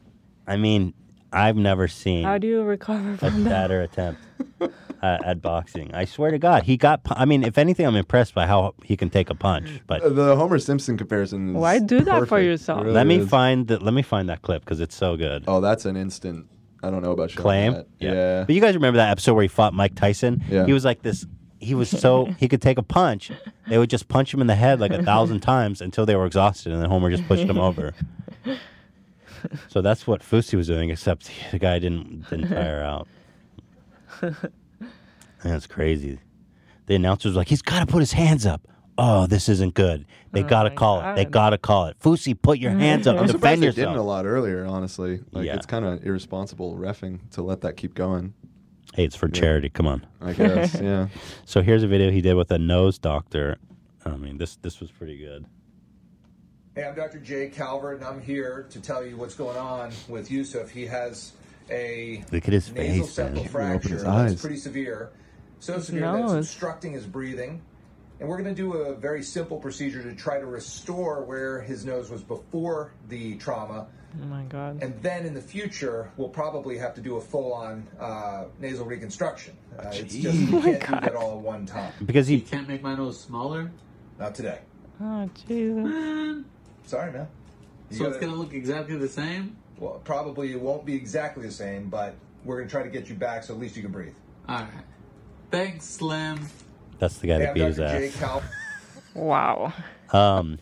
I mean, I've never seen
How do you recover
a
from that?
sadder attempt uh, at boxing. I swear to God, he got. pu- I mean, if anything, I'm impressed by how he can take a punch. But
Uh, The Homer Simpson comparison. Is
Why do that for
perfect. It
yourself?
really
let me
is.
find that. Let me find that clip because it's so good.
Oh, that's an instant. I don't know about showing
Claim.
that. Yeah.
But you guys remember that episode where he fought Mike Tyson?
Yeah.
He was like this. He was so he could take a punch. They would just punch him in the head like a thousand times until they were exhausted, and then Homer just pushed him over. So that's what Fusi was doing, except the guy didn't didn't tire out. That's crazy. The announcers were like, he's got to put his hands up. Oh, this isn't good. They
Oh
gotta
my
call it. They
God.
gotta call it. Fusi, put your hands up
I'm
and
surprised
defend
they
yourself.
didn't a lot earlier, honestly. Like
Yeah.
it's kind of irresponsible refing to let that keep going.
Hey, it's for charity. Come on.
I guess, yeah.
So here's a video he did with a nose doctor. I mean, this this was pretty good.
Hey, I'm Dr. Jay Calvert, and I'm here to tell you what's going on with Yusuf. He has a
Look at his
nasal
face, man.
septal
He can't even open
fracture
his eyes.
that's pretty severe, so severe that it's
Nose.
obstructing his breathing. And we're going to do a very simple procedure to try to restore where his nose was before the trauma.
Oh my god.
And then in the future, we'll probably have to do a full-on uh, nasal reconstruction. Uh, it's just
Jeez.
you
Oh my
can't do that all at one time.
Because he- You
can't make my nose smaller. Not today.
Oh Jesus.
Sorry, man.
So it's
gonna look exactly the same? Well, probably it won't be exactly the same, but we're gonna try to get you back so at least you can breathe. All right. Thanks, Slim.
That's the guy that beat his
Jay
ass.
Cal.
Wow.
Um,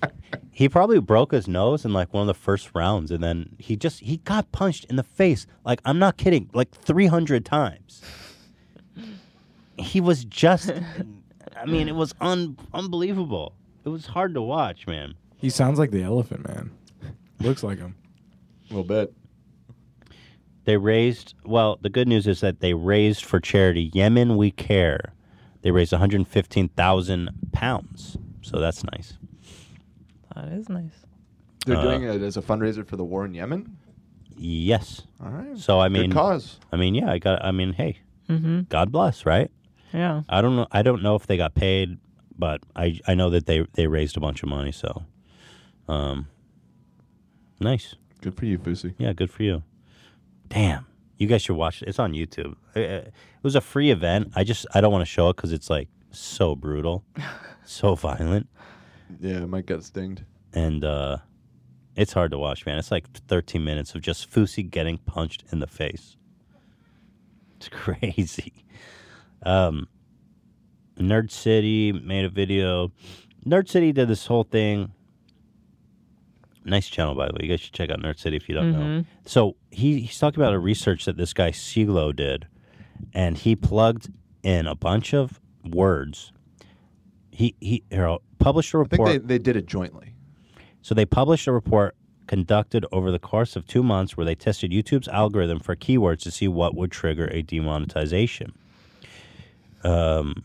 he probably broke his nose in like one of the first rounds, and then he just he got punched in the face. Like I'm not kidding, like 300 times. He was just. I mean, it was un- unbelievable. It was hard to watch, man.
He sounds like the Elephant Man. Looks like him.
A little bit.
They raised, well, the good news is that they raised for charity Yemen We Care. They raised 115,000 pounds. So that's nice.
That is nice.
They're
Uh,
doing it as a fundraiser for the war in Yemen.
Yes.
All right.
So I
Good
mean
cause.
I mean, yeah, I got I mean, hey.
Mhm.
God bless, right?
Yeah.
I don't know I don't know if they got paid, but I I know that they they raised a bunch of money, so um Nice.
Good for you, Fusi.
Yeah, good for you. Damn. You guys should watch it. It's on YouTube. Uh, It was a free event. I just I don't want to show it because it's like so brutal, so violent.
Yeah, Mike got stinged.
And uh, it's hard to watch, man. It's like 13 minutes of just Fusi getting punched in the face. It's crazy. Um, Nerd City made a video. Nerd City did this whole thing. Nice channel, by the way. You guys should check out Nerd City if you don't know.
Mhm.
So he, he's talking about a research that this guy Silo did, and he plugged in a bunch of words. He he here, I'll publish a report.
they- did it jointly.
So they published a report conducted over the course of two months where they tested YouTube's algorithm for keywords to see what would trigger a demonetization. Um,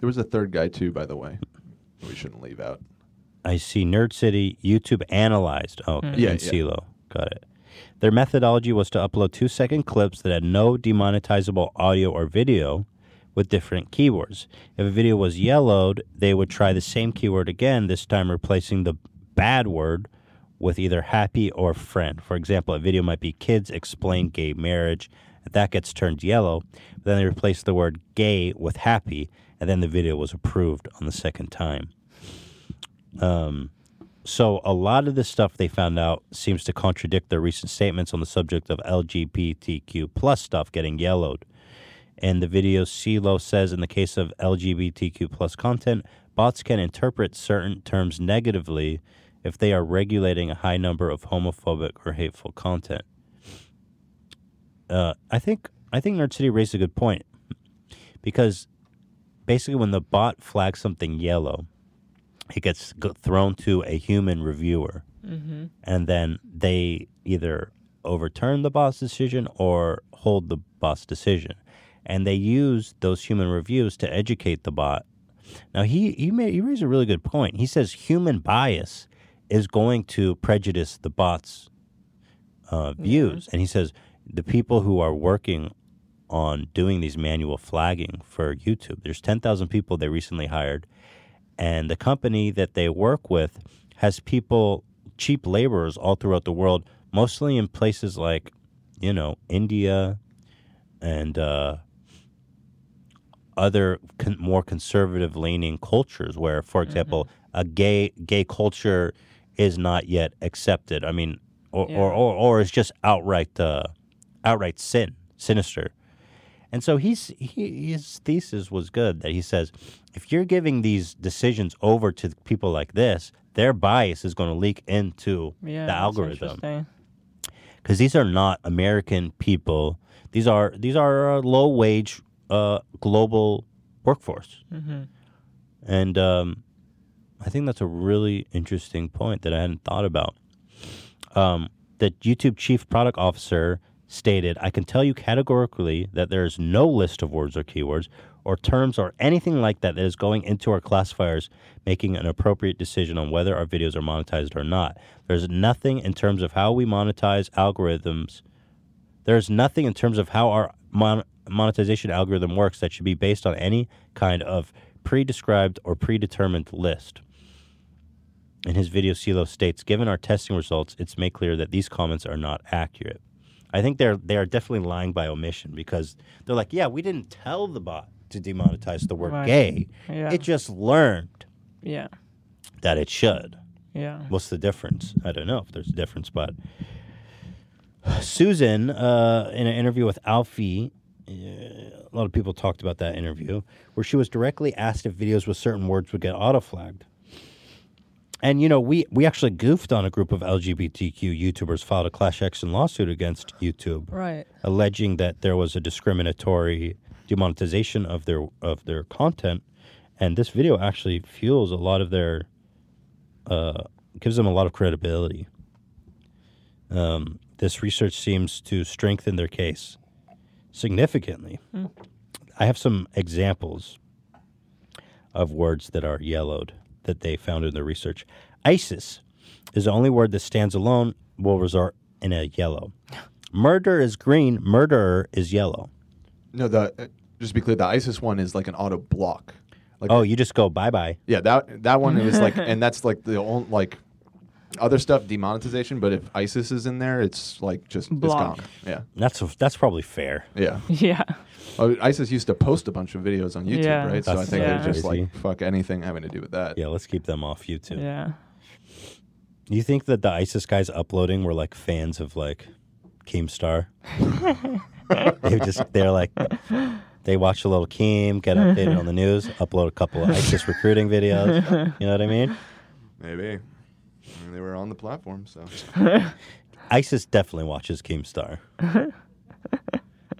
there was a third guy too, by the way. We shouldn't leave out.
I see Nerd City, YouTube analyzed. Oh, okay.
Mm. Yeah,
and
yeah.
CeeLo. Got it. Their methodology was to upload two second clips that had no demonetizable audio or video with different keywords. If a video was yellowed, they would try the same keyword again, this time replacing the bad word with either happy or friend. For example, a video might be kids explain gay marriage. That gets turned yellow. Then they replaced the word gay with happy, and then the video was approved on the second time. Um, so a lot of the stuff they found out seems to contradict their recent statements on the subject of LGBTQ plus stuff getting yellowed. And the video CeeLo says in the case of LGBTQ plus content, bots can interpret certain terms negatively if they are regulating a high number of homophobic or hateful content. Uh, I think I think Nerd City raised a good point because basically when the bot flags something yellow, it gets go- thrown to a human reviewer,
Mhm.
and then they either overturn the boss decision or hold the boss decision, and they use those human reviews to educate the bot. Now he he made he raised a really good point. He says human bias is going to prejudice the bot's uh, views, and he says the people who are working on doing these manual flagging for YouTube. There's 10,000 people they recently hired, and the company that they work with has people, cheap laborers all throughout the world, mostly in places like, you know, India and uh, other con- more conservative leaning cultures, where, for example, a gay gay culture is not yet accepted. I mean, or or, or or is just outright uh, outright sin, sinister. And so he's he, his thesis was good that he says if you're giving these decisions over to people like this, their bias is going to leak into the
Yeah, that's
algorithm
interesting.
because these are not American people. These are these are low wage uh, global workforce,
Mhm.
and um, I think that's a really interesting point that I hadn't thought about. Um, the YouTube chief product officer stated, "I can tell you categorically that there is no list of words or keywords." Or terms or anything like that that is going into our classifiers, making an appropriate decision on whether our videos are monetized or not. There's nothing in terms of how we monetize algorithms there's nothing in terms of how our mon- monetization algorithm works that should be based on any kind of pre-described or predetermined list. In his video, CeeLo states, "Given our testing results, it's made clear that these comments are not accurate." I think they're they are definitely lying by omission because they're like, "Yeah, we didn't tell the bot to demonetize the word
Right.
gay.
Yeah.
It just learned
Yeah.
that it should."
Yeah.
What's the difference? I don't know if there's a difference, but Susan, uh, in an interview with Alfie, uh, a lot of people talked about that interview, where she was directly asked if videos with certain words would get auto flagged. And you know, we we actually goofed on a group of LGBTQ YouTubers filed a class action lawsuit against YouTube,
Right.
alleging that there was a discriminatory demonetization of their of their content, and this video actually fuels a lot of their, uh, gives them a lot of credibility. Um, this research seems to strengthen their case significantly.
Hmm.
I have some examples of words that are yellowed that they found in their research. ISIS is the only word that stands alone will result in a yellow. Murder is green, murderer is yellow.
No, the uh, just to be clear, the ISIS one is like an auto block. Like
oh, you just go bye bye.
Yeah, that that one it was like, and that's like the only like Other stuff, demonetization, but if ISIS is in there, it's like just
Block.
it's gone. Yeah,
that's that's probably fair.
Yeah,
Yeah.
Oh, ISIS used to post a bunch of videos on YouTube,
Yeah.
right? so I
That's
think
yeah.
they're just
crazy.
like fuck anything having to do with that.
Yeah, let's keep them off YouTube.
Yeah.
Do you think that the ISIS guys uploading were like fans of like Keemstar? they just they're like they watch a little Keem, get updated on the news, upload a couple of ISIS recruiting videos. You know what I mean?
Maybe. I mean, they were on the platform, so
ISIS definitely watches Keemstar.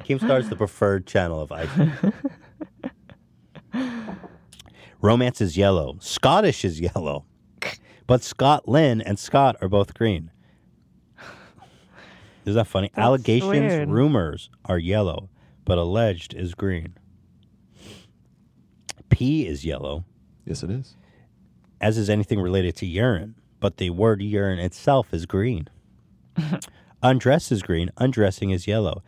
Keemstar is the preferred channel of ISIS. Romance is yellow. Scottish is yellow. But Scott Lynn and Scott are both green. Is that funny?
That's
Allegations,
weird.
rumors are yellow, but alleged is green. Pee is yellow.
Yes, it is.
As is anything related to urine, but the word urine itself is green. Undress is green. Undressing is yellow.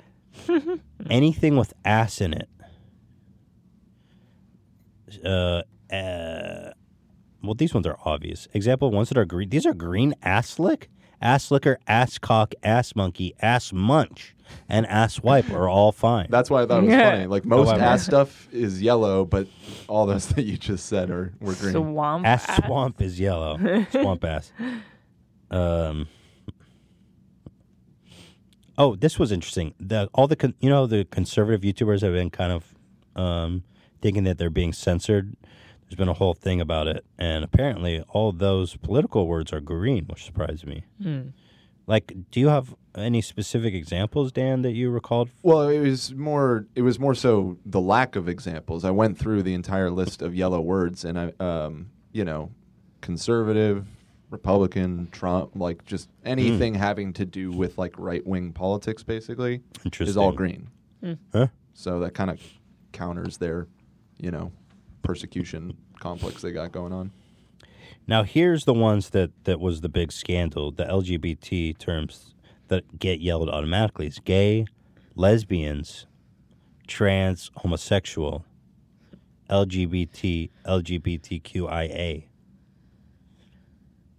Anything with ass in it. Uh, uh, well, these ones are obvious. Example ones that are green. These are green ass lick, ass licker, ass cock, ass monkey, ass munch, and ass wipe are all fine.
That's why I thought it was
Yeah.
funny. Like most
However-
ass stuff is yellow, but all those that you just said are were green.
Swamp
ass,
ass.
swamp is yellow. swamp ass. Um. Oh, this was interesting. The all the con- you know the conservative YouTubers have been kind of um, thinking that they're being censored. There's been a whole thing about it, and apparently all those political words are green, which surprised me.
Hmm.
Like, do you have any specific examples, Dan, that you recalled?
Well, it was more. It was more so the lack of examples. I went through the entire list of yellow words, and I, um, you know, conservative, Republican, Trump, like just anything having to do with like right wing politics, basically, is all
Interesting.
green.
Mm.
Huh?
So that kind of counters their, you know, persecution complex they got going on.
Now here's the ones that that was the big scandal. The LGBT terms that get yelled automatically is gay, lesbians, trans, homosexual, LGBT, LGBTQIA,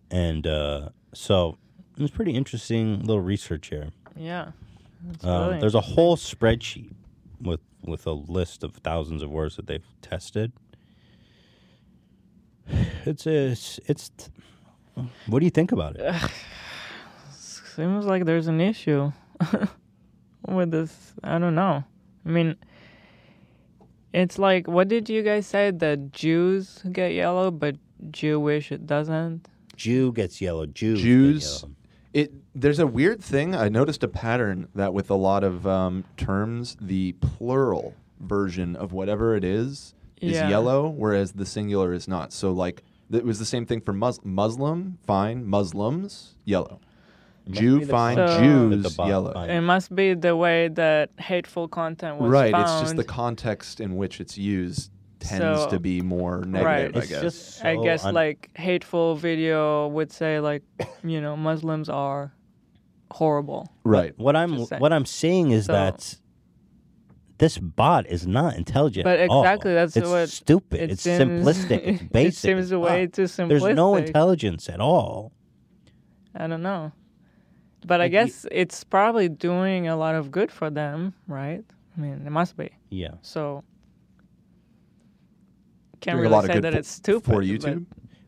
and uh, so it's pretty interesting little research here.
Yeah. That's
Um,
really
there's a whole spreadsheet with with a list of thousands of words that they've tested. It's it's, it's what do you think about it?
Seems like there's an issue with this. I don't know. I mean, it's like, what did you guys say? That Jews get yellow, but Jewish it doesn't?
Jew gets yellow. Jews. get
Jews.
yellow.
It there's a weird thing. I noticed a pattern that with a lot of um, terms, the plural version of whatever it is is
Yeah.
yellow, whereas the singular is not. So like it was the same thing for Mus- Muslim, fine, Muslims, yellow.
Must be
Jew,
the
fine,
bottom. So-
Jews,
At the bottom,
yellow.
fine.
It must be the way that hateful content was
Right.
found.
It's just the context in which it's used tends
So-
to be more
right.
negative. I
It's
guess.
just
I
so
guess
un-
like hateful video would say like, you know, Muslims are horrible.
right.
What I'm
Just saying.
what I'm saying is
So-
that this bot is not intelligent.
But
at all.
exactly, that's
it's
what
stupid.
it
it's
seems-
simplistic. It's
it
basic.
seems
it's
way
not-
too
There's no
simplistic.
intelligence at all.
I don't know. But I guess it's probably doing a lot of good for them, right? I mean, it must be.
Yeah.
So can't
Doing a
really
lot of
say
good
that
for-
it's stupid
for
but-
YouTube?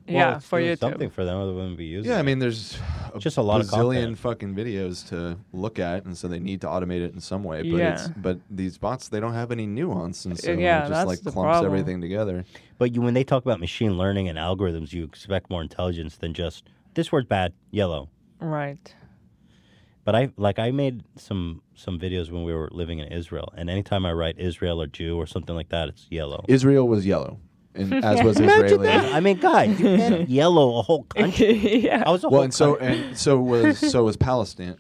yeah,
well, it's
for
doing
YouTube.
Something for them, otherwise we wouldn't be using.
Yeah, I
it.
mean, there's
Just a lot of
bazillion
content.
fucking videos to look at, and so they need to automate it in some way. But it's,
Yeah. Uh,
but these bots, they don't have any nuance, and so
yeah,
it just
that's
like
the
clumps
problem.
everything together.
But you, when they talk about machine learning and algorithms, you expect more intelligence than just this word's bad, yellow.
Right.
But I like I made some some videos when we were living in Israel, and anytime I write Israel or Jew or something like that, it's yellow.
Israel was yellow, and as was
Imagine
Israeli.
that. I mean, God, you can't yellow a whole country.
yeah.
I was a
Well,
whole
and so
country.
and so was so was Palestine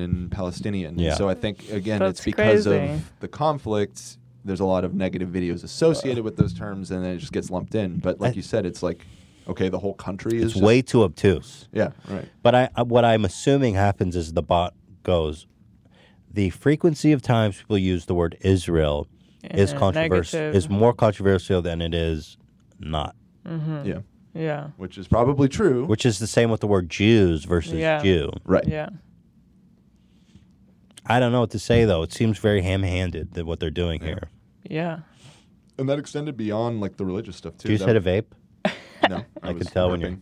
and Palestinian.
Yeah.
So I think again,
That's
it's because
crazy.
of the conflict. There's a lot of negative videos associated with those terms, and then it just gets lumped in. But like you said, it's like okay, the whole country is
it's
just-
way too obtuse.
yeah, right.
But I, I- what I'm assuming happens is the bot goes, the frequency of times people use the word Israel is
Yeah,
controversial
negative.
is more controversial than it is not.
Mhm.
Yeah.
Yeah.
Which is probably true.
Which is the same with the word Jews versus
yeah.
Jew.
Yeah.
I don't know what to say though. It seems very ham-handed that what they're doing here.
Yeah.
And that extended beyond like the religious stuff too.
Do you
That-
hit a vape?
No,
I, can tell when you.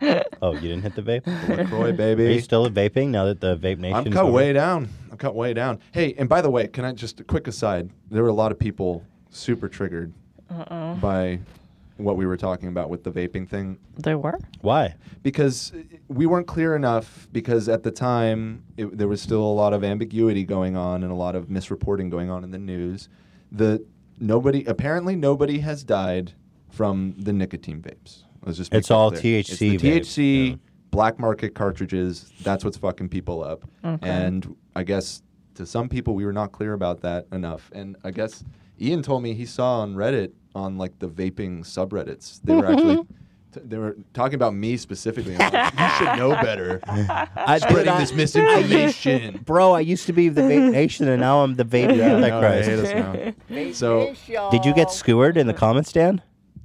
burping.
Oh, you didn't hit the vape.
The LaCroix, baby.
Are you still vaping now that the vape nation?
I'm cut way down. I'm cut way down. Hey, and by the way, can I just a quick aside? There were a lot of people super triggered
Uh-oh.
by what we were talking about with the vaping thing.
They were?
Why?
Because uh, we weren't clear enough. Because at the time, it, there was still a lot of ambiguity going on and a lot of misreporting going on in the news. The nobody apparently nobody has died from the nicotine vapes. Let's just make
It's
that
all
clear. It's
THC
the
vape,
THC black market cartridges. That's what's fucking people up.
Okay.
And I guess to some people we were not clear about that enough. And I guess Ian told me he saw on Reddit on like the vaping subreddits they were actually. T- they were talking about me specifically. and I'm like, you should know better. spreading this misinformation.
bro. I used to be the vape nation, and now I'm the vape
Yeah, I know, I
Antichrist.
hate us now. So-
did you get skewered in the comments, Dan?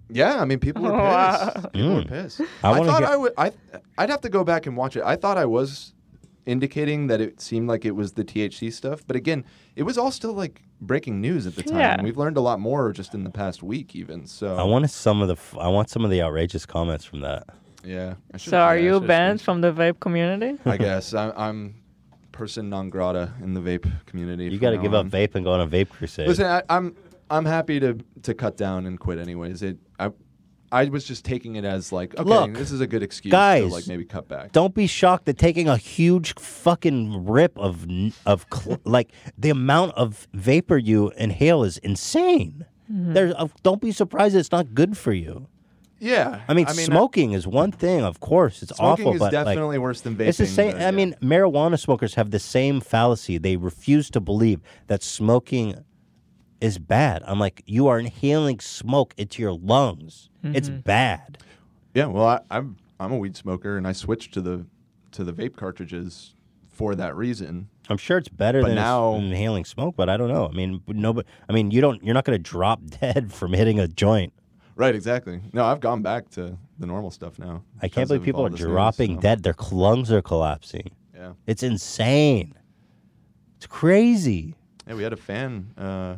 Yeah, I mean, people were
Wow.
pissed. People were
Mm.
pissed.
I
I,
wanna
thought
hear-
I would. I, I'd have to go back and watch it. I thought I was indicating that it seemed like it was the THC stuff, but again, it was all still like breaking news at the time.
Yeah.
And we've learned a lot more just in the past week, even. So
I want some of the. f- I want some of the outrageous comments from that.
Yeah. I should've-
So are
yeah, I
you
should've-
banned from the vape community?
I guess I'm, I'm person non grata in the vape community.
You
from
got to
now
give
on.
up vape and go on a vape crusade.
Listen, I, I'm I'm happy to to cut down and quit anyways. It I I was just taking it as like okay,
Look,
this is a good excuse to
guys,
like maybe cut back.
Don't be shocked at taking a huge fucking rip of n- of cl- like the amount of vapor you inhale is insane.
Mm-hmm.
There's uh, don't be surprised it's not good for you.
Yeah,
I mean,
I mean, uh,
smoking is one thing, of course, it's
Smoking
awful,
is
but like,
definitely worse than
It's the
vaping, uh,
same.
but,
I mean, marijuana smokers have the same fallacy. They refuse to believe that smoking is bad. I'm like, you are inhaling smoke into your lungs. It's
Mhm.
bad.
Yeah, well, I, I'm I'm a weed smoker, and I switched to the to the vape cartridges for that reason.
I'm sure it's better
But
than
now-
now, inhaling smoke, but I don't know. I mean, nobody. I mean, you don't. You're not going to drop dead from hitting a joint.
Right, exactly. No, I've gone back to the normal stuff now.
I can't
because
believe
of
people
all
are
this news,
dropping
so.
dead. Their cl- lungs are collapsing.
Yeah.
it's insane. It's crazy.
Yeah, we had a fan uh,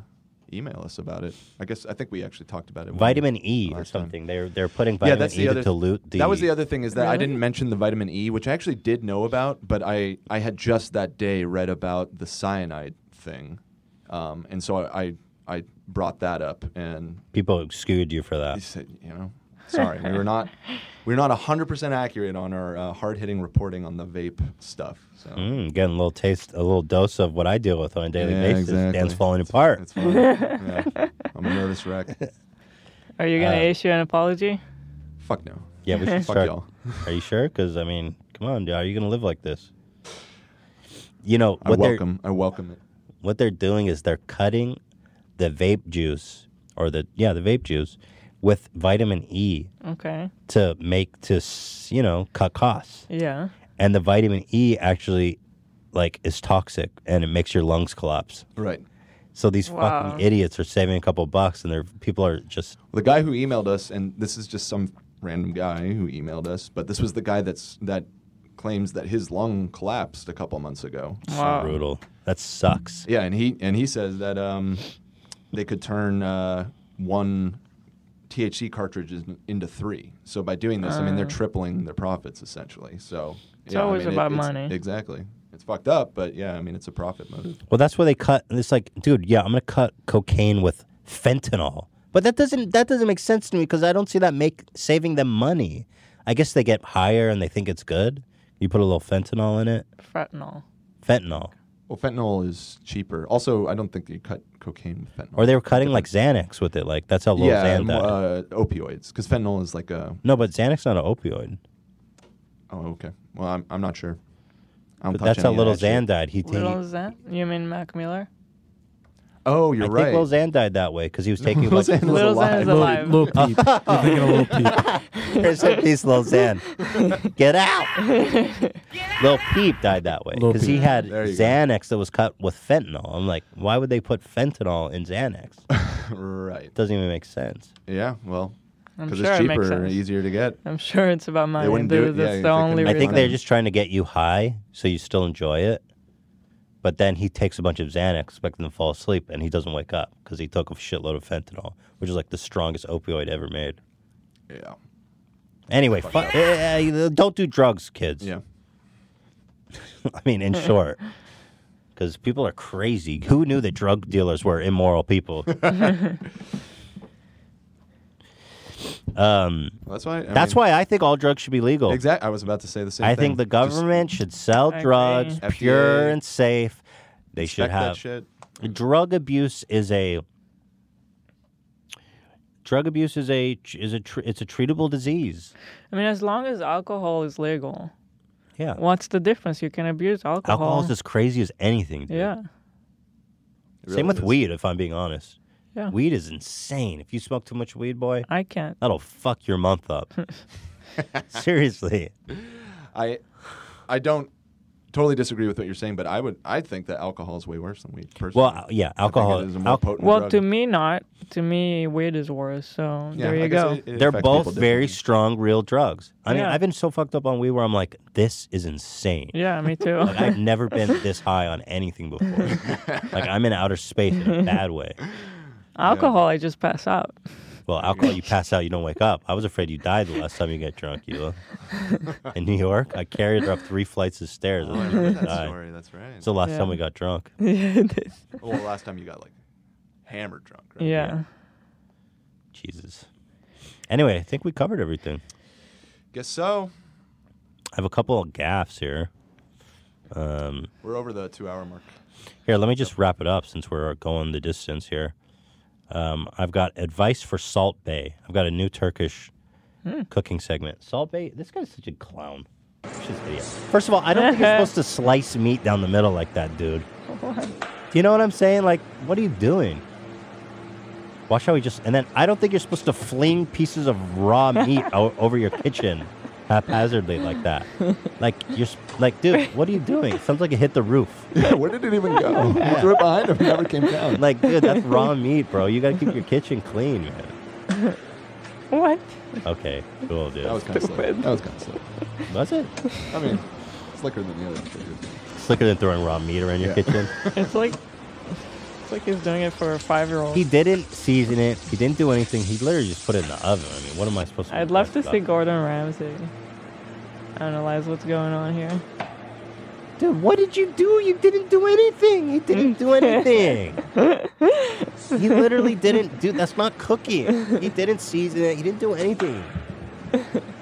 email us about it. I guess I think we actually talked about it. when
Vitamin
we-
E or
Hmm. last time.
something. They're they're putting vitamin E to dilute the.
That was the other thing is that I
Really?
didn't mention the vitamin E, which I actually did know about, but I I had just that day read about the cyanide thing, um, and so I, I I brought that up and
People skewed you for that.
you know, sorry, we were not we are not hundred percent accurate on our uh, hard hitting reporting on the vape stuff. So
Mm, getting a little taste, a little dose of what I deal with on a daily
Yeah,
basis.
exactly.
Dan's falling apart.
it's fine. Yeah. I'm a nervous wreck.
Are you gonna
Uh,
issue an apology?
Fuck no.
Yeah, we should
Fuck
start.
y'all.
Are you sure? Because I mean, come on, dude, are you gonna live like this? You know,
I
what they're-
welcome- I welcome it.
What they're doing is they're cutting the vape juice or the yeah the vape juice with vitamin E
Okay.
to make to s- you know cut costs.
Yeah.
And the vitamin E actually like is toxic and it makes your lungs collapse.
Right.
So these
Wow.
fucking idiots are saving a couple bucks and they're people are just
the guy who emailed us, and this is just some random guy who emailed us, but this was the guy that's that claims that his lung collapsed a couple months ago.
Uh.
Wow. brutal. That sucks.
Yeah, and he and he says that um, they could turn uh, one THC cartridge in- into three. So by doing this, I mean they're
Uh.
tripling their profits essentially. So
It's
yeah, I
always
mean,
about
it's-
money.
Exactly. It's fucked up, but yeah, I mean it's a profit motive.
Well, that's where they cut. and It's like, dude, yeah, I'm gonna cut cocaine with fentanyl, but that doesn't that doesn't make sense to me because I don't see that make saving them money. I guess they get higher and they think it's good. You put a little fentanyl in it,
Fentanyl.
fentanyl,
Well, fentanyl is cheaper. Also, I don't think you cut cocaine with fentanyl.
or they were cutting like Xanax with it. Like that's how low
yeah,
Xan
mo-
died.
uh, opioids, because fentanyl is like a
no, but Xanax not an opioid.
Oh, okay. Well, I'm, I'm not sure. I don't
But
touch
that's how
any of
little
that shit.
Xan died. He, he
Little Zan? You mean Mac Miller?
Oh, you're
I
right.
think Lil Xan died that way because he was taking
Lil
like
Xan is Lil Xan is alive. alive. Lil- Lil Peep. You're thinking of Lil Peep.
Rest in peace, Lil Xan. Get out. Lil Peep died that way
Lil
because he
Peep.
had
There you go.
Xanax that was cut with fentanyl. I'm like, why would they put fentanyl in Xanax?
right.
Doesn't even make sense.
Yeah. Well,
I'm
'Cause
sure
it's
it makes
cheaper,
sense.
easier to get.
I'm sure it's about money.
wouldn't do it-
Dude,
yeah,
That's
if they
the
can
only
make
I
reason.
think they're just trying to get you high so you still enjoy it. But then he takes a bunch of Xanax, expecting to fall asleep, and he doesn't wake up because he took a shitload of fentanyl, which is like the strongest opioid ever made.
Yeah.
Anyway, fu- eh, eh, eh, don't do drugs, kids.
Yeah.
I mean, in short, because people are crazy. Who knew that drug dealers were immoral people? um,
That's why- I
that's
mean-
why I think all drugs should be legal.
Exact. I was about to say the same.
I
thing.
think the government should sell
I
drugs
agree.
pure
FDA,
and safe. They should
inspect that
have
shit.
drug abuse is a drug abuse is a is a tr- it's a treatable disease.
I mean, as long as alcohol is legal,
Yeah.
what's the difference? You can abuse alcohol.
Alcohol is as crazy as anything. dude.
yeah,
Same
really
with
is.
weed, if I'm being honest.
Yeah.
Weed is insane. If you smoke too much weed, boy,
I can't.
That'll fuck your month up. Seriously.
I I don't totally disagree with what you're saying, but I would I think that alcohol is way worse than weed. Personally.
Well, uh, yeah,
I think it
alcohol-
is a more
al-
potent
Well,
drug.
to me, not. To me, weed is worse. So
Yeah,
there
I
you
guess
go.
it- it
They're
affects people
both very strong, real drugs. I mean,
Yeah.
I've been so fucked up on weed where I'm like, this is insane.
Yeah, me too.
like, I've never been this high on anything before. like, I'm in outer space in a bad way.
Alcohol, I just pass out.
Well, alcohol, you pass out, you don't wake up. I was afraid you died the last time you got drunk, you. In New York, I carried her up three flights of stairs.
Oh, I
and
remember
she
that
died.
story. That's right.
It's the last
Yeah.
time we got drunk.
Yeah, it is.
Well, last time you got like hammered drunk. Right?
Yeah.
Jesus. Anyway, I think we covered everything.
Guess so.
I have a couple of gaffes here. Um,
We're over the two hour mark.
Here, let me just wrap it up since we're going the distance here. Um, I've got advice for Salt Bay. I've got a new Turkish cooking segment. Salt Bay, this guy's such a clown. Watch this video. First of all, I don't think you're supposed to slice meat down the middle like that, dude. Do you know what I'm saying? Like, what are you doing? Watch how he just. And then I don't think you're supposed to fling pieces of raw meat o- over your kitchen haphazardly like that. Like you're s- like, dude, what are you doing? sounds like it hit the roof.
Yeah, where did it even go?
Yeah.
We threw it behind him. Never came down.
Like, dude, that's raw meat, bro. You gotta keep your kitchen clean, man.
What?
Okay, cool, dude.
That was kind of slow. That was kind of slow.
Was it?
I mean, slicker than the other. one.
Slicker than throwing raw meat around your
Yeah.
kitchen.
It's like it's like he's doing it for a five-year-old.
He didn't season it. He didn't do anything. He literally just put it in the oven. I mean, what am I supposed to?
I'd
be
love to
impressed
see
about?
Gordon Ramsay analyze what's going on here.
Dude, what did you do? You didn't do anything. He didn't do anything. he literally didn't do. That's not cooking. He didn't season it. He didn't do anything.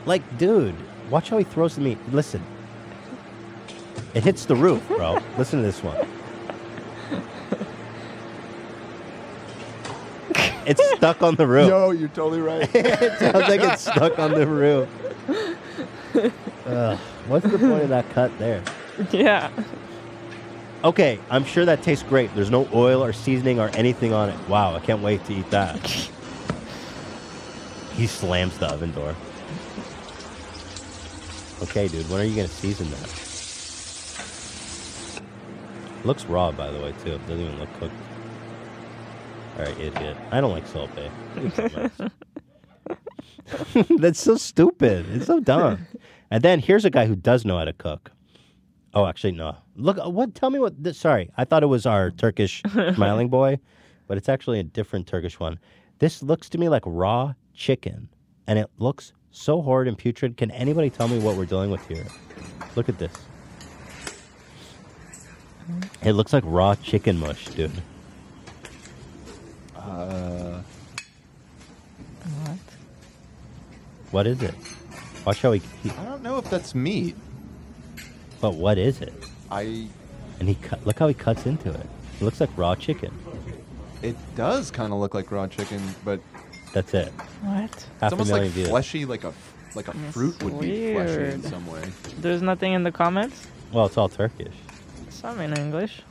Like, dude, watch how he throws the meat. Listen, it hits the roof, bro. Listen to this one. It's stuck on the roof.
Yo, you're totally right.
it sounds like it's stuck on the roof. Ugh, what's the point of that cut there?
Yeah.
Okay, I'm sure that tastes great. There's no oil or seasoning or anything on it. Wow, I can't wait to eat that. he slams the oven door. Okay, dude, when are you gonna season that? Looks raw, by the way, too. It doesn't even look cooked. All right, idiot. I don't like salt bay. That's so stupid. It's so dumb. And then here's a guy who does know how to cook. Oh, actually, no. Look, uh, what? Tell me what. This, sorry, I thought it was our Turkish smiling boy, but it's actually a different Turkish one. This looks to me like raw chicken, and it looks so horrid and putrid. Can anybody tell me what we're dealing with here? Look at this. It looks like raw chicken mush, dude. Uh,
What?
what is it? Watch how he. he
I don't know if that's meat.
but what is it?
I.
And he cut. Look how he cuts into it. It looks like raw chicken.
It does kind of look like raw chicken, but
That's it.
What?
it's
Half a
almost
million
like
views.
fleshy, like a like a fruit would be fleshy in
Weird.
some way.
There's nothing in the comments.
Well, it's all Turkish.
Some in English.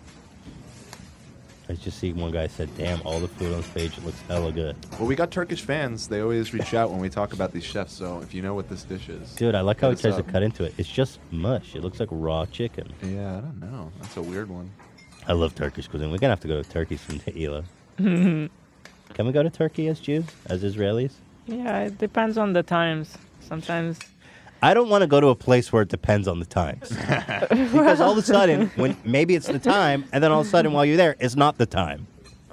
I just see one guy said, "Damn, all the food on this page looks hella good."
Well, we got Turkish fans. They always reach out when we talk about these chefs. So if you know what this dish is,
Dude, I like how he
hit
tries
us
to
up.
cut into it. It's just mush. It looks like raw chicken.
Yeah, I don't know. That's a weird one.
I love Turkish cuisine. We're gonna have to go to Turkey someday, Ela.
yeah.
Can we go to Turkey as Jews, as Israelis?
Yeah, it depends on the times. Sometimes
I don't want to go to a place where it depends on the times. because all of a sudden, when maybe it's the time, and then all of a sudden while you're there, it's not the time.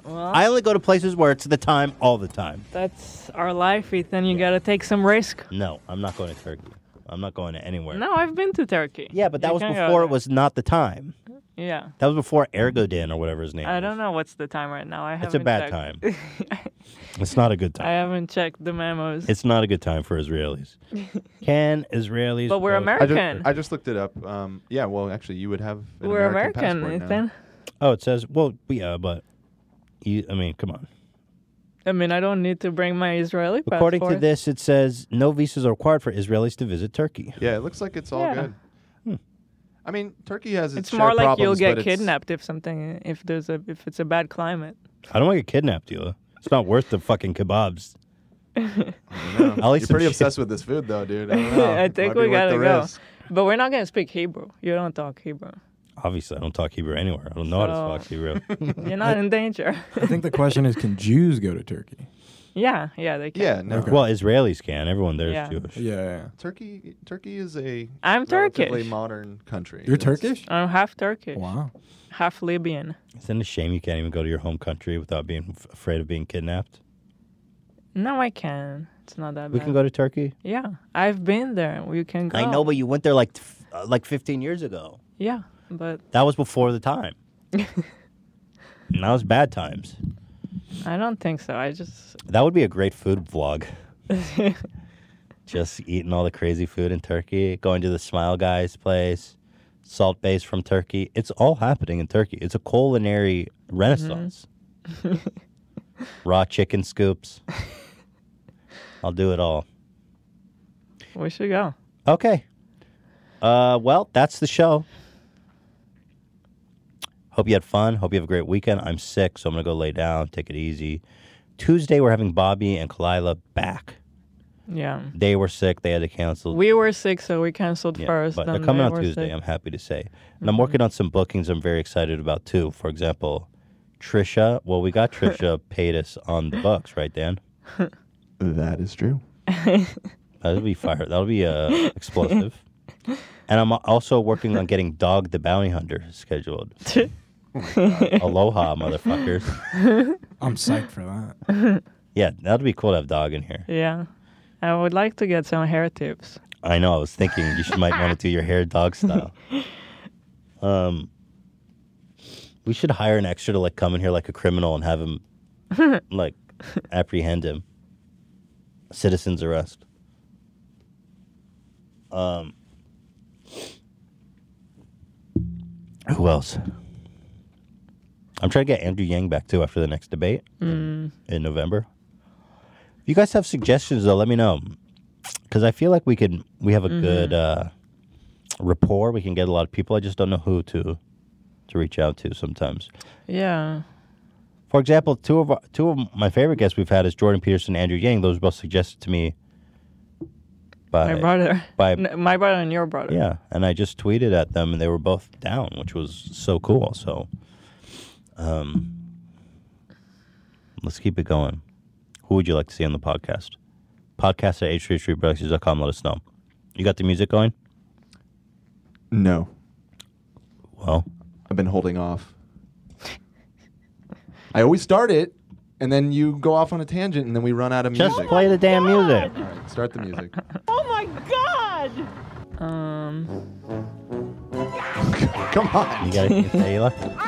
well,
I only go to places where it's the time all the time.
that's our life, Ethan. You gotta take some risk.
No, I'm not going to Turkey. I'm not going to anywhere.
No, I've been to Turkey.
Yeah, but that was before it was not the time.
Yeah.
That was before Ergodan or whatever his name.
I
is.
don't know what's the time right now. I
It's
haven't
a bad
checked.
It's not a good time.
I haven't checked the memos.
It's not a good time for Israelis. Can Israelis?
But we're
vote?
I just, I just looked it up. Um, yeah, well, actually, you would have. An
We're
American,
American,
passport now.
Ethan.
Oh, it says. Well, yeah, but you. I mean, come on.
I mean, I don't need to bring my Israeli
According
passport.
to this, it says no visas are required for Israelis to visit Turkey.
Yeah, it looks like it's all
Yeah.
good.
Hmm.
I mean, Turkey has its,
it's more
share
like you'll
problems,
get
but it's-
kidnapped if something if there's a if it's a bad climate.
I don't want to get kidnapped, Hila. It's not worth the fucking kebabs.
I don't know.
At least
You're pretty
some
obsessed with this food, though, dude. I, don't know.
I think
Oh, Might be
we
worth
gotta
the
go.
risk.
But we're not gonna speak Hebrew. You don't talk Hebrew.
Obviously, I don't talk Hebrew anywhere. I don't know how to talk
So-
Hebrew.
You're not in danger.
I think the question is, can Jews go to Turkey?
yeah, yeah, they can.
Well, Israelis can. Everyone there is
Yeah.
Jewish.
Yeah.
Turkey, Turkey is a
I'm
relatively
Turkish.
modern country.
You're
It's-
Turkish?
I'm half Turkish.
Wow.
Half Libyan.
Isn't it a shame you can't even go to your home country without being f- afraid of being kidnapped?
No, I can. It's not that bad.
We can go to Turkey.
Yeah, I've been there. You can go.
I know, but you went there like f- uh, like 15 years ago.
Yeah, but
That was before the time. and that was bad times.
I don't think so. I just
That would be a great food vlog. Just eating all the crazy food in Turkey, going to the Smile Guys place, salt base from Turkey. It's all happening in Turkey. It's a culinary renaissance. Raw chicken scoops. I'll do it all.
we should go.
Okay. Uh, well, that's the show. Hope you had fun. Hope you have a great weekend. I'm sick, so I'm gonna go lay down, take it easy. Tuesday, we're having Bobby and Kalila back.
Yeah,
They were sick; they had to cancel.
we were sick, so we canceled
Mm. Yeah,
first.
but they're
then
coming
they
on
were
Tuesday.
sick. Mm-hmm.
I'm happy to say, and I'm working on some bookings. I'm very excited about too. For example, Trisha. Well, we got Trisha Paytas on the Bucks, right, Dan?
That is true.
That'll be fire. That'll be uh, explosive. And I'm also working on getting Dog the Bounty Hunter scheduled. Aloha, motherfuckers.
I'm psyched for that.
Yeah, that'd be cool to have Dog in here.
Yeah, I would like to get some hair tips.
I know. I was thinking you should, might want to do your hair dog style. Um, we should hire an extra to like come in here like a criminal and have him like apprehend him. Citizens arrest. Um, who else? I'm trying to get Andrew Yang back too after the next debate
Mm.
in November. If you guys have suggestions though, let me know because I feel like we can we have a good uh, rapport. We can get a lot of people. I just don't know who to to reach out to sometimes.
Yeah,
For example, two of our, two of my favorite guests we've had is Jordan Peterson, and Andrew Yang. Those were both suggested to me by
my brother.
By
N- my brother and your brother.
yeah, and I just tweeted at them, and they were both down, which was so cool. So, um, let's keep it going. Who would you like to see on the podcast? Podcast at h33productions.com. Let us know. You got the music going?
No,
Well,
I've been holding off. I always start it, and then you go off on a tangent, and then we run out of
Just
music.
play the damn music.
All right, start the music.
Oh my god!
Um,
Come on.
You got anything to say, Ela?
Well,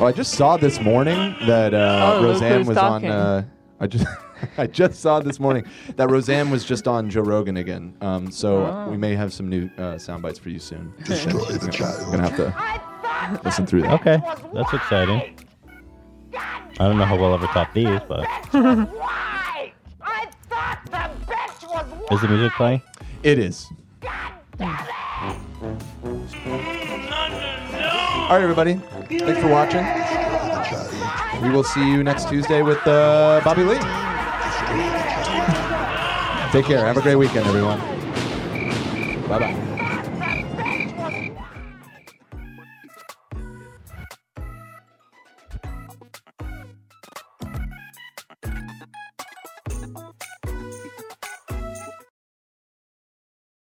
Oh, I just saw this morning that uh,
Oh, look
Roseanne
who's
was
talking.
on. Uh, I just I just saw this morning that Roseanne was just on Joe Rogan again. Um, so
Oh.
we may have some new uh, sound bites for you soon. Destroy the child. Gonna have to listen through that.
Okay, that's exciting. I don't know how well I'll ever top these, but is the music playing?
It is. All right, everybody. Thanks for watching. We will see you next Tuesday with uh, Bobby Lee. Take care. Have a great weekend, everyone. Bye bye.